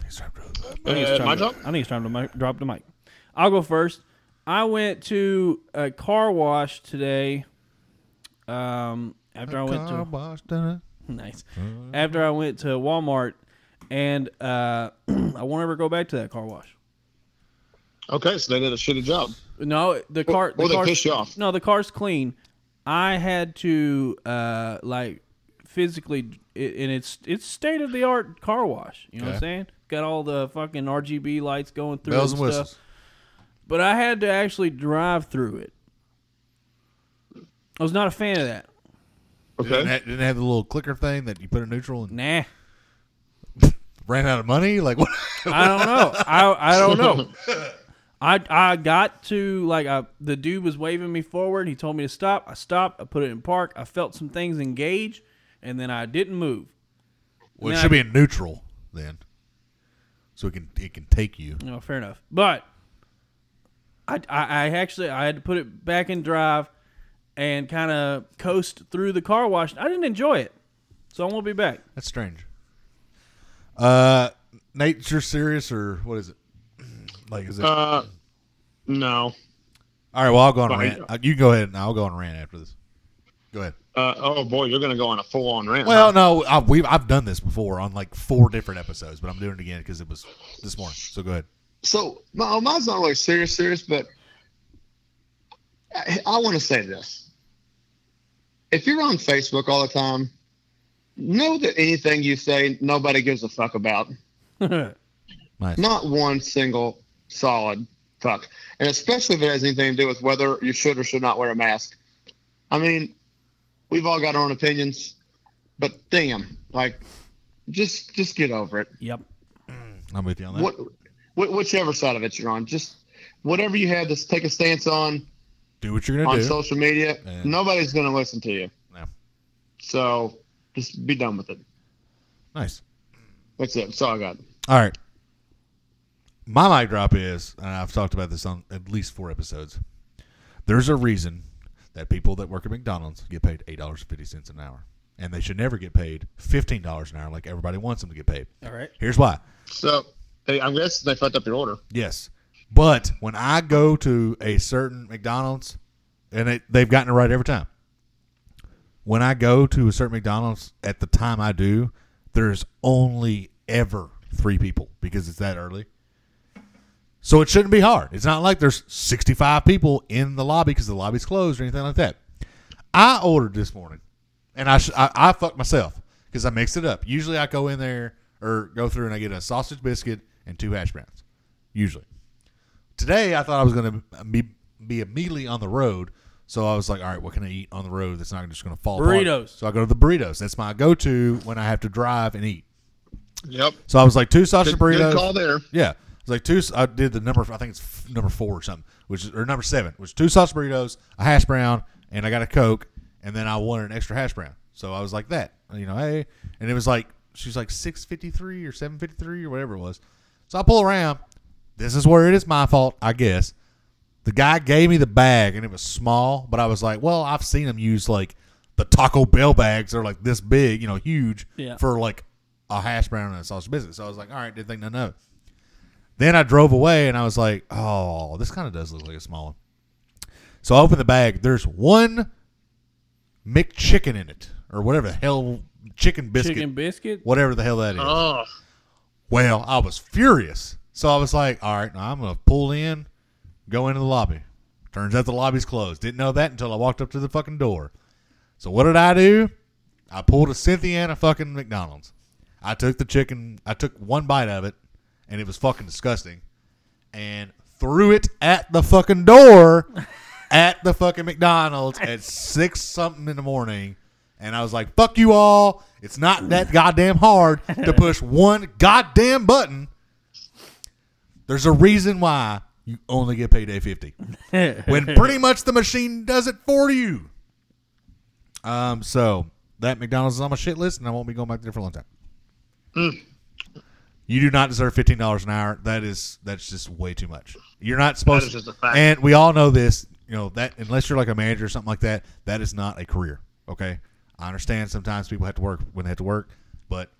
[SPEAKER 2] I think it's
[SPEAKER 3] Uh,
[SPEAKER 2] time
[SPEAKER 3] my
[SPEAKER 2] to-
[SPEAKER 3] job?
[SPEAKER 2] I think it's time to mi- drop the mic. I'll go first. I went to a car wash today. Um, after I went to nice, after I went to Walmart, and uh, I won't ever go back to that car wash.
[SPEAKER 3] Okay, so they did a shitty job.
[SPEAKER 2] No, the car.
[SPEAKER 3] or
[SPEAKER 2] the
[SPEAKER 3] they
[SPEAKER 2] car's,
[SPEAKER 3] piss you off.
[SPEAKER 2] No, the car's clean. I had to uh like physically, it, and it's it's state of the art car wash. You know what
[SPEAKER 1] Yeah.
[SPEAKER 2] I'm saying? Got all the fucking RGB lights going through
[SPEAKER 1] Bells and
[SPEAKER 2] and
[SPEAKER 1] whistles.
[SPEAKER 2] stuff. But I had to actually drive through it. I was not a fan of that.
[SPEAKER 3] Okay,
[SPEAKER 1] Didn't, ha- didn't have the little clicker thing that you put in neutral and
[SPEAKER 2] Nah,
[SPEAKER 1] ran out of money. Like what?
[SPEAKER 2] I don't know. I I don't know. I I got to like I, the dude was waving me forward. He told me to stop. I stopped. I put it in park. I felt some things engage, and then I didn't move.
[SPEAKER 1] well, it
[SPEAKER 2] Nah.
[SPEAKER 1] should be in neutral then, so it can it can take you.
[SPEAKER 2] No, fair enough. But I, I, I actually I had to put it back in drive and kind of coast through the car wash. I didn't enjoy it, so I won't be back.
[SPEAKER 1] That's strange. Uh, Nate, you're serious or what is it? Like is it?
[SPEAKER 3] uh, no.
[SPEAKER 1] All right. Well, I'll go on a
[SPEAKER 3] fine.
[SPEAKER 1] rant. Uh, You can go ahead and I'll go on a rant after this. Go ahead.
[SPEAKER 3] Uh, oh boy, you're gonna go on a full-on rant.
[SPEAKER 1] Well,
[SPEAKER 3] huh?
[SPEAKER 1] no, I, we've I've done this before on like four different episodes, but I'm doing it again because it was this morning. So go ahead.
[SPEAKER 3] so my, oh, mine's not really serious, serious, but I, I want to say this. If you're on Facebook all the time, know that anything you say, nobody gives a fuck about.
[SPEAKER 1] Nice.
[SPEAKER 3] Not one single solid fuck. And especially if it has anything to do with whether you should or should not wear a mask. I mean, we've all got our own opinions, but damn, like, just just get over it
[SPEAKER 2] yep.
[SPEAKER 1] I'm with you on that.
[SPEAKER 3] what, wh- whichever side of it you're on, just whatever you have to take a stance on
[SPEAKER 1] Do what you're gonna
[SPEAKER 3] on
[SPEAKER 1] do.
[SPEAKER 3] social media,
[SPEAKER 1] Yeah.
[SPEAKER 3] nobody's going to listen to you.
[SPEAKER 1] No.
[SPEAKER 3] So just be done with it.
[SPEAKER 1] nice.
[SPEAKER 3] That's it. That's all I got.
[SPEAKER 1] All right. My mic drop is, and I've talked about this on at least four episodes. There's a reason that people that work at McDonald's get paid eight dollars fifty cents an hour, and they should never get paid fifteen dollars an hour like everybody wants them to get paid.
[SPEAKER 2] All right.
[SPEAKER 1] Here's why.
[SPEAKER 3] So hey, I'm guessing they fucked up your order.
[SPEAKER 1] Yes. But when I go to a certain McDonald's, and it, they've gotten it right every time. When I go to a certain McDonald's at the time I do, there's only ever three people because it's that early. So it shouldn't be hard. It's not like there's 65 people in the lobby because the lobby's closed or anything like that. I ordered this morning, and I sh- I, I fucked myself because I mixed it up. Usually I go in there or go through and I get a sausage biscuit and two hash browns. Usually, today I thought I was going to be be immediately on the road, so I was like, all right, what can I eat on the road that's not just going to fall apart?
[SPEAKER 2] Burritos.
[SPEAKER 1] So I go to the burritos. That's my go to when I have to drive and eat.
[SPEAKER 3] Yep.
[SPEAKER 1] So I was like two sausage
[SPEAKER 3] Good, good
[SPEAKER 1] burritos.
[SPEAKER 3] call there.
[SPEAKER 1] Yeah, it's like two. I did the number. I think it's f- number four or something, which is, or number seven, which is two sausage burritos, a hash brown, and I got a coke, and then I wanted an extra hash brown. So I was like that, you know, hey, and it was like she was like six fifty three or seven fifty three or whatever it was. So I pull around. This is where it is my fault, I guess. The guy gave me the bag and it was small, but I was like, well, I've seen him use like the Taco Bell bags. They're like this big, you know, huge
[SPEAKER 2] Yeah.
[SPEAKER 1] for like a hash brown and a sausage biscuit. So I was like, all right, didn't think nothing of it. Then I drove away and I was like, oh, this kind of does look like a small one. So I opened the bag. There's one McChicken in it or whatever the hell, chicken biscuit,
[SPEAKER 2] Chicken biscuit.
[SPEAKER 1] whatever the hell that is.
[SPEAKER 3] Oh,
[SPEAKER 1] Well, I was furious. So I was like, all right, now I'm going to pull in, go into the lobby. Turns out the lobby's closed. Didn't know that until I walked up to the fucking door. So what did I do? I pulled a Cynthia and a fucking McDonald's. I took the chicken, I took one bite of it, and it was fucking disgusting, and threw it at the fucking door at the fucking McDonald's at six something in the morning. And I was like, fuck you all. It's not that goddamn hard to push one goddamn button. There's a reason why you only get paid a 50 when pretty much the machine does it for you. Um, so that McDonald's is on my shit list, and I won't be going back there for a long time.
[SPEAKER 3] Mm.
[SPEAKER 1] You do not deserve fifteen dollars an hour. That is that's just way too much. You're not supposed
[SPEAKER 3] is
[SPEAKER 1] to.
[SPEAKER 3] just a fact.
[SPEAKER 1] And we all know this. You know that unless you're like a manager or something like that, that is not a career. Okay, I understand sometimes people have to work when they have to work, but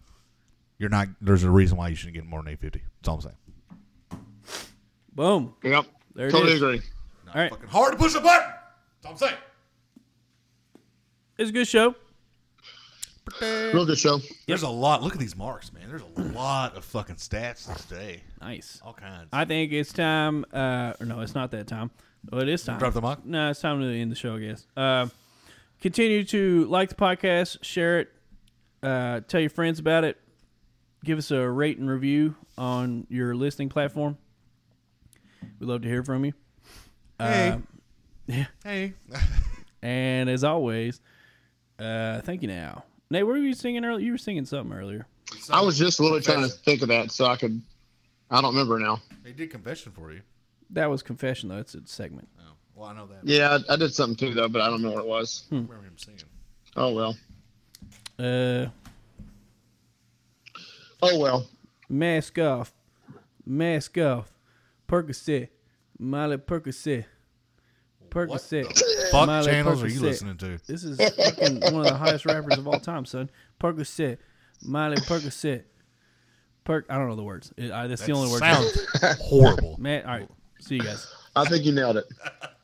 [SPEAKER 1] you're not. There's a reason why you shouldn't get more than eight fifty. That's all I'm saying.
[SPEAKER 2] Boom.
[SPEAKER 3] yep.
[SPEAKER 2] There it
[SPEAKER 3] totally
[SPEAKER 2] is.
[SPEAKER 3] agree.
[SPEAKER 1] Not
[SPEAKER 2] All right.
[SPEAKER 1] fucking hard to push a button. That's all I'm saying.
[SPEAKER 2] It's a good show.
[SPEAKER 3] Real good show.
[SPEAKER 1] There's a lot. Look at these marks, man. There's a lot of fucking stats this day.
[SPEAKER 2] Nice.
[SPEAKER 1] All kinds.
[SPEAKER 2] I think it's time. Uh, or no, it's not that time. Well, it is time.
[SPEAKER 1] Drop the mic?
[SPEAKER 2] No, it's time to end the show. I guess. Uh, continue to like the podcast, share it, uh, tell your friends about it, give us a rate and review on your listening platform. We'd love to hear from you.
[SPEAKER 1] hey.
[SPEAKER 2] yeah.
[SPEAKER 1] Uh, Hey.
[SPEAKER 2] And as always, uh, thank you. Now, Nate, what were you singing earlier? You were singing something earlier.
[SPEAKER 3] I was just literally trying to think of that so I could. I don't remember now.
[SPEAKER 1] They did confession for you.
[SPEAKER 2] That was confession, though. It's a segment.
[SPEAKER 1] Oh, well, I know that.
[SPEAKER 3] Yeah, I, I did something too though, but I don't know what it was.
[SPEAKER 2] Hmm.
[SPEAKER 1] I remember him singing.
[SPEAKER 3] Oh well.
[SPEAKER 2] Uh,
[SPEAKER 3] Oh well.
[SPEAKER 2] mask off, mask off, Percocet, Molly Percocet, Percocet.
[SPEAKER 1] Fuck
[SPEAKER 2] Miley
[SPEAKER 1] channels are you
[SPEAKER 2] Percocet.
[SPEAKER 1] listening to?
[SPEAKER 2] This is fucking one of the highest rappers of all time, son. Percocet, Molly Percocet, Perc. I don't know the words. It, I, that's the only word.
[SPEAKER 1] Sounds horrible.
[SPEAKER 2] Man, all right. See you guys.
[SPEAKER 3] I think you nailed it.